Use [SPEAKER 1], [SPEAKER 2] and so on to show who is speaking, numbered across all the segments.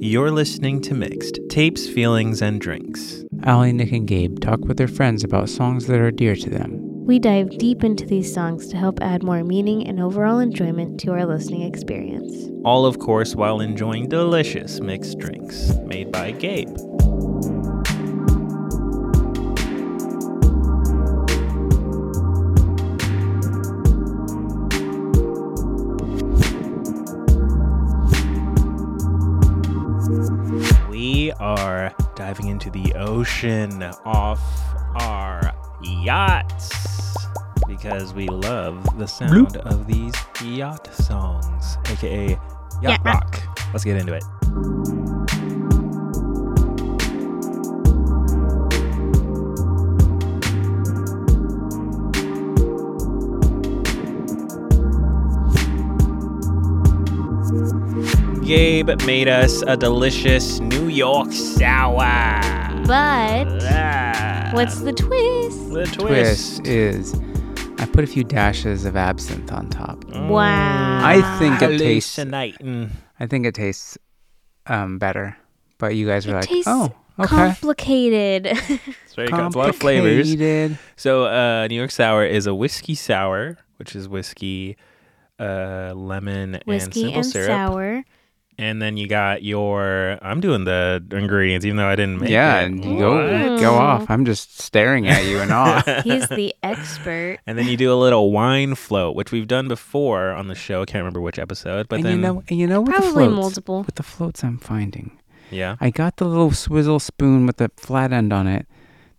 [SPEAKER 1] You're listening to Mixed Tapes, Feelings, and Drinks.
[SPEAKER 2] Allie, Nick, and Gabe talk with their friends about songs that are dear to them.
[SPEAKER 3] We dive deep into these songs to help add more meaning and overall enjoyment to our listening experience.
[SPEAKER 1] All, of course, while enjoying delicious mixed drinks made by Gabe. We are diving into the ocean off our yachts because we love the sound of these yacht songs, aka yacht
[SPEAKER 3] Yeah.
[SPEAKER 1] rock. Let's get into it. Gabe made us a delicious New York sour.
[SPEAKER 3] But
[SPEAKER 1] Ah,
[SPEAKER 3] what's the twist?
[SPEAKER 1] the twist?
[SPEAKER 2] Twist is I put a few dashes of absinthe on top.
[SPEAKER 3] Wow.
[SPEAKER 2] I think it tastes.
[SPEAKER 1] Hallucinating.
[SPEAKER 2] I think it tastes um, better. But you guys were
[SPEAKER 3] it
[SPEAKER 2] like,
[SPEAKER 3] tastes
[SPEAKER 2] oh, okay.
[SPEAKER 3] complicated.
[SPEAKER 1] So you got a lot of flavors.
[SPEAKER 2] Complicated.
[SPEAKER 1] So uh, New York sour is a whiskey sour, which is whiskey, uh, lemon,
[SPEAKER 3] Whiskey
[SPEAKER 1] and simple
[SPEAKER 3] and
[SPEAKER 1] syrup.
[SPEAKER 3] sour.
[SPEAKER 1] And then you got your. I'm doing the ingredients, even though I didn't make
[SPEAKER 2] Yeah,
[SPEAKER 1] it.
[SPEAKER 2] and you go
[SPEAKER 3] What?
[SPEAKER 2] go off. I'm just staring at you in awe.
[SPEAKER 3] He's the expert.
[SPEAKER 1] And then you do a little wine float, which we've done before on the show. I can't remember which episode, but
[SPEAKER 2] and
[SPEAKER 1] then
[SPEAKER 2] you know, and you know what the
[SPEAKER 3] Probably
[SPEAKER 2] floats,
[SPEAKER 3] multiple.
[SPEAKER 2] With the floats, I'm finding.
[SPEAKER 1] yeah,
[SPEAKER 2] I got the little swizzle spoon with the flat end on it.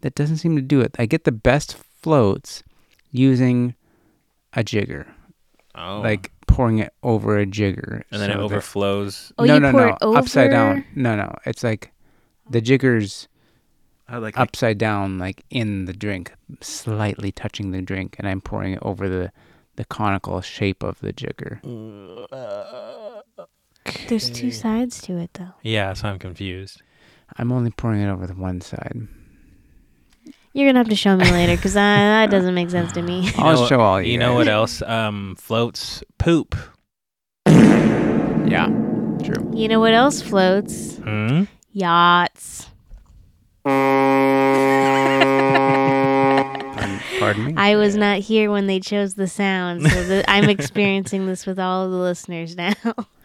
[SPEAKER 2] That doesn't seem to do it. I get the best floats using a jigger,
[SPEAKER 1] oh,
[SPEAKER 2] like pouring it over a jigger.
[SPEAKER 1] and then it
[SPEAKER 2] so that-
[SPEAKER 1] overflows.
[SPEAKER 3] Oh,
[SPEAKER 2] no,
[SPEAKER 3] you
[SPEAKER 2] no,
[SPEAKER 3] pour
[SPEAKER 2] no,
[SPEAKER 3] it over?
[SPEAKER 2] upside down. No, no, it's like the jigger's
[SPEAKER 1] Oh, like
[SPEAKER 2] upside down, like in the drink, slightly touching the drink, and I'm pouring it over the the conical shape of the jigger.
[SPEAKER 3] There's two
[SPEAKER 1] Mm.
[SPEAKER 3] sides to it, though.
[SPEAKER 1] yeah, so I'm confused.
[SPEAKER 2] I'm only pouring it over the one side.
[SPEAKER 3] You're gonna have to show me later, cause I, that doesn't make sense to me.
[SPEAKER 2] I'll
[SPEAKER 1] know-
[SPEAKER 2] show all you.
[SPEAKER 1] You know
[SPEAKER 2] guys.
[SPEAKER 1] what else um, floats? Poop.
[SPEAKER 2] Yeah, true.
[SPEAKER 3] You know what else floats?
[SPEAKER 1] Hmm?
[SPEAKER 3] Yachts.
[SPEAKER 2] Pardon me.
[SPEAKER 3] I was not here when they chose the sound, so th- I'm experiencing this with all of the listeners now.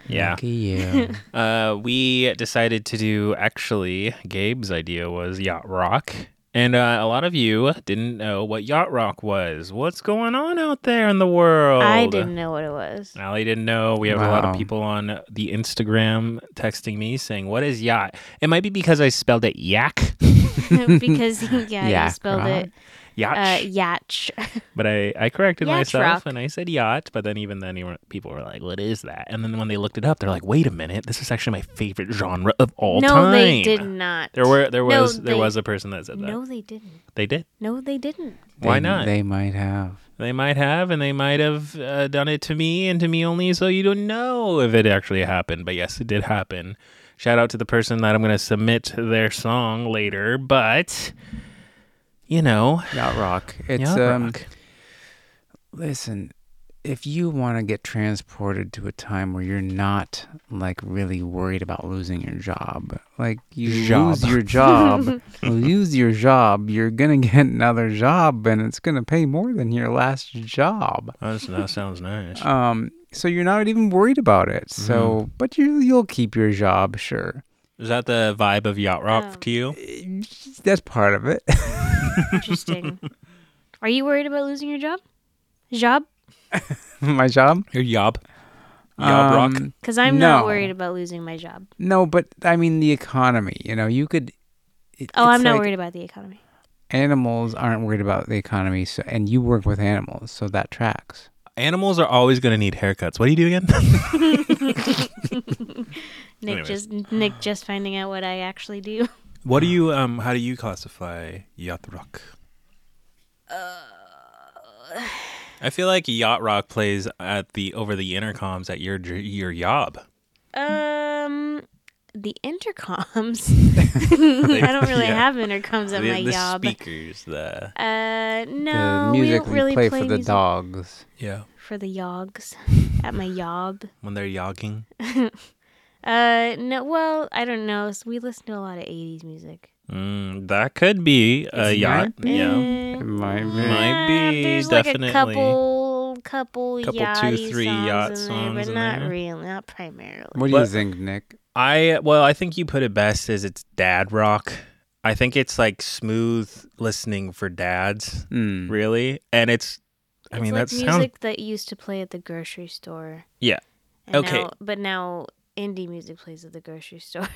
[SPEAKER 1] Yeah.
[SPEAKER 2] Lucky you.
[SPEAKER 1] Uh, we decided to do actually. Gabe's idea was yacht rock, and uh, a lot of you didn't know what yacht rock was. What's going on out there in the world?
[SPEAKER 3] I didn't know what it was.
[SPEAKER 1] Allie didn't know. We have a lot of
[SPEAKER 2] Wow.
[SPEAKER 1] people on the Instagram texting me saying, "What is yacht?" It might be because I spelled it yak,
[SPEAKER 3] Uh, because yeah, you
[SPEAKER 2] Yacht
[SPEAKER 3] spelled it
[SPEAKER 1] yacht,
[SPEAKER 3] uh, yatch.
[SPEAKER 1] but I I corrected
[SPEAKER 3] yacht
[SPEAKER 1] myself
[SPEAKER 3] rock.
[SPEAKER 1] and I said yacht. But then even then, you were- people were like, "What is that?" And then when they looked it up, they're like, "Wait a minute, this is actually my favorite genre of all
[SPEAKER 3] no,
[SPEAKER 1] time."
[SPEAKER 3] they did not.
[SPEAKER 1] There were there
[SPEAKER 3] No,
[SPEAKER 1] was there
[SPEAKER 3] they-
[SPEAKER 1] was a person that said that.
[SPEAKER 3] No, they didn't.
[SPEAKER 1] They did.
[SPEAKER 3] No, they didn't.
[SPEAKER 1] Why
[SPEAKER 2] They-
[SPEAKER 1] not? They,
[SPEAKER 2] They might have.
[SPEAKER 1] might have, and they might have uh, done it to me and to me only, so you don't know if it actually happened. But yes, it did happen. Shout out to the person that I'm going to submit their song later, but you know,
[SPEAKER 2] Yacht rock. It's
[SPEAKER 1] yacht
[SPEAKER 2] um
[SPEAKER 1] rock.
[SPEAKER 2] listen, if you want to get transported to a time where you're not like really worried about losing your job, like you
[SPEAKER 1] Job.
[SPEAKER 2] lose your job, lose your job, you're going to get another job and it's going to pay more than your last job.
[SPEAKER 1] Oh, that's- that sounds nice.
[SPEAKER 2] Um so you're not even worried about it. So,
[SPEAKER 1] Mm-hmm.
[SPEAKER 2] but you you'll keep your job, sure.
[SPEAKER 1] Is that the vibe of yacht rock
[SPEAKER 3] Oh.
[SPEAKER 1] to you?
[SPEAKER 2] That's part of it.
[SPEAKER 3] Interesting. Are you worried about losing your job? Job?
[SPEAKER 2] My job?
[SPEAKER 1] Your yob, yob rock.
[SPEAKER 2] Um,
[SPEAKER 3] Because I'm not
[SPEAKER 2] No.
[SPEAKER 3] worried about losing my job.
[SPEAKER 2] No, but I mean the economy. You know, you could. it-
[SPEAKER 3] Oh,
[SPEAKER 2] it's
[SPEAKER 3] I'm not
[SPEAKER 2] like
[SPEAKER 3] worried about the economy.
[SPEAKER 2] Animals aren't worried about the economy, so and you work with animals, so that tracks.
[SPEAKER 1] Animals are always going to need haircuts. What do you do again?
[SPEAKER 3] Nick
[SPEAKER 1] Anyways.
[SPEAKER 3] just Nick just finding out what I actually do.
[SPEAKER 1] what do you um? How do you classify yacht rock?
[SPEAKER 3] Uh.
[SPEAKER 1] I feel like yacht rock plays at the over the intercoms at your j- your yob.
[SPEAKER 3] Um, the intercoms.
[SPEAKER 1] They-
[SPEAKER 3] I don't really
[SPEAKER 1] yeah.
[SPEAKER 3] have intercoms
[SPEAKER 1] The,
[SPEAKER 3] at my
[SPEAKER 1] the
[SPEAKER 3] job.
[SPEAKER 1] speakers, the
[SPEAKER 3] Uh,
[SPEAKER 2] the
[SPEAKER 3] no, we
[SPEAKER 2] music
[SPEAKER 3] don't really
[SPEAKER 2] play,
[SPEAKER 3] play
[SPEAKER 2] for the
[SPEAKER 3] music
[SPEAKER 2] dogs.
[SPEAKER 1] yeah
[SPEAKER 3] for the yogs at my yob.
[SPEAKER 1] when they're yogging.
[SPEAKER 3] Uh, no, well, I don't know. So we listen to a lot of 80s music.
[SPEAKER 1] Mm, that could be a
[SPEAKER 2] It's
[SPEAKER 1] yacht.
[SPEAKER 2] not
[SPEAKER 1] Yeah.
[SPEAKER 3] Eh,
[SPEAKER 2] might be.
[SPEAKER 1] Might be,
[SPEAKER 3] There's
[SPEAKER 1] definitely.
[SPEAKER 3] like a couple, couple,
[SPEAKER 1] Couple two,
[SPEAKER 3] yachty
[SPEAKER 1] three
[SPEAKER 3] songs
[SPEAKER 1] yacht
[SPEAKER 3] in there,
[SPEAKER 1] songs
[SPEAKER 3] but
[SPEAKER 1] in
[SPEAKER 3] not
[SPEAKER 1] there.
[SPEAKER 3] real, not primarily.
[SPEAKER 2] What do you
[SPEAKER 1] But-
[SPEAKER 2] think, Nick?
[SPEAKER 1] I well, I think you put it best as it's dad rock. I think it's like smooth listening for dads,
[SPEAKER 2] Mm.
[SPEAKER 1] really. And it's I
[SPEAKER 3] It's
[SPEAKER 1] mean
[SPEAKER 3] like
[SPEAKER 1] that
[SPEAKER 3] music
[SPEAKER 1] sounds
[SPEAKER 3] that used to play at the grocery store.
[SPEAKER 1] Yeah.
[SPEAKER 3] And
[SPEAKER 1] Okay.
[SPEAKER 3] now- but now indie music plays at the grocery store.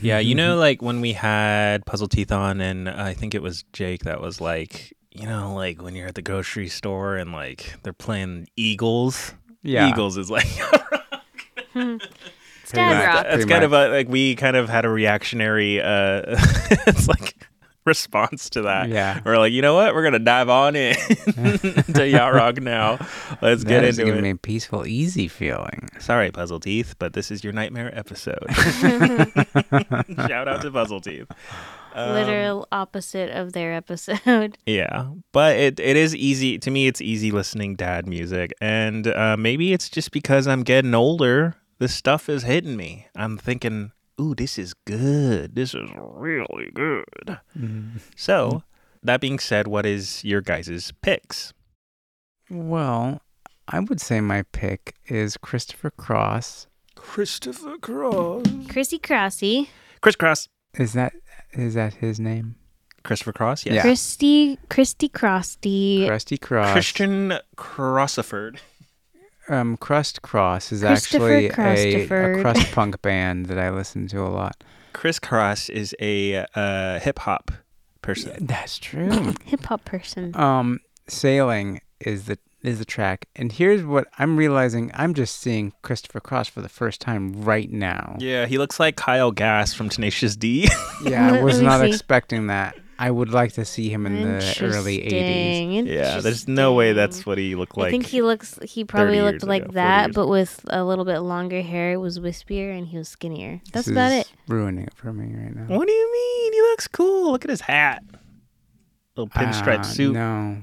[SPEAKER 1] Yeah,
[SPEAKER 2] Mm-hmm.
[SPEAKER 1] you know like when we had Puzzle Teeth on and I think it was Jake that was like, you know, like when you're at the grocery store and like they're playing Eagles.
[SPEAKER 2] Yeah.
[SPEAKER 1] Eagles is like
[SPEAKER 3] It's dad
[SPEAKER 2] much.
[SPEAKER 3] rock.
[SPEAKER 1] That's
[SPEAKER 2] Pretty
[SPEAKER 1] kind of a like we kind of had a reactionary uh it's like response to that.
[SPEAKER 2] Yeah.
[SPEAKER 1] We're like, you know what? We're gonna dive on in to Yacht Rock now. Let's get
[SPEAKER 2] That is
[SPEAKER 1] into
[SPEAKER 2] giving
[SPEAKER 1] it.
[SPEAKER 2] me a peaceful, easy feeling.
[SPEAKER 1] Sorry, Puzzle Teeth, but this is your nightmare episode. Shout out to Puzzle Teeth. Um,
[SPEAKER 3] Literal opposite of their episode.
[SPEAKER 1] Yeah, but it it is easy to me. It's easy listening dad music, and uh, maybe it's just because I'm getting older. This stuff is hitting me. I'm thinking, ooh, this is good. This is really good. Mm-hmm. So, that being said, what is your guys' picks?
[SPEAKER 2] Well, I would say my pick is Christopher Cross.
[SPEAKER 1] Christopher Cross,
[SPEAKER 3] Chrissy Crossy.
[SPEAKER 1] Chris Cross,
[SPEAKER 2] Is that is that his name?
[SPEAKER 1] Christopher Cross.
[SPEAKER 2] Yeah.
[SPEAKER 1] Yes,
[SPEAKER 3] Christy Christy Crosty.
[SPEAKER 2] Crusty Cross.
[SPEAKER 1] Christian Crossiford.
[SPEAKER 2] um, Crust Cross is
[SPEAKER 3] Christopher
[SPEAKER 2] actually a, a
[SPEAKER 3] Crustaford.
[SPEAKER 2] crust punk band that I listen to a lot.
[SPEAKER 1] Chris Cross is a uh, hip hop person.
[SPEAKER 2] That's true.
[SPEAKER 3] Hip hop person.
[SPEAKER 2] um, Sailing is the is the track, and here's what I'm realizing: I'm just seeing Christopher Cross for the first time right now.
[SPEAKER 1] Yeah, he looks like Kyle Gass from Tenacious D.
[SPEAKER 2] Yeah, I
[SPEAKER 3] Let-
[SPEAKER 2] was
[SPEAKER 3] let me
[SPEAKER 2] not
[SPEAKER 3] see.
[SPEAKER 2] expecting that. I would like to see him in the early '80s.
[SPEAKER 3] Interesting,
[SPEAKER 1] yeah, there's no way that's
[SPEAKER 3] interesting.
[SPEAKER 1] what he looked like.
[SPEAKER 3] I think he looks. He probably
[SPEAKER 1] 30
[SPEAKER 3] looked
[SPEAKER 1] years
[SPEAKER 3] like
[SPEAKER 1] ago, 40
[SPEAKER 3] that,
[SPEAKER 1] years
[SPEAKER 3] but with a little bit longer hair. It was wispier, and he was skinnier. That's
[SPEAKER 2] This
[SPEAKER 3] about
[SPEAKER 2] is
[SPEAKER 3] it.
[SPEAKER 2] Ruining it for me right now.
[SPEAKER 1] What do you mean? He looks cool. Look at his hat. Little pinstripe
[SPEAKER 2] Ah,
[SPEAKER 1] suit,
[SPEAKER 2] No.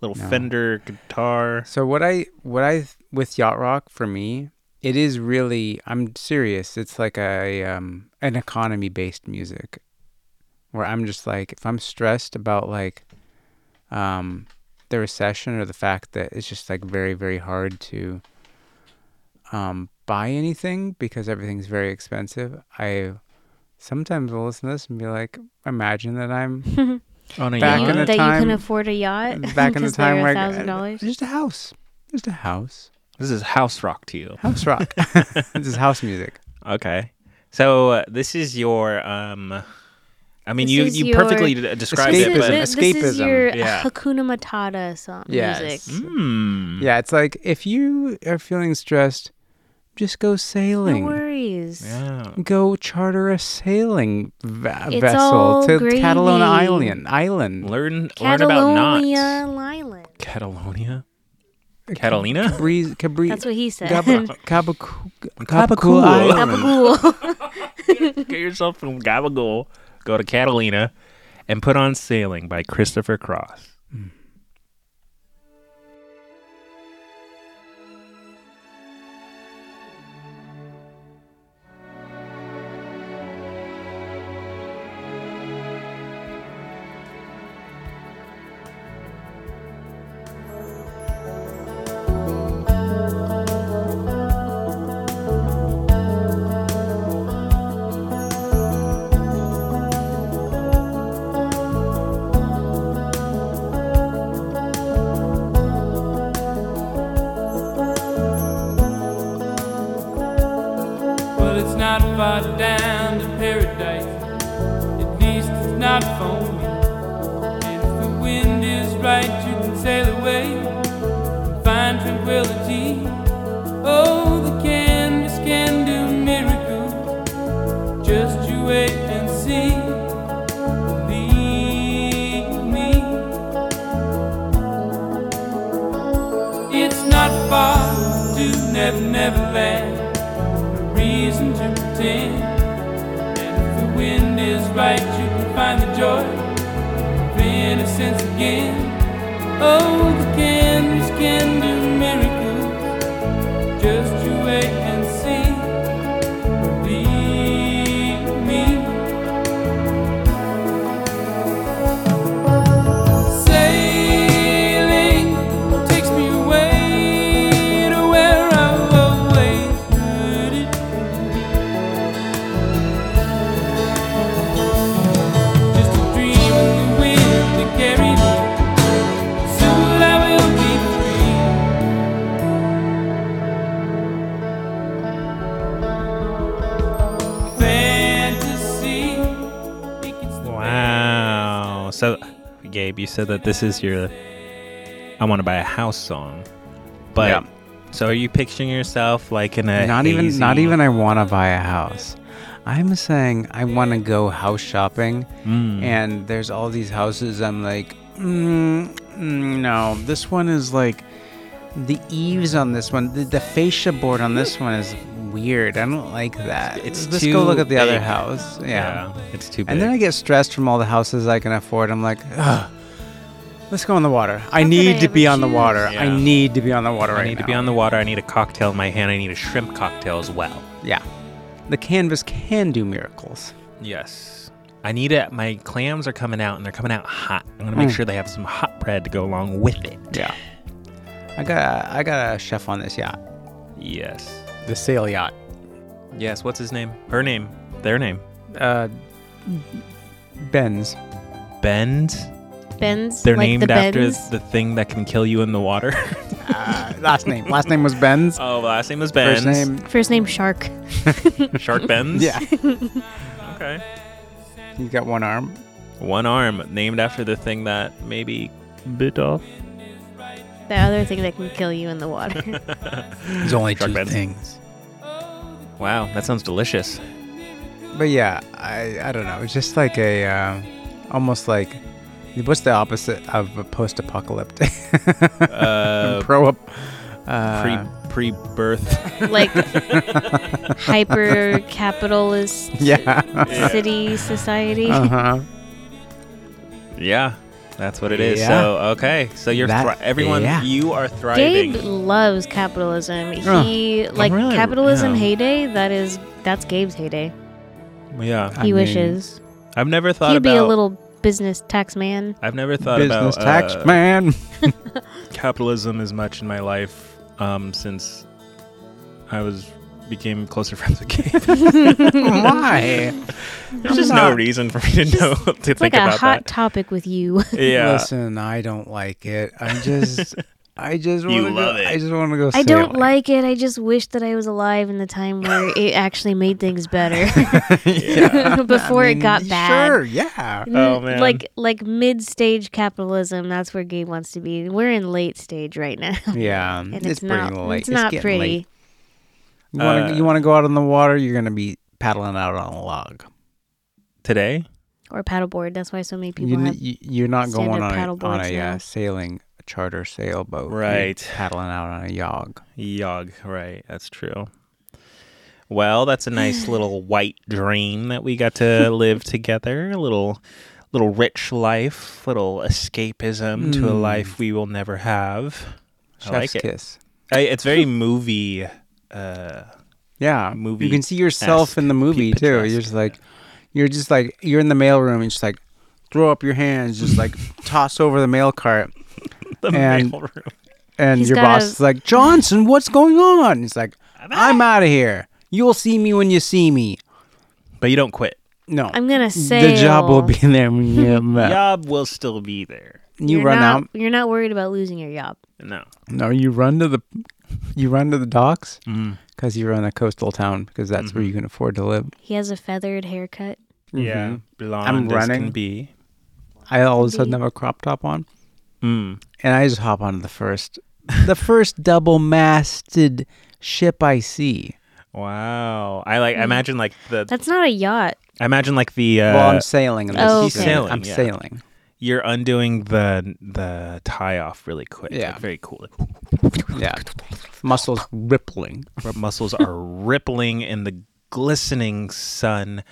[SPEAKER 1] little
[SPEAKER 2] no.
[SPEAKER 1] Fender guitar.
[SPEAKER 2] So what I what I with yacht rock for me, it is really I'm serious. It's like a um an economy based music, where I'm just like if I'm stressed about like, um, the recession or the fact that it's just like very very hard to, um, buy anything because everything's very expensive. I sometimes will listen to this and be like, imagine that I'm
[SPEAKER 1] On a
[SPEAKER 2] Back
[SPEAKER 3] You-
[SPEAKER 2] in the
[SPEAKER 3] that you
[SPEAKER 2] time-
[SPEAKER 3] can afford a yacht.
[SPEAKER 2] back in the time where
[SPEAKER 3] thousand dollars.
[SPEAKER 2] just a house, just a house.
[SPEAKER 1] This is house rock to you.
[SPEAKER 2] house rock. this is house music.
[SPEAKER 1] Okay. So uh, this is your um I mean
[SPEAKER 3] This
[SPEAKER 1] you
[SPEAKER 3] is
[SPEAKER 1] you
[SPEAKER 3] your-
[SPEAKER 1] perfectly d- uh, described
[SPEAKER 3] This,
[SPEAKER 1] it but
[SPEAKER 2] Escapism.
[SPEAKER 3] is- this is your
[SPEAKER 1] Yeah.
[SPEAKER 3] Hakuna Matata song
[SPEAKER 2] Yes.
[SPEAKER 3] music.
[SPEAKER 1] Mm.
[SPEAKER 2] Yeah, it's like if you are feeling stressed, just go
[SPEAKER 3] No
[SPEAKER 2] sailing.
[SPEAKER 3] worries.
[SPEAKER 1] Yeah.
[SPEAKER 2] go charter a sailing v-
[SPEAKER 3] It's
[SPEAKER 2] vessel
[SPEAKER 3] all
[SPEAKER 2] to
[SPEAKER 3] gravy.
[SPEAKER 2] Catalonia Island. Island.
[SPEAKER 1] Learn learn about knots.
[SPEAKER 3] Catalonia Island.
[SPEAKER 1] Catalonia? Catalina?
[SPEAKER 2] Breeze, Cabri-
[SPEAKER 3] That's what he said.
[SPEAKER 2] Cabo, Cabo,
[SPEAKER 1] Cabacool.
[SPEAKER 2] Island.
[SPEAKER 3] Gabagool.
[SPEAKER 1] Get yourself from Gabagool, go to Catalina, and put on Sailing by Christopher Cross.
[SPEAKER 4] Well, it's not far down to paradise. At least it's not for me. And if the wind is right, you can sail away and find tranquility. Oh, the canvas can do miracles. Just you wait and see. Believe me. It's not far to Never, never land reason to pretend. And if the wind is right, you can find the joy of innocence again. Oh, the candles can do miracles. Just you wait and see. Believe
[SPEAKER 1] So, Gabe, you said that this is your "I Want to Buy a House" song, but
[SPEAKER 2] Yeah.
[SPEAKER 1] so are you picturing yourself like in a
[SPEAKER 2] not even not
[SPEAKER 1] hazy-
[SPEAKER 2] even I want to buy a house. I'm saying I want to go house shopping,
[SPEAKER 1] Mm.
[SPEAKER 2] and there's all these houses. I'm like, mm, mm, no, this one is like the eaves on this one, the, the fascia board on this one is weird. I don't like that.
[SPEAKER 1] It's
[SPEAKER 2] let's
[SPEAKER 1] too
[SPEAKER 2] go look at the other
[SPEAKER 1] big.
[SPEAKER 2] house. Yeah.
[SPEAKER 1] yeah. it's too big.
[SPEAKER 2] and then I get stressed from all the houses I can afford. I'm like, Ugh, let's go on the water. I need
[SPEAKER 3] I
[SPEAKER 2] to be
[SPEAKER 3] ever
[SPEAKER 2] on the
[SPEAKER 3] choose?
[SPEAKER 2] water.
[SPEAKER 1] Yeah.
[SPEAKER 2] I need to be on the water right
[SPEAKER 1] I need to
[SPEAKER 2] now.
[SPEAKER 1] be on the water. I need a cocktail in my hand. I need a shrimp cocktail as well.
[SPEAKER 2] Yeah. The canvas can do miracles.
[SPEAKER 1] Yes. I need it. My clams are coming out, and they're coming out hot. I'm gonna make
[SPEAKER 2] Mm.
[SPEAKER 1] sure they have some hot bread to go along with it.
[SPEAKER 2] Yeah. I got a, I got a chef on this yacht.
[SPEAKER 1] Yes.
[SPEAKER 2] The sail yacht.
[SPEAKER 1] Yes. What's his name? Her name. Their name.
[SPEAKER 2] Uh Ben's.
[SPEAKER 1] Bend.
[SPEAKER 3] Ben's.
[SPEAKER 1] They're
[SPEAKER 3] like
[SPEAKER 1] named
[SPEAKER 3] the
[SPEAKER 1] after
[SPEAKER 3] Ben's.
[SPEAKER 1] the thing that can kill you in the water.
[SPEAKER 2] Uh, last name. Last name was Ben's.
[SPEAKER 1] Ah. oh, last name was Benz.
[SPEAKER 2] First name.
[SPEAKER 3] First name Shark.
[SPEAKER 1] Shark Benz.
[SPEAKER 2] Yeah.
[SPEAKER 1] Okay.
[SPEAKER 2] He's got one arm.
[SPEAKER 1] One arm named after the thing that maybe bit off.
[SPEAKER 3] The other thing that can kill you in the water.
[SPEAKER 2] There's only
[SPEAKER 1] Shark two Benz.
[SPEAKER 2] things.
[SPEAKER 1] Wow, that sounds delicious.
[SPEAKER 2] But yeah, I I don't know. It's just like a uh, almost like what's the opposite of a post-apocalyptic?
[SPEAKER 1] Uh,
[SPEAKER 2] Pro
[SPEAKER 1] pre
[SPEAKER 2] uh,
[SPEAKER 1] pre birth.
[SPEAKER 3] like hyper capitalist
[SPEAKER 2] yeah.
[SPEAKER 3] city society.
[SPEAKER 2] uh-huh.
[SPEAKER 1] Yeah, that's what it is.
[SPEAKER 2] Yeah.
[SPEAKER 1] So okay, so you're
[SPEAKER 2] That-
[SPEAKER 1] thri- everyone.
[SPEAKER 2] yeah.
[SPEAKER 1] You are thriving.
[SPEAKER 3] Gabe loves capitalism.
[SPEAKER 2] Huh.
[SPEAKER 3] He like
[SPEAKER 1] really-
[SPEAKER 3] capitalism
[SPEAKER 1] yeah.
[SPEAKER 3] heyday. That is that's Gabe's heyday.
[SPEAKER 1] Yeah,
[SPEAKER 2] I
[SPEAKER 3] He
[SPEAKER 2] mean,
[SPEAKER 3] wishes
[SPEAKER 1] I've never thought
[SPEAKER 3] he'd
[SPEAKER 1] about.
[SPEAKER 3] be a little business tax man.
[SPEAKER 1] I've never thought
[SPEAKER 2] Business
[SPEAKER 1] about
[SPEAKER 2] tax
[SPEAKER 1] uh,
[SPEAKER 2] man.
[SPEAKER 1] capitalism as much in my life um, since I was became closer friends with Gabe.
[SPEAKER 2] Why?
[SPEAKER 1] There's just no
[SPEAKER 2] not-
[SPEAKER 1] reason for me to know to
[SPEAKER 3] It's
[SPEAKER 1] think
[SPEAKER 3] like a
[SPEAKER 1] about
[SPEAKER 3] hot topic with you.
[SPEAKER 1] that. Yeah.
[SPEAKER 2] Listen, I don't like it. I just, I just
[SPEAKER 1] You
[SPEAKER 2] want to go.
[SPEAKER 1] love it.
[SPEAKER 2] I just want to go.
[SPEAKER 3] I don't
[SPEAKER 2] sailing.
[SPEAKER 3] like it. I just wish that I was alive in the time where it actually made things better before
[SPEAKER 2] I
[SPEAKER 3] it got
[SPEAKER 2] mean,
[SPEAKER 3] bad.
[SPEAKER 2] Sure, yeah.
[SPEAKER 1] Oh,
[SPEAKER 3] N-
[SPEAKER 1] man.
[SPEAKER 3] Like like mid stage capitalism, that's where Gabe wants to be. We're in late stage right now.
[SPEAKER 2] Yeah,
[SPEAKER 3] And
[SPEAKER 2] it's,
[SPEAKER 3] it's,
[SPEAKER 2] pretty
[SPEAKER 3] not
[SPEAKER 2] late.
[SPEAKER 3] it's not
[SPEAKER 2] getting
[SPEAKER 3] pretty.
[SPEAKER 2] late. You want
[SPEAKER 1] Uh,
[SPEAKER 2] to you want to go out on the water? You're gonna be paddling out on a log.
[SPEAKER 1] Today,
[SPEAKER 3] Or paddleboard, that's why so many people
[SPEAKER 2] You,
[SPEAKER 3] have
[SPEAKER 2] you, are not going
[SPEAKER 3] standard
[SPEAKER 2] on
[SPEAKER 3] paddle
[SPEAKER 2] a, on
[SPEAKER 3] boards
[SPEAKER 2] a
[SPEAKER 3] now.
[SPEAKER 2] uh, sailing a charter sailboat. You're
[SPEAKER 1] Right.
[SPEAKER 2] paddling out on a yog.
[SPEAKER 1] Yog, right? That's true. Well, that's a nice little white dream that we got to live together. A little, little rich life, little escapism to a
[SPEAKER 2] Mm.
[SPEAKER 1] life we will never have. I like
[SPEAKER 2] Chef's
[SPEAKER 1] it.
[SPEAKER 2] kiss.
[SPEAKER 1] I, it's very movie. Uh,
[SPEAKER 2] Yeah,
[SPEAKER 1] movie
[SPEAKER 2] You can see yourself in the movie too.
[SPEAKER 1] picturesque,
[SPEAKER 2] You're just like, you're just like, you're in the mailroom and just like, throw up your hands, just like toss over the mail cart,
[SPEAKER 1] the
[SPEAKER 2] And-
[SPEAKER 1] mail room.
[SPEAKER 2] and
[SPEAKER 3] He's
[SPEAKER 2] your
[SPEAKER 3] got
[SPEAKER 2] boss
[SPEAKER 3] a-
[SPEAKER 2] is like, Johnson, what's going on? He's like, I'm out of here. You'll see me when you see me.
[SPEAKER 1] But you don't quit.
[SPEAKER 2] No,
[SPEAKER 3] I'm gonna say
[SPEAKER 2] the job will be there when you uh,
[SPEAKER 1] Job will still be there.
[SPEAKER 2] You run
[SPEAKER 3] not,
[SPEAKER 2] out.
[SPEAKER 3] You're not worried about losing your job.
[SPEAKER 1] No.
[SPEAKER 2] No, you run to the, you run to the docks
[SPEAKER 1] Mm.
[SPEAKER 2] because you're in a coastal town because that's
[SPEAKER 1] Mm-hmm.
[SPEAKER 2] where you can afford to live.
[SPEAKER 3] He has a feathered haircut.
[SPEAKER 1] Yeah.
[SPEAKER 2] Mhm.
[SPEAKER 1] Blonde
[SPEAKER 2] I'm
[SPEAKER 1] as can
[SPEAKER 2] running.
[SPEAKER 1] be.
[SPEAKER 2] I all of a sudden
[SPEAKER 3] Indeed.
[SPEAKER 2] have a crop top on.
[SPEAKER 1] Mm.
[SPEAKER 2] and I just hop onto the first, the first double masted ship I see.
[SPEAKER 1] Wow. I
[SPEAKER 2] Mm.
[SPEAKER 1] like. I imagine like the.
[SPEAKER 3] That's not a yacht.
[SPEAKER 1] I imagine like the. Uh,
[SPEAKER 2] well, I'm sailing. In this
[SPEAKER 3] Oh,
[SPEAKER 2] is
[SPEAKER 3] okay.
[SPEAKER 1] Sailing,
[SPEAKER 2] I'm
[SPEAKER 1] yeah.
[SPEAKER 2] sailing.
[SPEAKER 1] you're undoing the the tie off really quick.
[SPEAKER 2] Yeah.
[SPEAKER 1] Like, very cool.
[SPEAKER 2] Yeah, muscles rippling.
[SPEAKER 1] Our muscles are rippling in the glistening sun.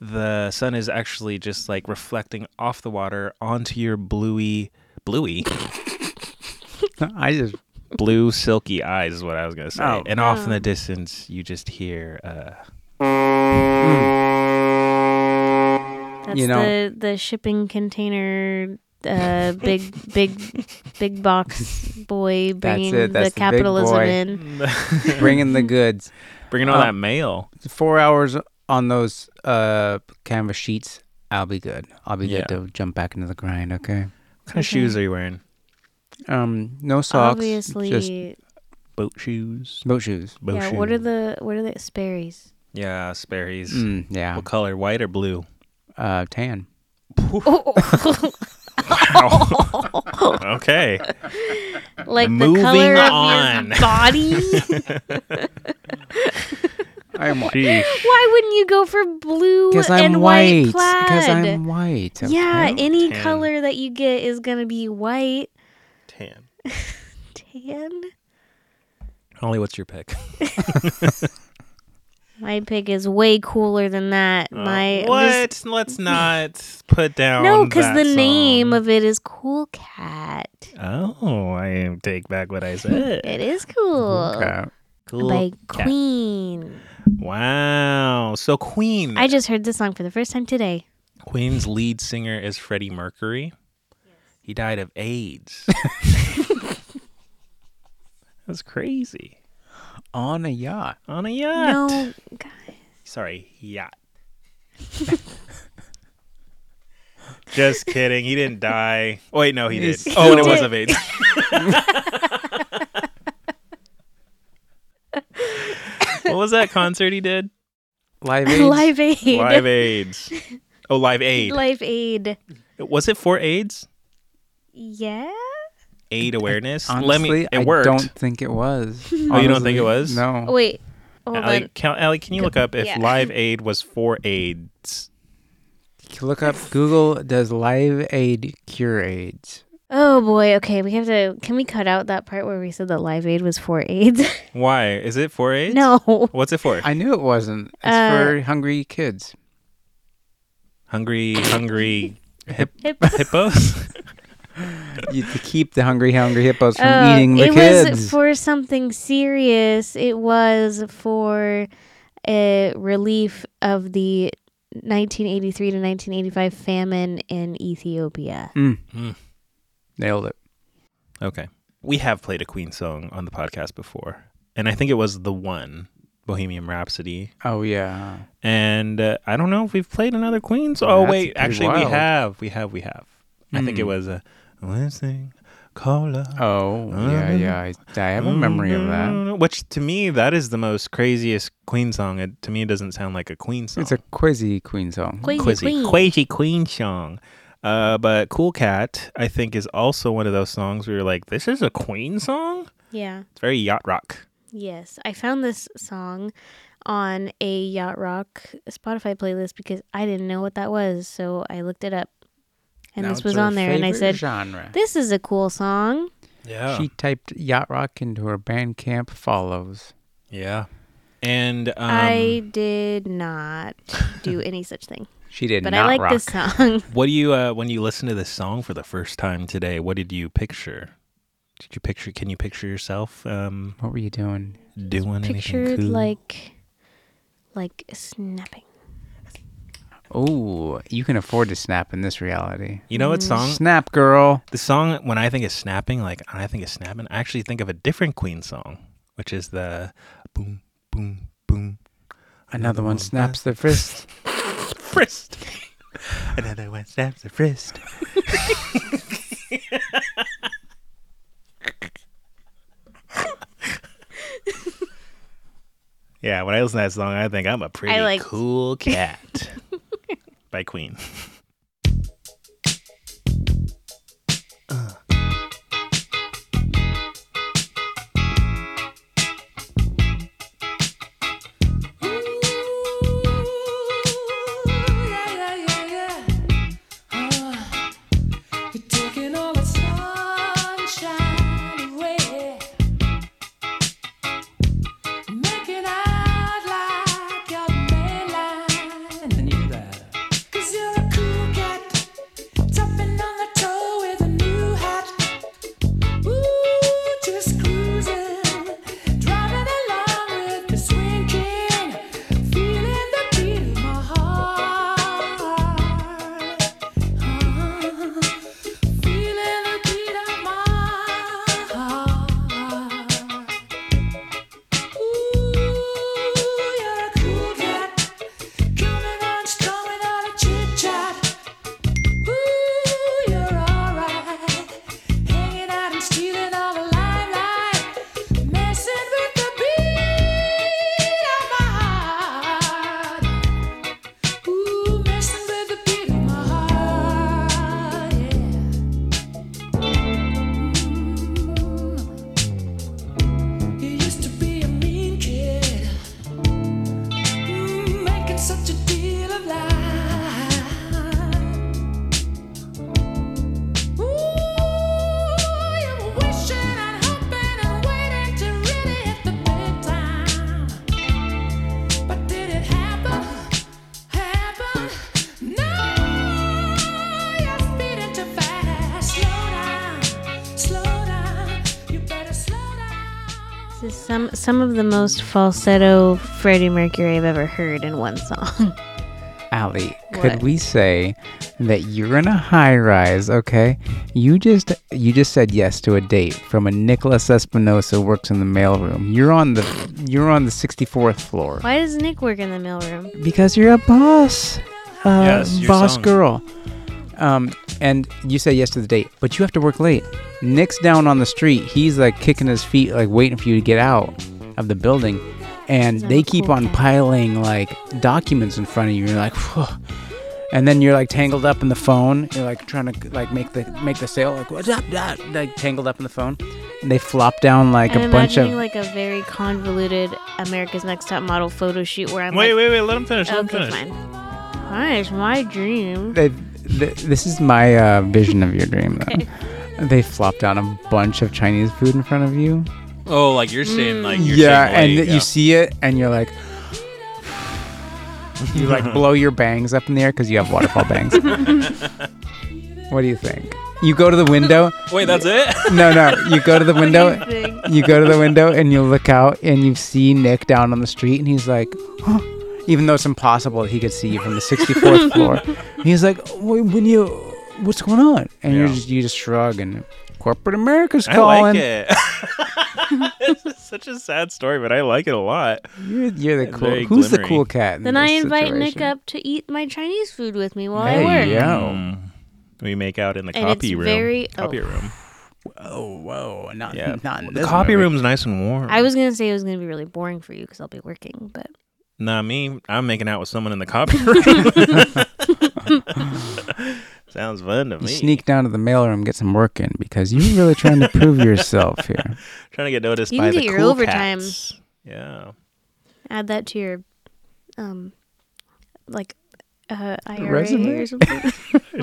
[SPEAKER 1] The sun is actually just like reflecting off the water onto your bluey, bluey,
[SPEAKER 2] I just
[SPEAKER 1] blue silky eyes is what I was gonna say.
[SPEAKER 2] Oh.
[SPEAKER 1] And off in the distance, you just hear. Uh,
[SPEAKER 3] That's
[SPEAKER 2] You know-
[SPEAKER 3] the the shipping container. Uh, big, big, big box boy bringing
[SPEAKER 2] it, that's
[SPEAKER 3] the
[SPEAKER 2] the big
[SPEAKER 3] capitalism
[SPEAKER 2] boy.
[SPEAKER 3] in.
[SPEAKER 2] bringing the goods.
[SPEAKER 1] bringing all
[SPEAKER 2] Oh.
[SPEAKER 1] that mail.
[SPEAKER 2] Four hours on those uh canvas sheets. I'll be good. I'll be
[SPEAKER 1] Yeah.
[SPEAKER 2] good to jump back into the grind. Okay.
[SPEAKER 1] What kind of shoes are you wearing?
[SPEAKER 2] Um, no socks.
[SPEAKER 3] Obviously,
[SPEAKER 2] just
[SPEAKER 1] Boat shoes.
[SPEAKER 2] boat shoes.
[SPEAKER 1] Boat
[SPEAKER 3] yeah.
[SPEAKER 1] shoes.
[SPEAKER 3] What are the what are the Sperry's?
[SPEAKER 1] Yeah, Sperry's.
[SPEAKER 2] Mm, yeah.
[SPEAKER 1] What color? White or blue?
[SPEAKER 2] Uh, tan.
[SPEAKER 3] Oh,
[SPEAKER 1] Wow. okay.
[SPEAKER 3] like
[SPEAKER 1] Moving
[SPEAKER 3] the color
[SPEAKER 1] on.
[SPEAKER 3] of your body.
[SPEAKER 2] I'm white.
[SPEAKER 1] Sheesh.
[SPEAKER 3] Why wouldn't you go for blue
[SPEAKER 2] Because
[SPEAKER 3] and
[SPEAKER 2] I'm
[SPEAKER 3] white,
[SPEAKER 2] white.
[SPEAKER 3] plaid?
[SPEAKER 2] Because I'm white. okay?
[SPEAKER 3] yeah, any
[SPEAKER 1] Tan.
[SPEAKER 3] color that you get is gonna be white,
[SPEAKER 1] Tan.
[SPEAKER 3] tan.
[SPEAKER 1] Holly, what's your pick?
[SPEAKER 3] My pick is way cooler than that. My
[SPEAKER 1] Uh,
[SPEAKER 3] this-
[SPEAKER 1] what? Let's not put down.
[SPEAKER 3] no, because
[SPEAKER 1] that
[SPEAKER 3] the name
[SPEAKER 1] song.
[SPEAKER 3] of it is Cool Cat.
[SPEAKER 1] Oh, I take back what I said.
[SPEAKER 3] It is cool
[SPEAKER 2] Okay.
[SPEAKER 1] Cool.
[SPEAKER 3] by
[SPEAKER 1] cat.
[SPEAKER 3] Queen.
[SPEAKER 1] Wow. So Queen.
[SPEAKER 3] I just heard this song for the first time today.
[SPEAKER 1] Queen's lead singer is Freddie Mercury. He died of AIDS. That's crazy.
[SPEAKER 2] On a yacht.
[SPEAKER 1] On a yacht.
[SPEAKER 3] No, God.
[SPEAKER 1] Sorry, yacht. Just kidding. He didn't die. Oh, wait, no, he did.
[SPEAKER 2] He's-
[SPEAKER 1] Oh, and it was
[SPEAKER 3] did.
[SPEAKER 1] of AIDS. what was that concert he did?
[SPEAKER 2] Live Aid.
[SPEAKER 3] Live Aid.
[SPEAKER 1] Live AIDS. Oh, Live Aid.
[SPEAKER 3] Live Aid.
[SPEAKER 1] Was it for AIDS?
[SPEAKER 3] Yeah.
[SPEAKER 1] aid awareness.
[SPEAKER 2] Honestly,
[SPEAKER 1] Let me. It
[SPEAKER 2] I
[SPEAKER 1] worked.
[SPEAKER 2] don't think it was. oh,
[SPEAKER 1] you don't think it was?
[SPEAKER 2] No.
[SPEAKER 3] Wait. Hold
[SPEAKER 1] Allie,
[SPEAKER 3] on.
[SPEAKER 1] can, Allie, can you look up if
[SPEAKER 3] Yeah.
[SPEAKER 1] Live Aid was for AIDS?
[SPEAKER 2] Look up Google. Does Live Aid cure AIDS?
[SPEAKER 3] Oh boy. Okay, we have to. Can we cut out that part where we said that Live Aid was for AIDS?
[SPEAKER 1] Why is it for AIDS?
[SPEAKER 3] no.
[SPEAKER 1] What's it for?
[SPEAKER 2] I knew it wasn't. It's
[SPEAKER 3] Uh,
[SPEAKER 2] for hungry kids.
[SPEAKER 1] hungry, hungry hip,
[SPEAKER 3] Hip-
[SPEAKER 1] hippos.
[SPEAKER 2] You, to keep the hungry, hungry hippos from
[SPEAKER 3] Uh,
[SPEAKER 2] eating the
[SPEAKER 3] it was
[SPEAKER 2] kids.
[SPEAKER 3] for something serious. It was for a relief of the 1983 to 1985 famine in Ethiopia.
[SPEAKER 2] Mm. Nailed it.
[SPEAKER 1] okay, we have played a Queen song on the podcast before, and I think it was the one Bohemian Rhapsody.
[SPEAKER 2] Oh yeah.
[SPEAKER 1] And uh, I don't know if we've played another Queen song. Oh
[SPEAKER 2] That's
[SPEAKER 1] wait,
[SPEAKER 2] pretty
[SPEAKER 1] actually we
[SPEAKER 2] wild. Hmm.
[SPEAKER 1] have, we have, we have. I think it was a sing, cola.
[SPEAKER 2] Oh yeah, yeah. I, I have a memory of that.
[SPEAKER 1] Which to me, that is the most craziest Queen song. It, to me, it doesn't sound like a Queen song.
[SPEAKER 2] It's a quizzy queen song.
[SPEAKER 3] Queen.
[SPEAKER 1] quizzy, quazy Queen song. Uh, but Cool Cat, I think, is also one of those songs where you're like, this is a Queen song?
[SPEAKER 3] Yeah.
[SPEAKER 1] It's very yacht rock.
[SPEAKER 3] Yes, I found this song on a yacht rock Spotify playlist because I didn't know what that was, so I looked it up, and
[SPEAKER 2] Now
[SPEAKER 3] this
[SPEAKER 2] it's
[SPEAKER 3] was
[SPEAKER 2] her
[SPEAKER 3] on there, and I
[SPEAKER 2] favorite
[SPEAKER 3] said,
[SPEAKER 2] genre.
[SPEAKER 3] "This is a cool song."
[SPEAKER 1] Yeah.
[SPEAKER 2] She typed yacht rock into her Bandcamp follows.
[SPEAKER 1] yeah. And um,
[SPEAKER 3] I did not do any such thing,
[SPEAKER 2] She did
[SPEAKER 3] but
[SPEAKER 2] not
[SPEAKER 3] I like
[SPEAKER 2] rock.
[SPEAKER 3] this song.
[SPEAKER 1] what do you, uh, when you listen to this song for the first time today, what did you picture? Did you picture, can you picture yourself um,
[SPEAKER 2] What were you doing?
[SPEAKER 1] doing anything
[SPEAKER 3] Pictured
[SPEAKER 1] cool?
[SPEAKER 3] like, like snapping.
[SPEAKER 2] Oh, you can afford to snap in this reality.
[SPEAKER 1] you know
[SPEAKER 3] mm.
[SPEAKER 1] what song?
[SPEAKER 2] Snap, girl.
[SPEAKER 1] The song when I think of snapping, like I think of snapping, I actually think of a different Queen song, which is the boom boom boom
[SPEAKER 2] Another one snaps the wrist.
[SPEAKER 1] frist. Another one snaps the frist. yeah, when I listen to that song, I think I'm a pretty
[SPEAKER 3] like-
[SPEAKER 1] cool cat by Queen.
[SPEAKER 5] Cause you're a cool
[SPEAKER 6] Uh-huh.
[SPEAKER 3] Some some of the most falsetto Freddie Mercury I've ever heard in one song.
[SPEAKER 2] Allie,
[SPEAKER 3] What?
[SPEAKER 2] could we say that you're in a high rise, okay? You just you just said yes to a date from a Nicholas Espinosa works in the mailroom. You're on the you're on the 64th floor.
[SPEAKER 3] Why does Nick work in the mailroom?
[SPEAKER 2] Because you're a boss. Uh,
[SPEAKER 1] Yes, your
[SPEAKER 2] boss
[SPEAKER 1] song.
[SPEAKER 2] girl. Um, and you say yes to the date, but you have to work late. Nick's down on the street. He's like kicking his feet, like waiting for you to get out of the building. And
[SPEAKER 3] He's not
[SPEAKER 2] they
[SPEAKER 3] a
[SPEAKER 2] keep
[SPEAKER 3] cool
[SPEAKER 2] on
[SPEAKER 3] guy.
[SPEAKER 2] piling like documents in front of you. You're like, Phew. and then you're like tangled up in the phone. You're like trying to like make the make the sale. Like what's up? That like tangled up in the phone. And they flop down like
[SPEAKER 3] I'm
[SPEAKER 2] a bunch
[SPEAKER 3] imagining
[SPEAKER 2] of.
[SPEAKER 3] like a very convoluted America's Next Top Model photo shoot where I'm
[SPEAKER 1] wait,
[SPEAKER 3] like,
[SPEAKER 1] wait, wait. Let him finish. Let him
[SPEAKER 3] okay,
[SPEAKER 1] finish.
[SPEAKER 3] fine. Hi, it's my dream.
[SPEAKER 2] they, th this is my uh, vision of your dream then. They flop down a bunch of Chinese food in front of you.
[SPEAKER 1] Oh, like you're saying, like you're
[SPEAKER 2] yeah,
[SPEAKER 1] saying,
[SPEAKER 2] and
[SPEAKER 1] wait,
[SPEAKER 2] you see it, and you're like, you like blow your bangs up in the air because you have waterfall bangs. what do you think? You go to the window.
[SPEAKER 1] Wait, that's it.
[SPEAKER 2] No, no, you go to the window.
[SPEAKER 3] What do you think?
[SPEAKER 2] You go to the window and you look out and you see Nick down on the street and he's like, huh? even though it's impossible that he could see you from the 64th floor, he's like, "Wait, when you, what's going on? And you
[SPEAKER 1] Yeah.
[SPEAKER 2] just you just shrug and corporate America's
[SPEAKER 1] I like
[SPEAKER 2] calling.
[SPEAKER 1] it. this is such a sad story, but I like it a lot.
[SPEAKER 2] You're, you're the cool.
[SPEAKER 1] Very
[SPEAKER 2] who's the
[SPEAKER 1] glimmery.
[SPEAKER 2] cool cat? in
[SPEAKER 3] Then
[SPEAKER 2] this
[SPEAKER 3] I invite Nick
[SPEAKER 2] situation?
[SPEAKER 3] up to eat my Chinese food with me while
[SPEAKER 2] Hey,
[SPEAKER 3] I work.
[SPEAKER 2] yeah.
[SPEAKER 1] Hmm. We make out in the
[SPEAKER 3] And
[SPEAKER 1] copy
[SPEAKER 3] it's
[SPEAKER 1] room.
[SPEAKER 3] very-
[SPEAKER 1] copy
[SPEAKER 3] oh.
[SPEAKER 1] room.
[SPEAKER 2] Oh, whoa, not
[SPEAKER 1] Yeah.
[SPEAKER 2] not in
[SPEAKER 1] The
[SPEAKER 2] this
[SPEAKER 1] copy
[SPEAKER 2] movie.
[SPEAKER 1] room's nice and warm.
[SPEAKER 3] I was gonna say it was gonna be really boring for you because I'll be working, but
[SPEAKER 1] Not me. I'm making out with someone in the copy room. Sounds fun to
[SPEAKER 2] You
[SPEAKER 1] me.
[SPEAKER 2] sneak down to the mailroom, get some work in because you're really trying to prove yourself here.
[SPEAKER 1] Trying to get noticed
[SPEAKER 3] You
[SPEAKER 1] by the
[SPEAKER 3] can get your
[SPEAKER 1] cool
[SPEAKER 3] overtime.
[SPEAKER 1] cats. Yeah.
[SPEAKER 3] add that to your, um, like, uh, IRA
[SPEAKER 2] Resume?
[SPEAKER 3] or something.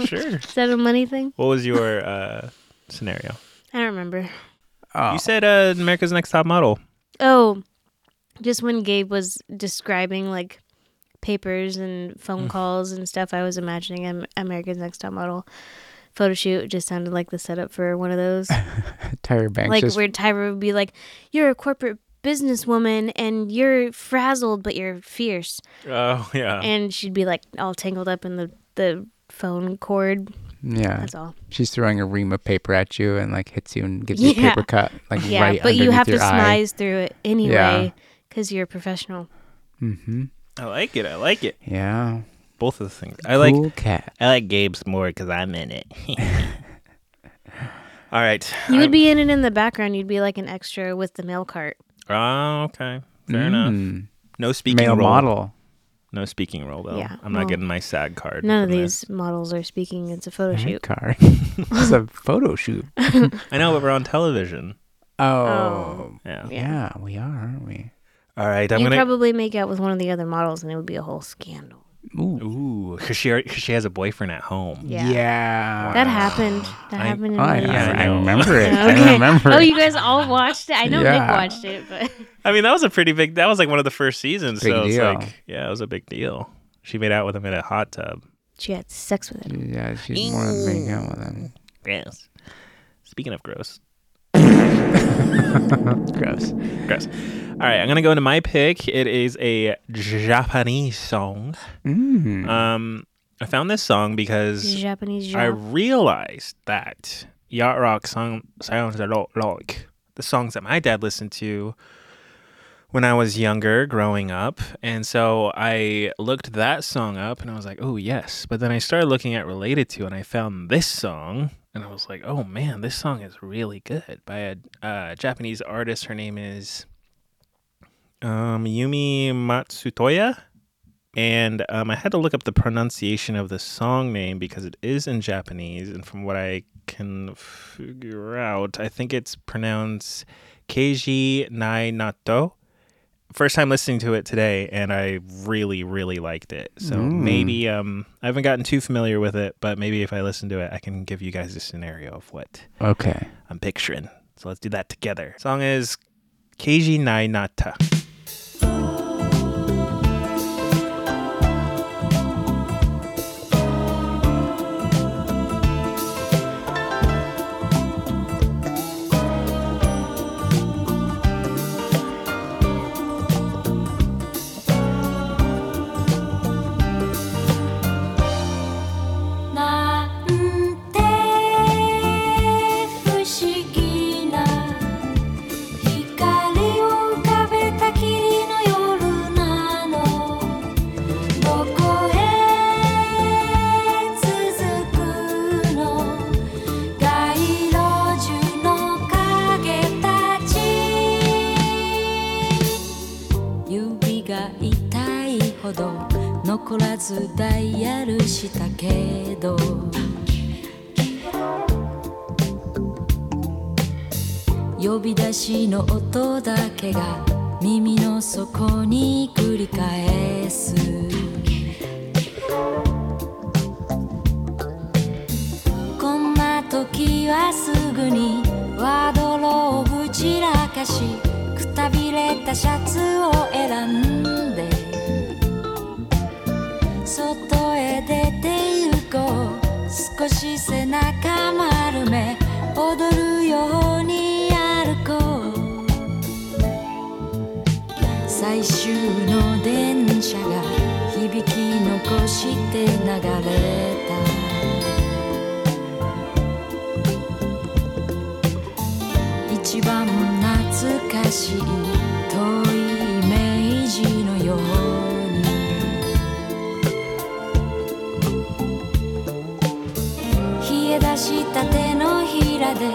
[SPEAKER 1] sure.
[SPEAKER 3] Is that a money thing?
[SPEAKER 1] What was your uh, scenario?
[SPEAKER 3] I don't remember.
[SPEAKER 2] Oh.
[SPEAKER 1] You said uh, America's Next Top Model.
[SPEAKER 3] Oh, just when Gabe was describing like papers and phone
[SPEAKER 2] Mm.
[SPEAKER 3] calls and stuff, I was imagining Am- America's Next Top Model photo shoot. It just sounded like the setup for one of those.
[SPEAKER 2] Tyra Banks
[SPEAKER 3] like
[SPEAKER 2] just
[SPEAKER 3] where Tyra would be like, "You're a corporate businesswoman and you're frazzled, but you're fierce,"
[SPEAKER 1] Oh yeah.
[SPEAKER 3] and she'd be like all tangled up in the the phone cord.
[SPEAKER 2] yeah.
[SPEAKER 3] That's all.
[SPEAKER 2] She's throwing a ream of paper at you and like hits you and gives you
[SPEAKER 3] Yeah.
[SPEAKER 2] a paper cut, like
[SPEAKER 3] Yeah,
[SPEAKER 2] right
[SPEAKER 3] but you
[SPEAKER 2] underneath
[SPEAKER 3] have to
[SPEAKER 2] your eye.
[SPEAKER 3] smize through it anyway because you're a professional.
[SPEAKER 2] Mm-hmm.
[SPEAKER 1] I like it. I like it.
[SPEAKER 2] Yeah,
[SPEAKER 1] Both of the things. I like.
[SPEAKER 2] cool cat.
[SPEAKER 1] I like Gabe's more because I'm in it. All right.
[SPEAKER 3] You
[SPEAKER 1] I-
[SPEAKER 3] would be in it in the background. You'd be like an extra with the mail cart.
[SPEAKER 1] Oh, okay. Fair enough.
[SPEAKER 2] Mm.
[SPEAKER 1] No speaking
[SPEAKER 2] Male
[SPEAKER 1] role.
[SPEAKER 2] model.
[SPEAKER 1] No speaking role though.
[SPEAKER 3] Yeah,
[SPEAKER 1] I'm
[SPEAKER 3] well,
[SPEAKER 1] not getting my SAG card.
[SPEAKER 3] None of
[SPEAKER 1] from
[SPEAKER 3] these models are speaking. It's a photo
[SPEAKER 2] Red
[SPEAKER 3] shoot.
[SPEAKER 2] Car. it's a photo shoot.
[SPEAKER 1] this. I know, but we're on television.
[SPEAKER 2] Oh,
[SPEAKER 3] Oh.
[SPEAKER 1] Yeah.
[SPEAKER 2] yeah, we are, aren't we?
[SPEAKER 1] All right. I'm
[SPEAKER 3] You'd
[SPEAKER 1] gonna.
[SPEAKER 3] probably make out with one of the other models, and it would be a whole scandal.
[SPEAKER 2] Ooh,
[SPEAKER 1] Ooh, because she alre- 'cause she has a boyfriend at home.
[SPEAKER 3] Yeah.
[SPEAKER 2] yeah.
[SPEAKER 3] That happened. That
[SPEAKER 1] I-
[SPEAKER 3] happened. In
[SPEAKER 2] Oh, I, I,
[SPEAKER 3] the
[SPEAKER 1] Yeah, I
[SPEAKER 2] I
[SPEAKER 1] know.
[SPEAKER 2] remember it.
[SPEAKER 3] Okay.
[SPEAKER 2] I remember.
[SPEAKER 3] Oh,
[SPEAKER 2] it.
[SPEAKER 3] you guys all watched it. I know Nick
[SPEAKER 2] Yeah.
[SPEAKER 3] watched it, but
[SPEAKER 1] I mean, that was a pretty big. That was like one of the first seasons.
[SPEAKER 2] Big
[SPEAKER 1] so it's
[SPEAKER 2] deal.
[SPEAKER 1] like, yeah, it was a big deal. She made out with him in a hot tub.
[SPEAKER 3] she had sex with him.
[SPEAKER 2] Yeah, she's more than making out with him.
[SPEAKER 1] Gross. Speaking of gross,
[SPEAKER 2] Gross.
[SPEAKER 1] gross. All right, I'm gonna go into my pick. It is a Japanese song.
[SPEAKER 2] Mm.
[SPEAKER 1] Um, I found this song because
[SPEAKER 3] Japanese
[SPEAKER 1] I
[SPEAKER 3] genre.
[SPEAKER 1] realized that yacht rock song sounds a lot like the songs that my dad listened to when I was younger, growing up. And so I looked that song up, and I was like, "Oh yes." But then I started looking at related to, and I found this song, and I was like, "Oh man, this song is really good." By a uh, Japanese artist. Her name is um, Yumi Matsutoya and um, I had to look up the pronunciation of the song name because it is in Japanese, and from what I can figure out, I think it's pronounced Keiji Nai Natto. First time listening to it today, and I really, really liked it. So
[SPEAKER 2] Mm.
[SPEAKER 1] maybe um, I haven't gotten too familiar with it, but maybe if I listen to it, I can give you guys a scenario of what
[SPEAKER 2] Okay.
[SPEAKER 1] I'm picturing. So let's do that together. Song is Keiji Nai Nata.
[SPEAKER 7] が痛いほど残らずダイヤルしたけど呼び出しの音だけが耳の底に繰り返すこんな時はすぐにワードローぶ散らかしくたびれたシャツを選んで外へ出て行こう少し背中丸め踊るように歩こう最終の電車が響き残して流れた一番懐かしい遠いイメージのように冷え出した手のひらで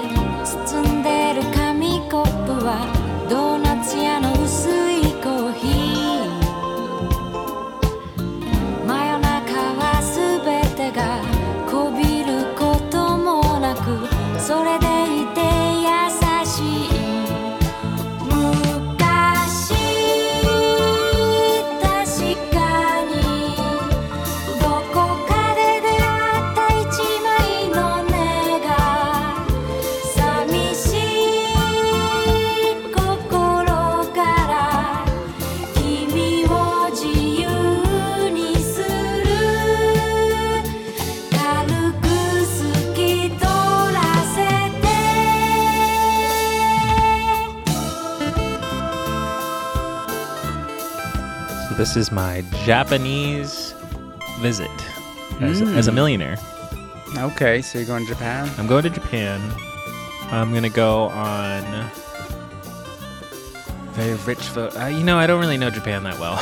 [SPEAKER 7] 包んでる紙コップはドーナツ屋の薄いコーヒー真夜中は全てがこびることもなくそれでいて優しい昔確かにどこかで出会った一枚の根が寂しい心から君を自由にする軽く透き通らせて
[SPEAKER 1] So this is my Japanese visit as,
[SPEAKER 2] Mm.
[SPEAKER 1] as a millionaire.
[SPEAKER 2] Okay, so you're going to Japan?
[SPEAKER 1] I'm going to Japan. I'm gonna go on very rich. Fo- uh, you know, I don't really know Japan that well.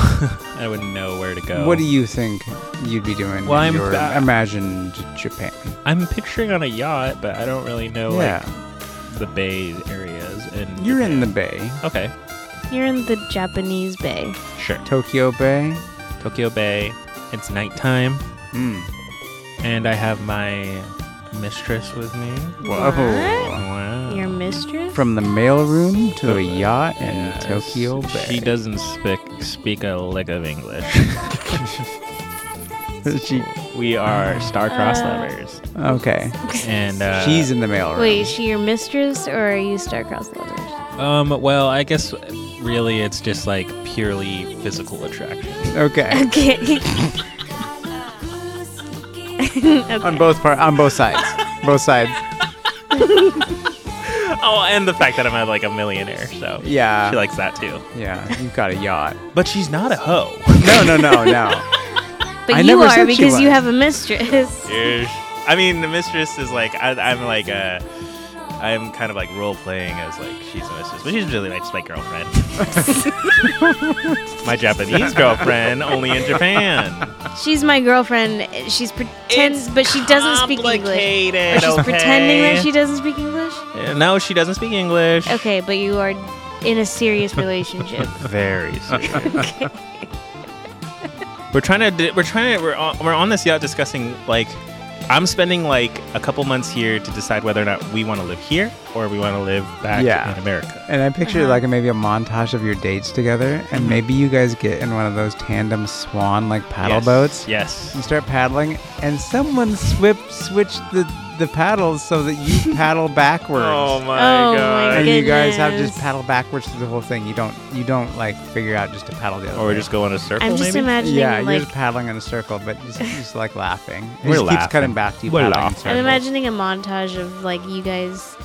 [SPEAKER 1] I wouldn't know where to go.
[SPEAKER 2] What do you think you'd be doing
[SPEAKER 1] Well,
[SPEAKER 2] in
[SPEAKER 1] I'm
[SPEAKER 2] your
[SPEAKER 1] ba-
[SPEAKER 2] imagined Japan?
[SPEAKER 1] I'm picturing on a yacht, but I don't really know
[SPEAKER 2] yeah,
[SPEAKER 1] like the bay areas. And
[SPEAKER 2] you're in the bay,
[SPEAKER 1] okay,
[SPEAKER 3] You're in the Japanese Bay.
[SPEAKER 1] sure.
[SPEAKER 2] Tokyo Bay.
[SPEAKER 1] Tokyo Bay. It's nighttime,
[SPEAKER 2] Mm.
[SPEAKER 1] and I have my mistress with me.
[SPEAKER 2] Whoa!
[SPEAKER 1] Wow.
[SPEAKER 3] Your mistress?
[SPEAKER 2] Oh. From the mailroom to a
[SPEAKER 1] Yes.
[SPEAKER 2] yacht in
[SPEAKER 1] Yes.
[SPEAKER 2] Tokyo Bay.
[SPEAKER 1] She doesn't speak speak a lick of English.
[SPEAKER 2] She-
[SPEAKER 1] we are star-crossed
[SPEAKER 3] Uh,
[SPEAKER 1] lovers,
[SPEAKER 2] okay,
[SPEAKER 1] and uh,
[SPEAKER 2] she's in the mailroom.
[SPEAKER 3] Wait, is she your mistress or are you star-crossed lovers?
[SPEAKER 1] um. Well, I guess really it's just like purely physical attraction.
[SPEAKER 2] Okay,
[SPEAKER 3] Okay.
[SPEAKER 2] on both part, on both sides, both sides.
[SPEAKER 1] Oh, and the fact that I'm like a millionaire, so
[SPEAKER 2] Yeah.
[SPEAKER 1] she likes that too.
[SPEAKER 2] Yeah, you've got a yacht.
[SPEAKER 1] But she's not a hoe.
[SPEAKER 2] No, no, no, no.
[SPEAKER 3] But
[SPEAKER 2] I
[SPEAKER 3] you
[SPEAKER 2] never
[SPEAKER 3] are
[SPEAKER 2] said she
[SPEAKER 3] because you
[SPEAKER 2] was.
[SPEAKER 3] have a mistress.
[SPEAKER 1] I mean, the mistress is like I, I'm like uh, I'm kind of like role playing as like she's a mistress, but she's really like just my girlfriend, my Japanese girlfriend, only in Japan.
[SPEAKER 3] She's my girlfriend. She's pretends, but she doesn't speak English. Or
[SPEAKER 1] Complicated,
[SPEAKER 3] she's pretending
[SPEAKER 1] okay?
[SPEAKER 3] that she doesn't speak English.
[SPEAKER 1] Yeah, No, she doesn't speak English.
[SPEAKER 3] Okay, but you are in a serious relationship.
[SPEAKER 1] Very serious. we're trying to. di- We're trying to. We're on, we're on this yacht discussing like. I'm spending like a couple months here to decide whether or not we want to live here or we want to live back
[SPEAKER 2] Yeah.
[SPEAKER 1] in America.
[SPEAKER 2] And I picture like maybe a montage of your dates together,
[SPEAKER 1] Mm-hmm.
[SPEAKER 2] and maybe you guys get in one of those tandem swan like paddle
[SPEAKER 1] Yes,
[SPEAKER 2] boats.
[SPEAKER 1] Yes.
[SPEAKER 2] You start paddling, and someone swip switched the the paddles so that you
[SPEAKER 1] Oh,
[SPEAKER 2] paddle backwards.
[SPEAKER 1] my
[SPEAKER 3] Oh my God.
[SPEAKER 2] and you guys have just
[SPEAKER 3] goodness.
[SPEAKER 2] paddle backwards through the whole thing. You don't you don't like figure out just to paddle the other.
[SPEAKER 1] Or we
[SPEAKER 2] way.
[SPEAKER 1] just go in a circle,
[SPEAKER 3] I'm just
[SPEAKER 1] maybe?
[SPEAKER 3] imagining
[SPEAKER 2] yeah, you're
[SPEAKER 3] like
[SPEAKER 2] just paddling in a circle, but just, just like laughing. It
[SPEAKER 1] We're
[SPEAKER 2] just keeps
[SPEAKER 1] laughing.
[SPEAKER 2] cutting back to you
[SPEAKER 1] We're
[SPEAKER 2] paddling. in
[SPEAKER 1] laughing.
[SPEAKER 3] I'm
[SPEAKER 2] circles.
[SPEAKER 3] imagining a montage of like you guys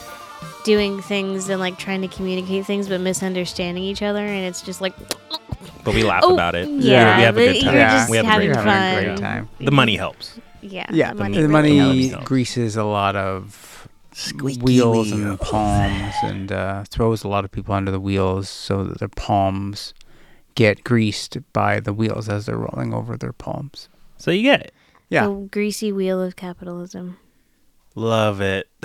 [SPEAKER 3] doing things and like trying to communicate things but misunderstanding each other and it's just like
[SPEAKER 1] but we laugh
[SPEAKER 3] Oh,
[SPEAKER 1] about it.
[SPEAKER 3] yeah,
[SPEAKER 1] We have a
[SPEAKER 3] but
[SPEAKER 1] good time.
[SPEAKER 3] you're
[SPEAKER 2] Yeah.
[SPEAKER 3] just
[SPEAKER 1] We have a
[SPEAKER 3] having
[SPEAKER 1] great
[SPEAKER 2] You're
[SPEAKER 1] time.
[SPEAKER 2] having a
[SPEAKER 3] fun.
[SPEAKER 2] great time.
[SPEAKER 1] The money helps.
[SPEAKER 3] yeah
[SPEAKER 2] Yeah,
[SPEAKER 3] the
[SPEAKER 2] the,
[SPEAKER 3] money,
[SPEAKER 2] the
[SPEAKER 3] really
[SPEAKER 2] money,
[SPEAKER 1] helps.
[SPEAKER 3] helps.
[SPEAKER 1] helps.
[SPEAKER 2] greases a lot of wheels and palms, and uh, throws a lot of people under the wheels so that their palms get greased by the wheels as they're rolling over their palms.
[SPEAKER 1] So you get it.
[SPEAKER 2] Yeah.
[SPEAKER 3] the greasy wheel of capitalism
[SPEAKER 1] Love it.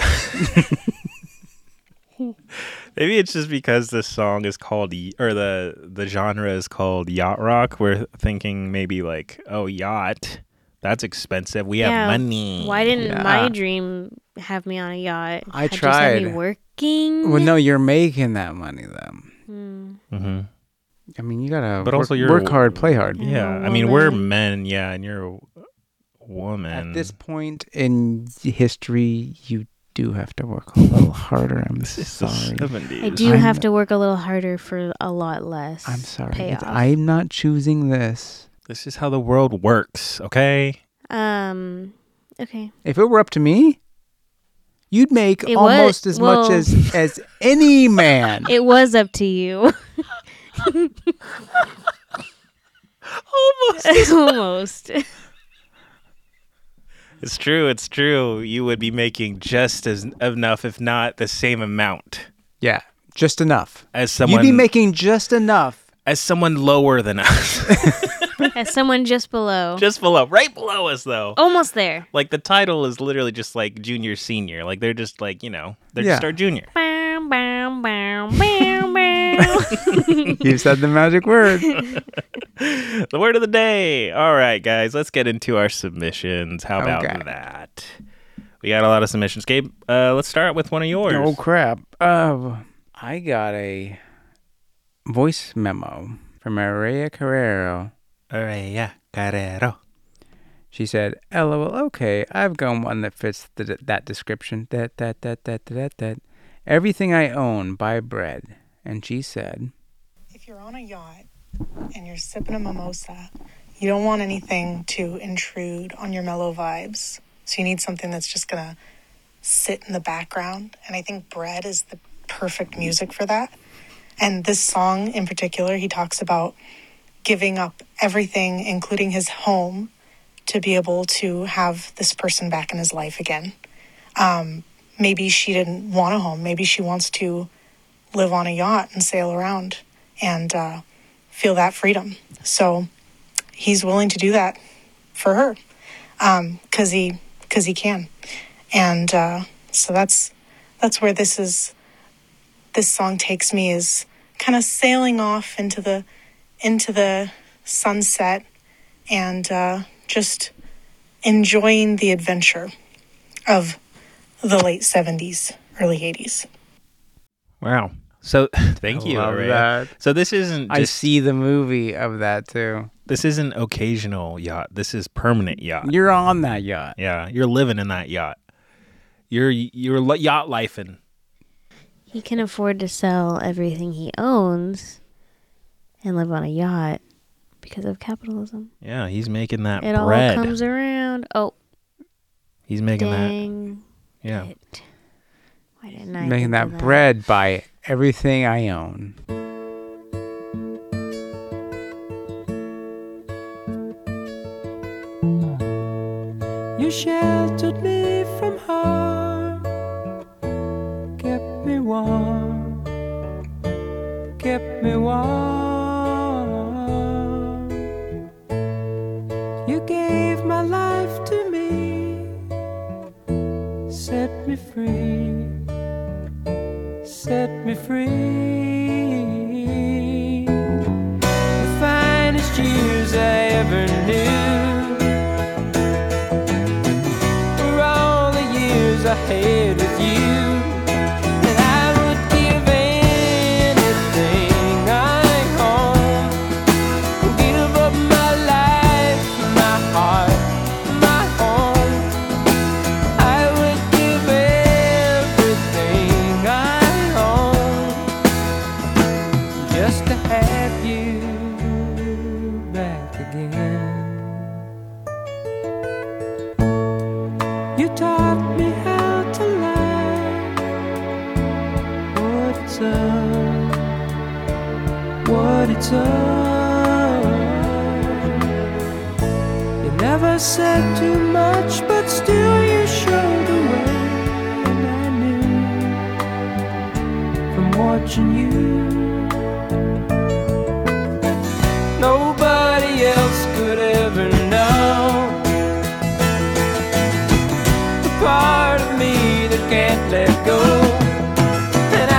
[SPEAKER 1] Maybe it's just because this song is called y- or the the genre is called yacht rock. We're thinking maybe like, oh, yacht, that's expensive. We
[SPEAKER 3] Yeah,
[SPEAKER 1] have money.
[SPEAKER 3] Why didn't
[SPEAKER 2] Yeah.
[SPEAKER 3] my dream have me on a yacht?
[SPEAKER 2] I
[SPEAKER 3] It just had me
[SPEAKER 2] tried.
[SPEAKER 3] working.
[SPEAKER 2] Well, no, you're making that money though.
[SPEAKER 3] Mm.
[SPEAKER 1] hmm
[SPEAKER 2] I mean, you gotta.
[SPEAKER 1] But
[SPEAKER 2] work,
[SPEAKER 1] also you're-
[SPEAKER 2] work hard, play hard.
[SPEAKER 1] Yeah,
[SPEAKER 3] I'm a
[SPEAKER 1] I mean we're
[SPEAKER 3] woman.
[SPEAKER 1] men, yeah, and you're a w- woman.
[SPEAKER 2] At this point in history, you do have to work a little harder. I'm
[SPEAKER 1] This is the
[SPEAKER 2] sorry.
[SPEAKER 1] seventies.
[SPEAKER 3] I do
[SPEAKER 2] I'm-
[SPEAKER 3] have to work a little harder for a lot less.
[SPEAKER 2] I'm sorry. It's,
[SPEAKER 3] Payoff.
[SPEAKER 2] I'm not choosing this.
[SPEAKER 1] This is how the world works, okay?
[SPEAKER 3] um. Okay.
[SPEAKER 2] If it were up to me, you'd make
[SPEAKER 3] It was-
[SPEAKER 2] almost as much
[SPEAKER 3] well-
[SPEAKER 2] as as any man.
[SPEAKER 3] It was up to you.
[SPEAKER 1] Almost.
[SPEAKER 3] Almost.
[SPEAKER 1] It's true. It's true. You would be making just as enough, if not the same amount,
[SPEAKER 2] yeah, just enough.
[SPEAKER 1] as someone
[SPEAKER 2] You'd be making just enough.
[SPEAKER 1] as someone lower than us,
[SPEAKER 3] As someone just below.
[SPEAKER 1] just below, right below us, though.
[SPEAKER 3] Almost there.
[SPEAKER 1] Like the title is literally just like junior, senior. Like they're just like you know, they're just
[SPEAKER 2] Yeah.
[SPEAKER 1] our junior.
[SPEAKER 3] Bow, bow, bow, bow, bow.
[SPEAKER 2] you said the magic word.
[SPEAKER 1] The word of the day. All right, guys, let's get into our submissions. How about
[SPEAKER 2] Okay.
[SPEAKER 1] that? We got a lot of submissions. Gabe, uh, let's start with one of yours.
[SPEAKER 2] Oh crap! Uh, I got a voice memo from Maria Carrero.
[SPEAKER 1] All right, yeah, Carrero.
[SPEAKER 2] She said, "LOL, okay, I've got one that fits th- that description. That that that that that that. Everything I own buy bread." And she said,
[SPEAKER 8] If you're on a yacht and you're sipping a mimosa, you don't want anything to intrude on your mellow vibes. So you need something that's just going to sit in the background. And I think bread is the perfect music for that. And this song in particular, he talks about giving up everything, including his home, to be able to have this person back in his life again. Um, maybe she didn't want a home. Maybe she wants to live on a yacht and sail around and uh, feel that freedom. So he's willing to do that for her because he because he can, and uh, so that's that's where this is. This song takes me is kind of sailing off into the into the sunset and uh, just enjoying the adventure of the late seventies, early eighties.
[SPEAKER 1] Wow. So thank
[SPEAKER 2] I
[SPEAKER 1] you.
[SPEAKER 2] love
[SPEAKER 1] Araya.
[SPEAKER 2] that.
[SPEAKER 1] So this isn't
[SPEAKER 2] "I
[SPEAKER 1] just,
[SPEAKER 2] see the movie of that too.
[SPEAKER 1] this isn't occasional yacht. This is permanent yacht.
[SPEAKER 2] You're on that yacht."
[SPEAKER 1] yeah, you're living in that yacht. You're you're li- yacht lifing.
[SPEAKER 3] he can afford to sell everything he owns and live on a yacht because of capitalism.
[SPEAKER 1] Yeah, he's making that
[SPEAKER 3] It
[SPEAKER 1] bread.
[SPEAKER 3] all comes around. Oh,
[SPEAKER 1] he's making
[SPEAKER 3] dang.
[SPEAKER 1] that. Yeah.
[SPEAKER 3] it. Why didn't I?
[SPEAKER 2] Making
[SPEAKER 3] think of
[SPEAKER 2] that bread by everything I own.
[SPEAKER 6] You sheltered me from harm, kept me warm, kept me warm. You gave my life to me, set me free, set me free. The finest years I ever knew for all the years I had with you. And I would give anything I own. Give up my life, my heart, my home. I would give everything I own just to have you back again. You taught me how to love. What it's all, what it's all. You never said too much, but still you showed the way, and I knew from watching you. Nobody else could ever know the part of me that can't let go. And I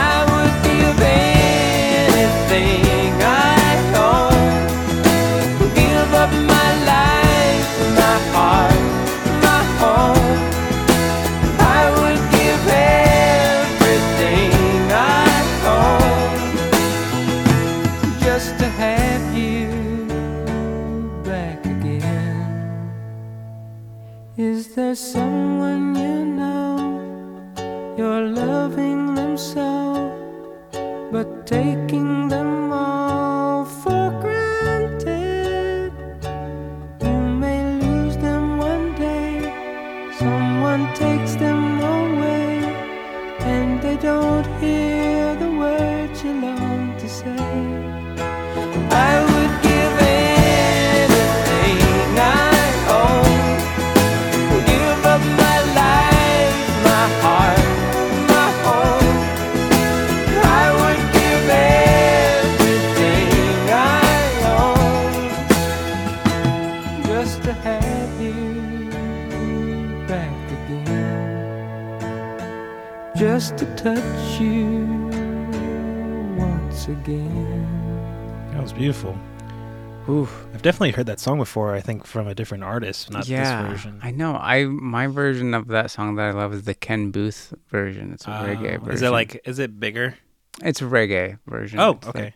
[SPEAKER 6] Is there someone you know you're loving them so, but taking them all for granted? You may lose them one day, someone takes them away, and they don't hear the words you long to say. I would give anything I own, give up my life, my heart, my home. I would give everything I own just to have you back again, just to touch you once again.
[SPEAKER 1] That was beautiful.
[SPEAKER 2] Oof.
[SPEAKER 1] I've definitely heard that song before. I think from a different artist, not
[SPEAKER 2] yeah,
[SPEAKER 1] this version.
[SPEAKER 2] I know. I my version of that song that I love is the Ken Booth version. It's a reggae version.
[SPEAKER 1] Oh. Um, Is it like? Is it bigger?
[SPEAKER 2] It's a reggae version.
[SPEAKER 1] Oh,
[SPEAKER 2] It's like-
[SPEAKER 1] okay.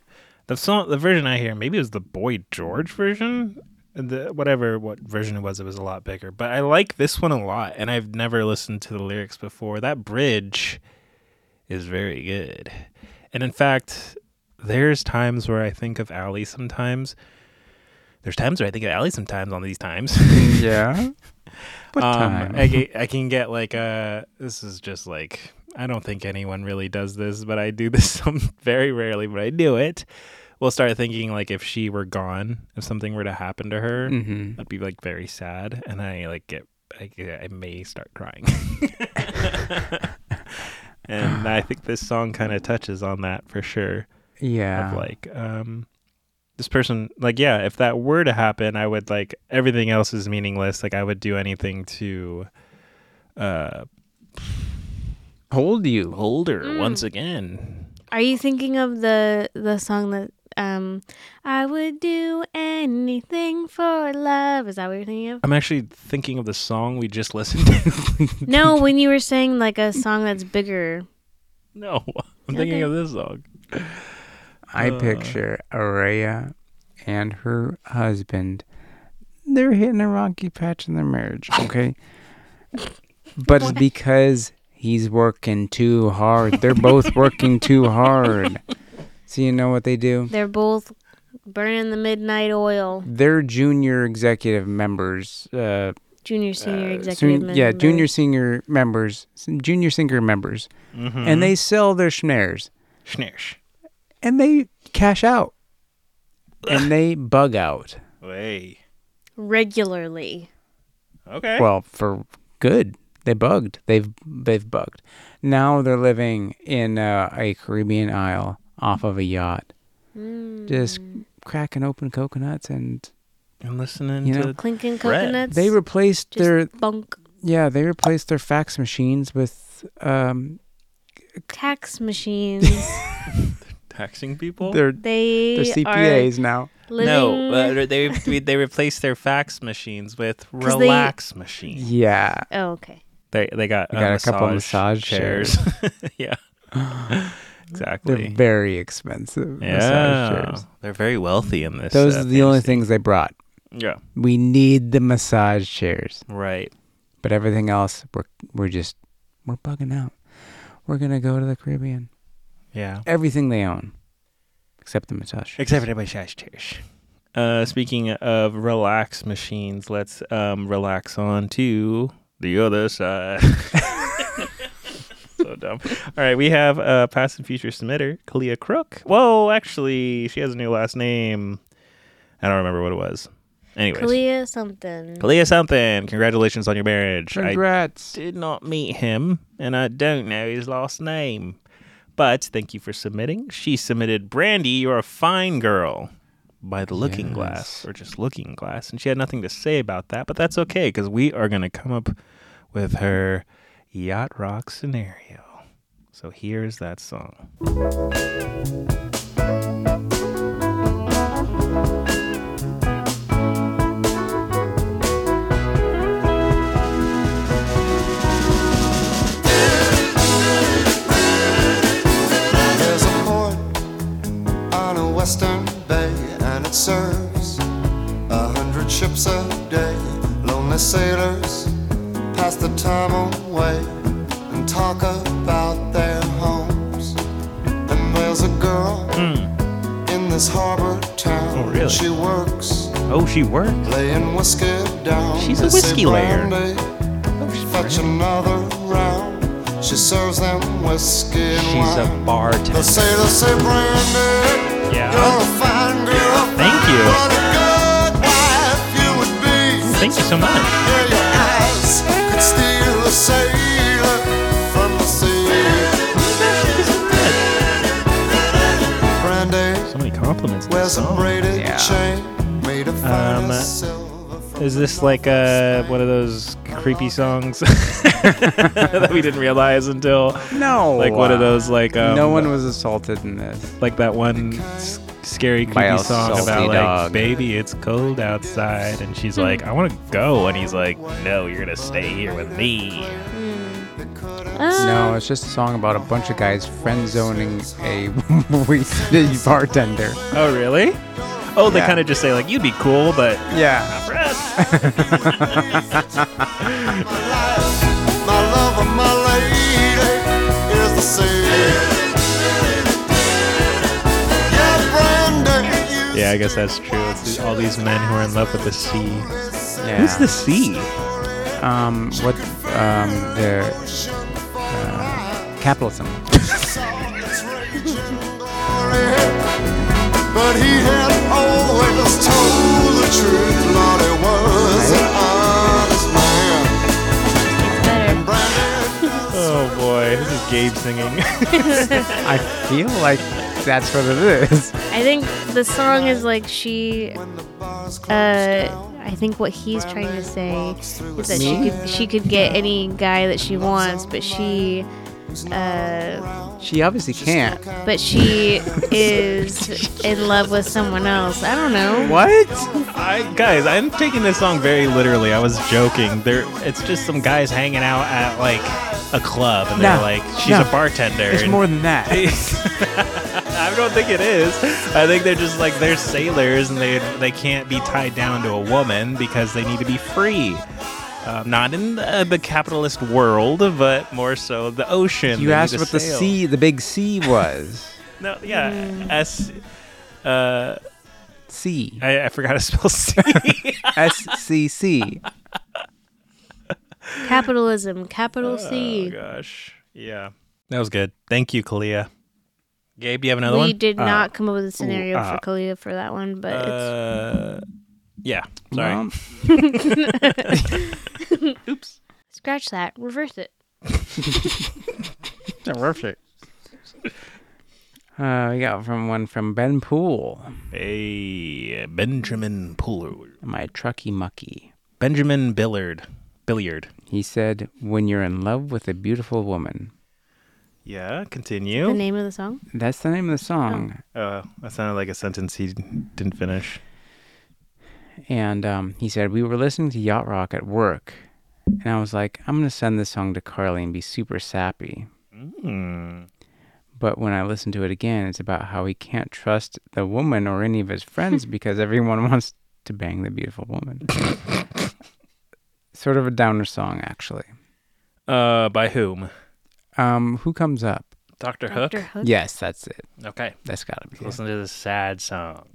[SPEAKER 1] The song, the version I hear, maybe it was the Boy George version. The whatever what version it was, it was a lot bigger. But I like this one a lot, and I've never listened to the lyrics before. That bridge is very good, and in fact, there's times where I think of Allie sometimes. There's times where I think of Allie sometimes on these times.
[SPEAKER 2] yeah. What
[SPEAKER 1] Um,
[SPEAKER 2] time?
[SPEAKER 1] I, ge- I can get like uh This is just like I don't think anyone really does this, but I do this some very rarely, but I do it. We'll start thinking like if she were gone, if something were to happen to her,
[SPEAKER 2] hmm
[SPEAKER 1] I'd be like very sad, and I like get I, get- I may start crying. and I think this song kind of touches on that for sure
[SPEAKER 2] Yeah.
[SPEAKER 1] of like um this person like yeah if that were to happen i would like everything else is meaningless like i would do anything to uh
[SPEAKER 2] Hold you.
[SPEAKER 1] hold her
[SPEAKER 3] Mm.
[SPEAKER 1] once again
[SPEAKER 3] Are you thinking of the the song that um I would do anything for love? Is that what you're thinking of?
[SPEAKER 1] i'm actually thinking of the song we just listened to
[SPEAKER 3] no, when you were saying like a song that's bigger.
[SPEAKER 1] no i'm thinking
[SPEAKER 3] Okay.
[SPEAKER 1] of this song
[SPEAKER 2] I
[SPEAKER 1] Uh.
[SPEAKER 2] picture Araya and her husband. They're hitting a rocky patch in their marriage, okay? but it's because he's working too hard. They're both working too hard. So you know what they do?
[SPEAKER 3] They're both burning the midnight oil.
[SPEAKER 2] They're junior executive members. Uh,
[SPEAKER 3] Junior senior
[SPEAKER 2] uh,
[SPEAKER 3] executive.
[SPEAKER 2] soon- yeah,
[SPEAKER 3] member.
[SPEAKER 2] junior senior members, junior singer members, and they sell their snares
[SPEAKER 1] schnersh
[SPEAKER 2] and they cash out and they bug out.
[SPEAKER 1] way
[SPEAKER 3] regularly.
[SPEAKER 1] okay
[SPEAKER 2] well for good they bugged they've they've bugged now they're living in uh, a caribbean isle off of a yacht just cracking open coconuts and
[SPEAKER 1] and listening
[SPEAKER 2] you
[SPEAKER 1] to
[SPEAKER 2] know,
[SPEAKER 3] Clinking
[SPEAKER 1] Bread.
[SPEAKER 3] coconuts.
[SPEAKER 2] they replaced
[SPEAKER 3] just
[SPEAKER 2] their
[SPEAKER 3] bunk
[SPEAKER 2] yeah they replaced their fax machines with um
[SPEAKER 3] tax machines.
[SPEAKER 1] taxing people
[SPEAKER 2] their
[SPEAKER 3] they
[SPEAKER 2] their
[SPEAKER 3] CPAs.
[SPEAKER 2] cpas now
[SPEAKER 3] are living.
[SPEAKER 1] no uh, they they replaced their fax machines with
[SPEAKER 3] 'Cause they-
[SPEAKER 1] relax machines
[SPEAKER 2] yeah
[SPEAKER 3] oh, okay.
[SPEAKER 1] They they got, uh,
[SPEAKER 2] They got a couple massage
[SPEAKER 1] yeah,
[SPEAKER 2] they're
[SPEAKER 1] exactly.
[SPEAKER 2] very expensive
[SPEAKER 1] yeah,
[SPEAKER 2] massage chairs
[SPEAKER 1] they're very wealthy in this.
[SPEAKER 2] those
[SPEAKER 1] uh,
[SPEAKER 2] are the only
[SPEAKER 1] fantasy.
[SPEAKER 2] things they brought
[SPEAKER 1] Yeah,
[SPEAKER 2] we need the massage chairs
[SPEAKER 1] right.
[SPEAKER 2] but everything else we're we're just we're bugging out. We're gonna go to the Caribbean.
[SPEAKER 1] Yeah,
[SPEAKER 2] Everything they own, except the massage.
[SPEAKER 1] except for the massage chairs. Uh, speaking of relax machines, let's um relax on to the other side. so dumb. All right, we have uh, past and future submitter Kalia Crook. Whoa, actually, she has a new last name. I don't remember what it was. Anyways.
[SPEAKER 3] Kalia something.
[SPEAKER 1] Kalia something. Congratulations on your marriage. I
[SPEAKER 2] Congrats.
[SPEAKER 1] did not meet him, and I don't know his last name. But thank you for submitting. She submitted Brandy, You're a Fine Girl by The Looking Glass,
[SPEAKER 2] Yes.
[SPEAKER 1] or just Looking Glass. And she had nothing to say about that, but that's okay because we are going to come up with her Yacht Rock scenario. So here's that song.
[SPEAKER 9] There's a port on a western bay, and it serves a hundred ships a day. Lonely sailors, pass the time away and talk about their homes. And there's a girl in this harbor town.
[SPEAKER 6] Hmm. Oh, really?
[SPEAKER 9] She works
[SPEAKER 6] Oh, she works.
[SPEAKER 9] laying whiskey down.
[SPEAKER 6] She's a
[SPEAKER 9] They say,
[SPEAKER 6] whiskey layer.
[SPEAKER 9] "Brandy,
[SPEAKER 6] Oh, she's
[SPEAKER 9] Fetch
[SPEAKER 6] pretty.
[SPEAKER 9] another round. She serves them whiskey and
[SPEAKER 6] She's a
[SPEAKER 9] wine. They
[SPEAKER 6] bartender.
[SPEAKER 9] say, they say, Brandy,
[SPEAKER 1] Yeah.
[SPEAKER 9] you're a fine girl.
[SPEAKER 1] Thank you.
[SPEAKER 9] What a good wife you would be.
[SPEAKER 1] Thank you so much.
[SPEAKER 9] Yeah, your eyes could steal a sailor from the sea. Brandy
[SPEAKER 1] So many compliments. in this
[SPEAKER 9] wears a
[SPEAKER 1] song.
[SPEAKER 9] braided
[SPEAKER 2] Yeah.
[SPEAKER 9] chain made of
[SPEAKER 1] Oh, Um,
[SPEAKER 9] finest silver. from
[SPEAKER 1] Is this like uh, one of those creepy songs that we didn't realize until
[SPEAKER 2] No.
[SPEAKER 1] like one of those like um,
[SPEAKER 2] Oh, no one was assaulted in this.
[SPEAKER 1] like that one s- scary creepy
[SPEAKER 2] By a
[SPEAKER 1] song
[SPEAKER 2] salty
[SPEAKER 1] about like
[SPEAKER 2] dog.
[SPEAKER 1] baby it's cold outside and she's like I want to go and he's like no you're gonna stay here with me
[SPEAKER 2] No, it's just a song about a bunch of guys friend zoning a wasted bartender.
[SPEAKER 1] oh really oh they
[SPEAKER 2] Yeah.
[SPEAKER 1] kind of just say like you'd be cool but
[SPEAKER 2] Yeah.
[SPEAKER 9] my life. My love of my lady is the same. Yeah, Brandy, you
[SPEAKER 1] yeah I guess that's true it's all these men who are in love with the sea
[SPEAKER 2] Yeah.
[SPEAKER 1] who's the sea
[SPEAKER 2] Um, what? Um, the uh, capitalism.
[SPEAKER 9] But he had always told the truth. Lord, he was an honest man.
[SPEAKER 3] It's better.
[SPEAKER 1] oh boy this is Gabe singing
[SPEAKER 2] I feel like that's what it is.
[SPEAKER 3] I think the song is like she. Uh, I think what he's trying to say is that she could she could get any guy that she wants, but she, uh,
[SPEAKER 2] She obviously can't.
[SPEAKER 3] but she is in love with someone else. I don't know.
[SPEAKER 2] What?
[SPEAKER 1] I, guys, I'm taking this song very literally. I was joking. There, it's just some guys hanging out at like a club, and they're
[SPEAKER 2] No,
[SPEAKER 1] like, "She's
[SPEAKER 2] no.
[SPEAKER 1] a bartender."
[SPEAKER 2] It's
[SPEAKER 1] and-
[SPEAKER 2] more than that.
[SPEAKER 1] I don't think it is. I think they're just like they're sailors, and they they can't be tied down to a woman because they need to be free. Um, not in the, the capitalist world, but more so the ocean.
[SPEAKER 2] You
[SPEAKER 1] They need
[SPEAKER 2] asked
[SPEAKER 1] to
[SPEAKER 2] what the
[SPEAKER 1] sail.
[SPEAKER 2] C, the big C was.
[SPEAKER 1] No, yeah,
[SPEAKER 2] Mm.
[SPEAKER 1] S. Uh,
[SPEAKER 2] C.
[SPEAKER 1] I, I forgot to spell C.
[SPEAKER 2] S C C.
[SPEAKER 3] Capitalism, capital
[SPEAKER 1] Uh,
[SPEAKER 3] C.
[SPEAKER 1] Oh, gosh. Yeah. That was good. Thank you, Kalia. Gabe, do you have another
[SPEAKER 3] we
[SPEAKER 1] one? Uh, uh-huh.
[SPEAKER 3] did not come up with a scenario
[SPEAKER 2] uh,
[SPEAKER 3] for Kalia for that one, but it's,
[SPEAKER 1] Uh, yeah. Sorry.
[SPEAKER 2] Well,
[SPEAKER 3] scratch that, reverse it.
[SPEAKER 2] Terrific. Uh, we got from one from Ben Poole.
[SPEAKER 1] hey, Benjamin Puller.
[SPEAKER 2] My trucky mucky.
[SPEAKER 1] Benjamin Billard. Billiard.
[SPEAKER 2] He said, "When you're in love with a beautiful woman."
[SPEAKER 1] Yeah,
[SPEAKER 3] The
[SPEAKER 1] continue.
[SPEAKER 3] name of the song.
[SPEAKER 2] That's the name of the song.
[SPEAKER 1] Uh, that sounded like a sentence he didn't finish.
[SPEAKER 2] And um, he said, We were listening to Yacht Rock at work. And I was like, I'm going to send this song to Carly and be super sappy. Mm. But when I listened to it again, it's about how he can't trust the woman or any of his friends because everyone wants to bang the beautiful woman. sort of a downer song, actually.
[SPEAKER 1] Uh, by whom?
[SPEAKER 2] Um, who comes up?
[SPEAKER 1] Dr. Hook?
[SPEAKER 3] Dr. Hook.
[SPEAKER 2] Yes, that's it.
[SPEAKER 1] Okay.
[SPEAKER 2] That's got to be it.
[SPEAKER 1] Listen to this sad song.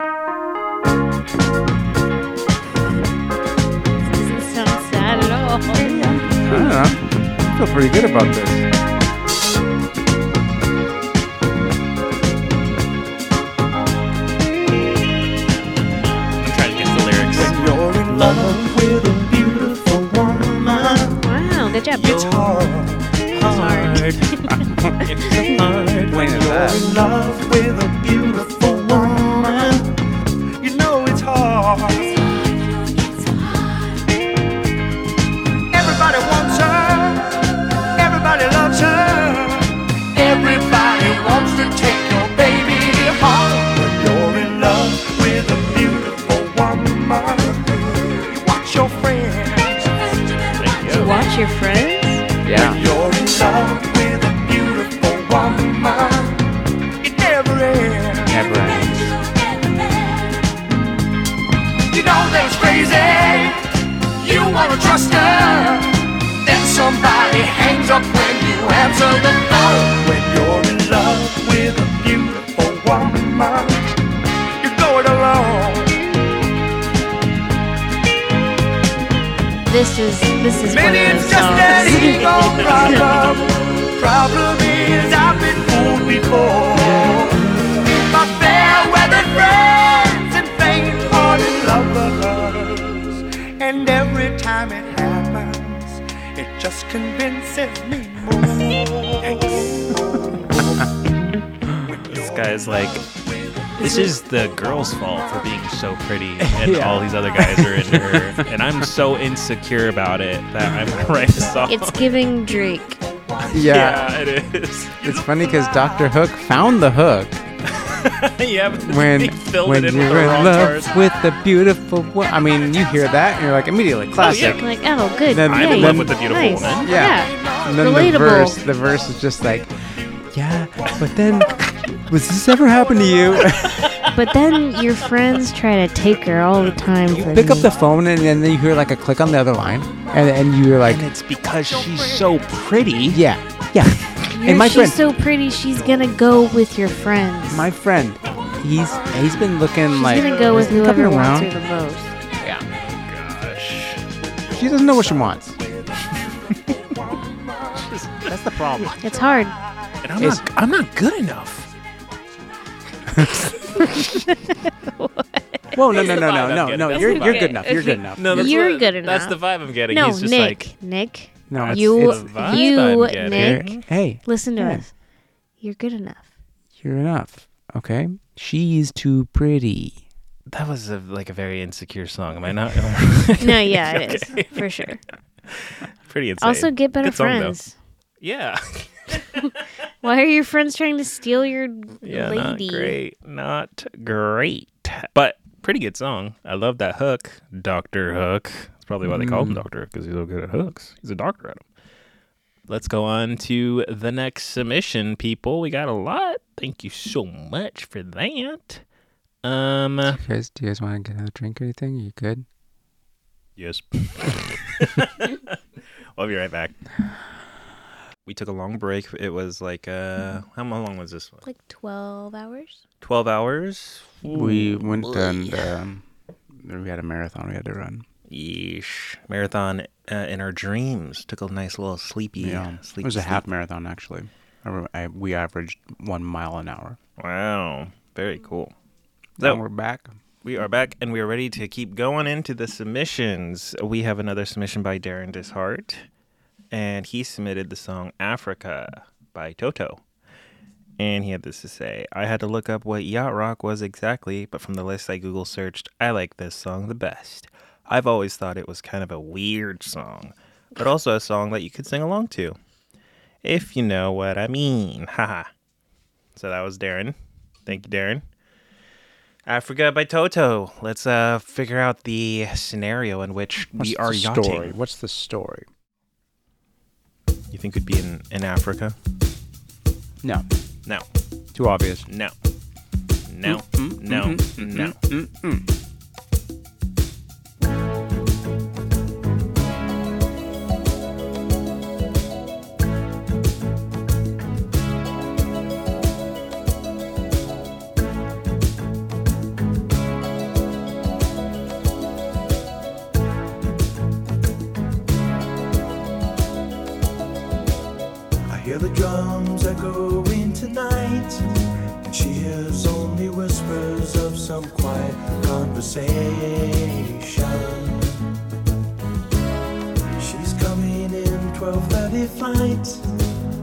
[SPEAKER 3] Doesn't sound sad at all.
[SPEAKER 2] I don't know. I feel pretty good about this.
[SPEAKER 1] I'm trying to guess the lyrics.
[SPEAKER 9] You're in love with a beautiful woman.
[SPEAKER 3] Wow, good job.
[SPEAKER 9] It's hard.
[SPEAKER 2] Plain as that.
[SPEAKER 9] in love with a beautiful woman. You know it's hard. Everybody wants her. Everybody loves her. Everybody wants to take your baby home. When you're in love with a beautiful woman, you watch your friends.
[SPEAKER 3] You watch your friends?
[SPEAKER 2] Yeah.
[SPEAKER 9] You're in love with a beautiful woman. It never ends.
[SPEAKER 2] Never ends.
[SPEAKER 9] You know that's crazy. You
[SPEAKER 10] wanna trust her. Then somebody hangs up when you answer the phone. When you're in love with a beautiful woman, you're going alone.
[SPEAKER 3] This is this is one
[SPEAKER 10] Maybe
[SPEAKER 3] of
[SPEAKER 10] it's
[SPEAKER 3] those
[SPEAKER 10] just an ego
[SPEAKER 3] songs.
[SPEAKER 10] problem. Problem is I've been fooled before. By fair weather friends and faint hearted lovers. And every time it happens, it just convinces me more.
[SPEAKER 1] This guy's like, this is the girl's fault for being so pretty, and
[SPEAKER 2] Yeah.
[SPEAKER 1] all these other guys are into her, and I'm so insecure about it that I'm gonna write a song.
[SPEAKER 3] It's giving Drake.
[SPEAKER 2] yeah.
[SPEAKER 1] yeah, it is.
[SPEAKER 2] It's funny because Dr. Hook found the hook
[SPEAKER 1] yeah, but
[SPEAKER 2] when
[SPEAKER 1] he filled
[SPEAKER 2] when
[SPEAKER 1] it in
[SPEAKER 2] you're
[SPEAKER 1] with the
[SPEAKER 2] in
[SPEAKER 1] wrong
[SPEAKER 2] love
[SPEAKER 1] words.
[SPEAKER 2] with the beautiful wo- I mean, you hear that and you're like immediately classic.
[SPEAKER 3] I'm like, oh, good.
[SPEAKER 2] Then-
[SPEAKER 1] I'm in
[SPEAKER 3] yay,
[SPEAKER 1] love with the beautiful
[SPEAKER 3] nice.
[SPEAKER 1] woman.
[SPEAKER 2] Yeah. And then the
[SPEAKER 3] Relatable.
[SPEAKER 2] verse, the verse is just like, yeah, but then, was this ever happen to you?
[SPEAKER 3] But then your friends try to take her all the time. from
[SPEAKER 2] Pick up
[SPEAKER 3] me.
[SPEAKER 2] the phone and then you hear like a click on the other line, and and you're like,
[SPEAKER 1] And it's because she's so pretty.
[SPEAKER 2] yeah, yeah.
[SPEAKER 3] You're-
[SPEAKER 2] and my
[SPEAKER 3] she's
[SPEAKER 2] friend,
[SPEAKER 3] so pretty. She's gonna go with your friends.
[SPEAKER 2] my friend, he's he's been looking
[SPEAKER 3] she's
[SPEAKER 2] like
[SPEAKER 3] gonna go with
[SPEAKER 2] he's been coming
[SPEAKER 3] whoever wants
[SPEAKER 2] around.
[SPEAKER 3] her the most.
[SPEAKER 2] She doesn't know what she wants. That's the problem.
[SPEAKER 3] It's hard.
[SPEAKER 1] And I'm
[SPEAKER 2] It's-
[SPEAKER 1] not, I'm not good enough.
[SPEAKER 2] Whoa, no, no,
[SPEAKER 1] the vibe
[SPEAKER 2] no, no,
[SPEAKER 1] I'm
[SPEAKER 2] no,
[SPEAKER 1] getting.
[SPEAKER 2] no.
[SPEAKER 1] That's
[SPEAKER 2] You're
[SPEAKER 1] the
[SPEAKER 2] you're
[SPEAKER 1] vibe.
[SPEAKER 2] good enough. You're
[SPEAKER 3] Okay.
[SPEAKER 2] good enough.
[SPEAKER 1] No, that's
[SPEAKER 3] You're
[SPEAKER 1] what-
[SPEAKER 3] good
[SPEAKER 1] That's
[SPEAKER 3] enough.
[SPEAKER 1] the vibe I'm getting.
[SPEAKER 3] No,
[SPEAKER 1] He's just
[SPEAKER 3] Nick,
[SPEAKER 1] like,
[SPEAKER 3] Nick,
[SPEAKER 2] No, it's,
[SPEAKER 3] you,
[SPEAKER 2] it's,
[SPEAKER 1] the vibe
[SPEAKER 3] you,
[SPEAKER 1] I'm getting.
[SPEAKER 3] Nick,
[SPEAKER 2] you're- hey,
[SPEAKER 3] listen to
[SPEAKER 2] Yeah.
[SPEAKER 3] us. You're good enough.
[SPEAKER 2] you're enough. Okay, she's too pretty.
[SPEAKER 1] that was a, like a very insecure song. Am I not?
[SPEAKER 3] No, yeah, it is for sure.
[SPEAKER 1] pretty insane.
[SPEAKER 3] Also, get better
[SPEAKER 1] Good song, though.
[SPEAKER 3] friends.
[SPEAKER 1] Yeah.
[SPEAKER 3] Why are your friends trying to steal your
[SPEAKER 1] Yeah,
[SPEAKER 3] lady?
[SPEAKER 1] not great. Not great. But pretty good song. I love that hook, Dr. Hook. That's probably why they call him Dr. Hook because he's so good at hooks. He's a doctor at them. Let's go on to the next submission, people. We got a lot. Thank you so much for that. Um,
[SPEAKER 2] You guys, do you guys want to get another drink or anything? you good?
[SPEAKER 1] Yes. we'll be right back. We took a long break. It was like uh how long was this one?
[SPEAKER 3] Like twelve hours.
[SPEAKER 1] 12 hours.
[SPEAKER 2] We went and um, we had a marathon we had to run.
[SPEAKER 1] Yeesh. Marathon uh, in our dreams. Took a nice little sleepy uh, sleep.
[SPEAKER 2] it was a
[SPEAKER 1] sleep.
[SPEAKER 2] half marathon actually. I, rem- I, we averaged one mile an hour.
[SPEAKER 1] Wow. Very cool. So-
[SPEAKER 2] And we're back.
[SPEAKER 1] We are back and we are ready to keep going into the submissions. We have another submission by Darren Dishart, and he submitted the song Africa by Toto. And he had this to say I had to look up what yacht rock was exactly, but from the list I Google searched, I like this song the best. I've always thought it was kind of a weird song, but also a song that you could sing along to. If you know what I mean. Haha. so that was Darren. Thank you, Darren. Africa by Toto. Let's uh figure out the scenario in which we are
[SPEAKER 2] the
[SPEAKER 1] yachting.
[SPEAKER 2] story? What's the story?
[SPEAKER 1] You think we'd be in, in Africa?
[SPEAKER 2] No,
[SPEAKER 1] No.
[SPEAKER 2] too obvious.
[SPEAKER 1] No. No. No. No.
[SPEAKER 6] I hear the drums echoing tonight, and she hears only whispers of some quiet conversation. She's coming in 12:30 flight.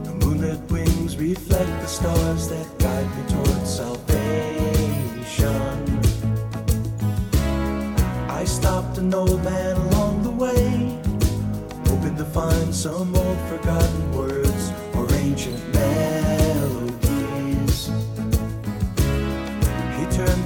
[SPEAKER 6] The moonlit wings reflect the stars that guide me towards salvation. I stopped an old man along the way hoping to find some old forgotten words or ancient melodies. He turned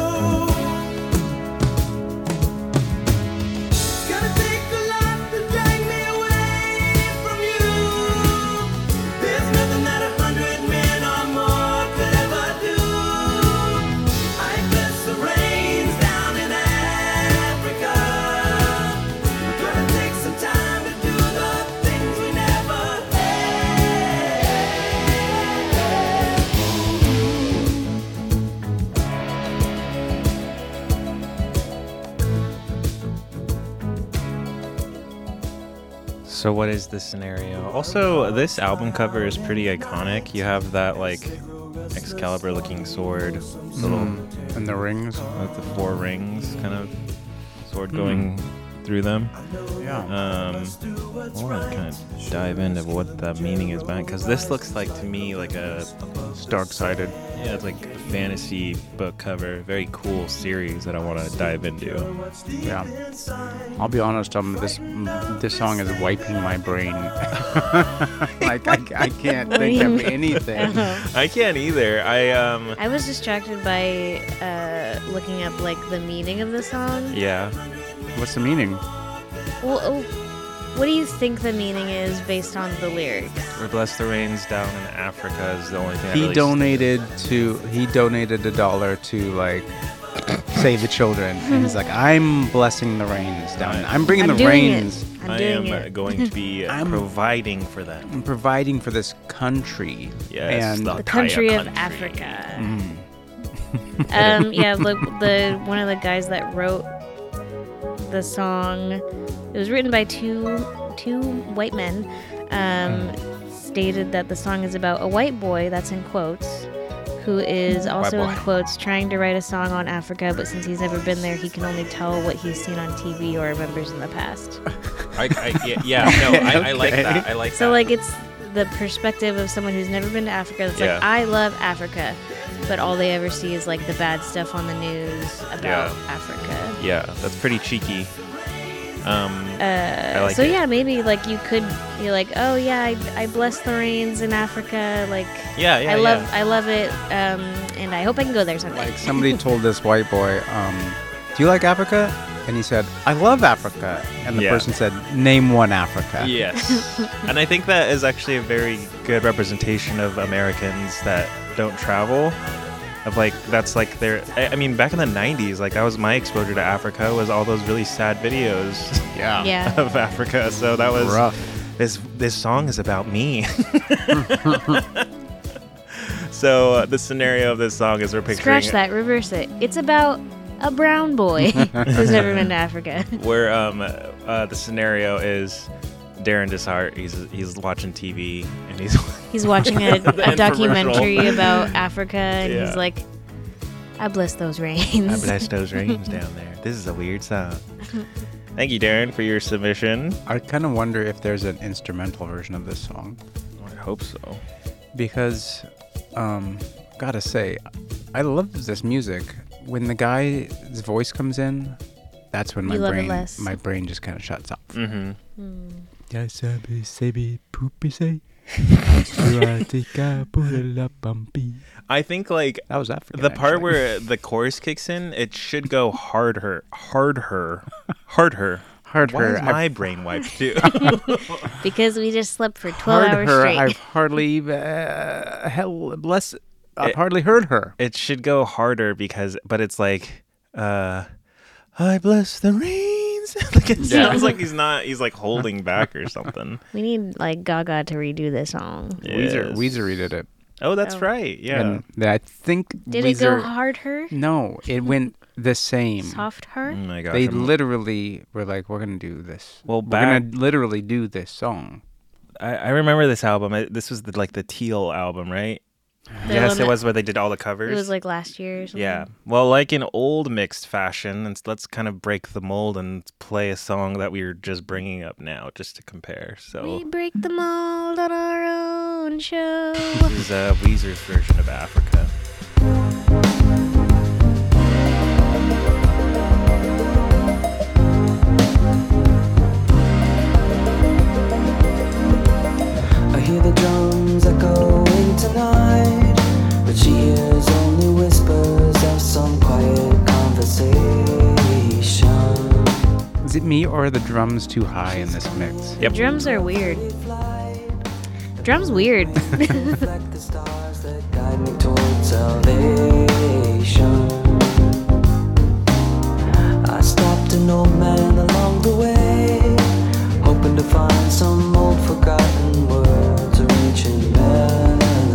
[SPEAKER 6] It's gonna take a lot to drag me away from you. There's nothing that a hundred men or more could ever do. I
[SPEAKER 1] So what is the scenario? Also, this album cover is pretty iconic. You have that like Excalibur looking sword, little
[SPEAKER 2] And the rings.
[SPEAKER 1] with the four rings kind of sword going through them.
[SPEAKER 2] Yeah.
[SPEAKER 1] Um, I want to kind of dive into what the meaning is behind because this looks like to me like a
[SPEAKER 2] It's dark sided.
[SPEAKER 1] yeah, it's like a fantasy book cover. Very cool series that I want to dive into.
[SPEAKER 2] Yeah. I'll be honest. Um, this this song is wiping my brain. like I, I can't think of anything.
[SPEAKER 1] I can't either. I um
[SPEAKER 3] I was distracted by uh, looking up like the meaning of the song.
[SPEAKER 1] yeah
[SPEAKER 2] What's the meaning?
[SPEAKER 3] Well, oh, what do you think the meaning is based on the lyrics?
[SPEAKER 1] or bless the rains down in Africa is the only thing. I
[SPEAKER 2] He
[SPEAKER 1] really
[SPEAKER 2] donated to he donated a dollar to like save the children. And he's like, I'm blessing the rains down. I'm bringing
[SPEAKER 3] Mm-hmm. I'm
[SPEAKER 2] the
[SPEAKER 3] doing
[SPEAKER 2] rains.
[SPEAKER 3] it.
[SPEAKER 1] I
[SPEAKER 3] I'm doing
[SPEAKER 1] am uh,
[SPEAKER 3] it.
[SPEAKER 1] going to be uh,
[SPEAKER 2] I'm-
[SPEAKER 1] providing for them.
[SPEAKER 2] I'm providing for this country.
[SPEAKER 1] Yes,
[SPEAKER 2] And
[SPEAKER 3] The
[SPEAKER 1] the-
[SPEAKER 3] country
[SPEAKER 1] Entire
[SPEAKER 3] of
[SPEAKER 1] country.
[SPEAKER 3] Africa. um, yeah, look, the one of the guys that wrote the song. It was written by two two white men. Um, stated that the song is about a white boy. That's in quotes. Who is also in
[SPEAKER 1] boy.
[SPEAKER 3] quotes trying to write a song on Africa, but since he's never been there, he can only tell what he's seen on TV or remembers in the past.
[SPEAKER 1] I, I, yeah, yeah, no, I, I like that. I like
[SPEAKER 3] So
[SPEAKER 1] that.
[SPEAKER 3] like it's the perspective of someone who's never been to Africa that's
[SPEAKER 1] Yeah.
[SPEAKER 3] like I love Africa, but all they ever see is like the bad stuff on the news about
[SPEAKER 1] Yeah.
[SPEAKER 3] Africa.
[SPEAKER 1] yeah, that's pretty cheeky. Um, I
[SPEAKER 3] Uh,
[SPEAKER 1] like
[SPEAKER 3] so
[SPEAKER 1] it.
[SPEAKER 3] yeah, maybe like you could be like, oh yeah, I, I bless the rains in Africa. Like
[SPEAKER 1] yeah, yeah,
[SPEAKER 3] I love
[SPEAKER 1] yeah.
[SPEAKER 3] I love it, um, and I hope I can go there someday.
[SPEAKER 2] Like somebody told this white boy, um, "Do you like Africa?" And he said, "I love Africa." And the
[SPEAKER 1] Yeah.
[SPEAKER 2] person said, "Name one Africa."
[SPEAKER 1] Yes. and I think that is actually a very good representation of Americans that don't travel. Of like that's like their I I mean back in the 90s like that was my exposure to Africa was all those really sad videos
[SPEAKER 2] Yeah.
[SPEAKER 3] yeah.
[SPEAKER 1] of Africa so that was
[SPEAKER 2] Rough.
[SPEAKER 1] this this song is about me. so uh, the scenario of this song is we're picturing
[SPEAKER 3] Scratch that, reverse it. It's about a brown boy who's never been to Africa.
[SPEAKER 1] where um uh, the scenario is Darren Dishart he's he's watching TV and he's
[SPEAKER 3] He's watching a, a
[SPEAKER 1] infomercial.
[SPEAKER 3] documentary about Africa, and
[SPEAKER 1] Yeah.
[SPEAKER 3] he's like, "I bless those rains."
[SPEAKER 1] I bless those rains down there. This is a weird song. Thank you, Darren, for your submission.
[SPEAKER 2] I kind of wonder if there's an instrumental version of this song
[SPEAKER 1] I hope so.
[SPEAKER 2] because, um, gotta say, I love this music. When the guy's voice comes in, that's when my
[SPEAKER 3] You love it
[SPEAKER 2] brain
[SPEAKER 3] less. Hmm.
[SPEAKER 2] my brain just kind of shuts off.
[SPEAKER 1] Mm-hmm.
[SPEAKER 11] Yasabi sebi poopy say. Suatika pula bumpy.
[SPEAKER 1] I think like
[SPEAKER 2] That was African.
[SPEAKER 1] the part
[SPEAKER 2] actually.
[SPEAKER 1] where the chorus kicks in, it should go harder, harder, harder.
[SPEAKER 2] hard
[SPEAKER 1] Why
[SPEAKER 2] her,
[SPEAKER 1] is my brain wiped too?
[SPEAKER 3] because we just slept for twelve
[SPEAKER 2] hard
[SPEAKER 3] hours
[SPEAKER 2] her.
[SPEAKER 3] straight.
[SPEAKER 2] I've hardly uh, hell bless. I've hardly heard her.
[SPEAKER 1] it should go harder because, but it's like, uh, I bless the rains. like it sounds like he's not. He's like holding back or something.
[SPEAKER 3] We need like Gaga to redo this song.
[SPEAKER 2] Weezer,
[SPEAKER 1] Yes.
[SPEAKER 2] Weezer redid it.
[SPEAKER 1] Oh, that's
[SPEAKER 3] Oh.
[SPEAKER 1] right. Yeah.
[SPEAKER 2] And th- I think
[SPEAKER 3] Did it
[SPEAKER 2] Weezer.
[SPEAKER 3] go hard her,
[SPEAKER 1] Mm.
[SPEAKER 2] no, it went the same.
[SPEAKER 3] soft
[SPEAKER 1] oh
[SPEAKER 3] her?
[SPEAKER 1] my gosh.
[SPEAKER 2] They
[SPEAKER 1] I'm-
[SPEAKER 2] literally were like, "We're gonna do this.
[SPEAKER 1] Well,
[SPEAKER 2] we're gonna
[SPEAKER 1] back-
[SPEAKER 2] literally do this song."
[SPEAKER 1] I, I remember this album. I, this was the, like the Teal album, right?
[SPEAKER 3] The
[SPEAKER 1] yes,
[SPEAKER 3] one
[SPEAKER 1] it
[SPEAKER 3] that-
[SPEAKER 1] was where they did all the covers.
[SPEAKER 3] It was like last year. Or something.
[SPEAKER 1] yeah. Well, like in old mixed fashion, and s- let's kind of break the mold and play a song that we are just bringing up now, just to compare.
[SPEAKER 3] We
[SPEAKER 1] So
[SPEAKER 3] break the mold on our own show.
[SPEAKER 1] this is uh, Weezer's version of Africa.
[SPEAKER 6] I hear the drums echoing tonight, but she hears only whispers of some quiet conversation.
[SPEAKER 2] Is it me or are the drums too high in this mix?
[SPEAKER 1] Yep.
[SPEAKER 3] Drums are weird. Drums weird.
[SPEAKER 6] Reflect the stars that guide me towards salvation. I stopped an old man along the way, hoping to find some old forgotten words or ancient melodies.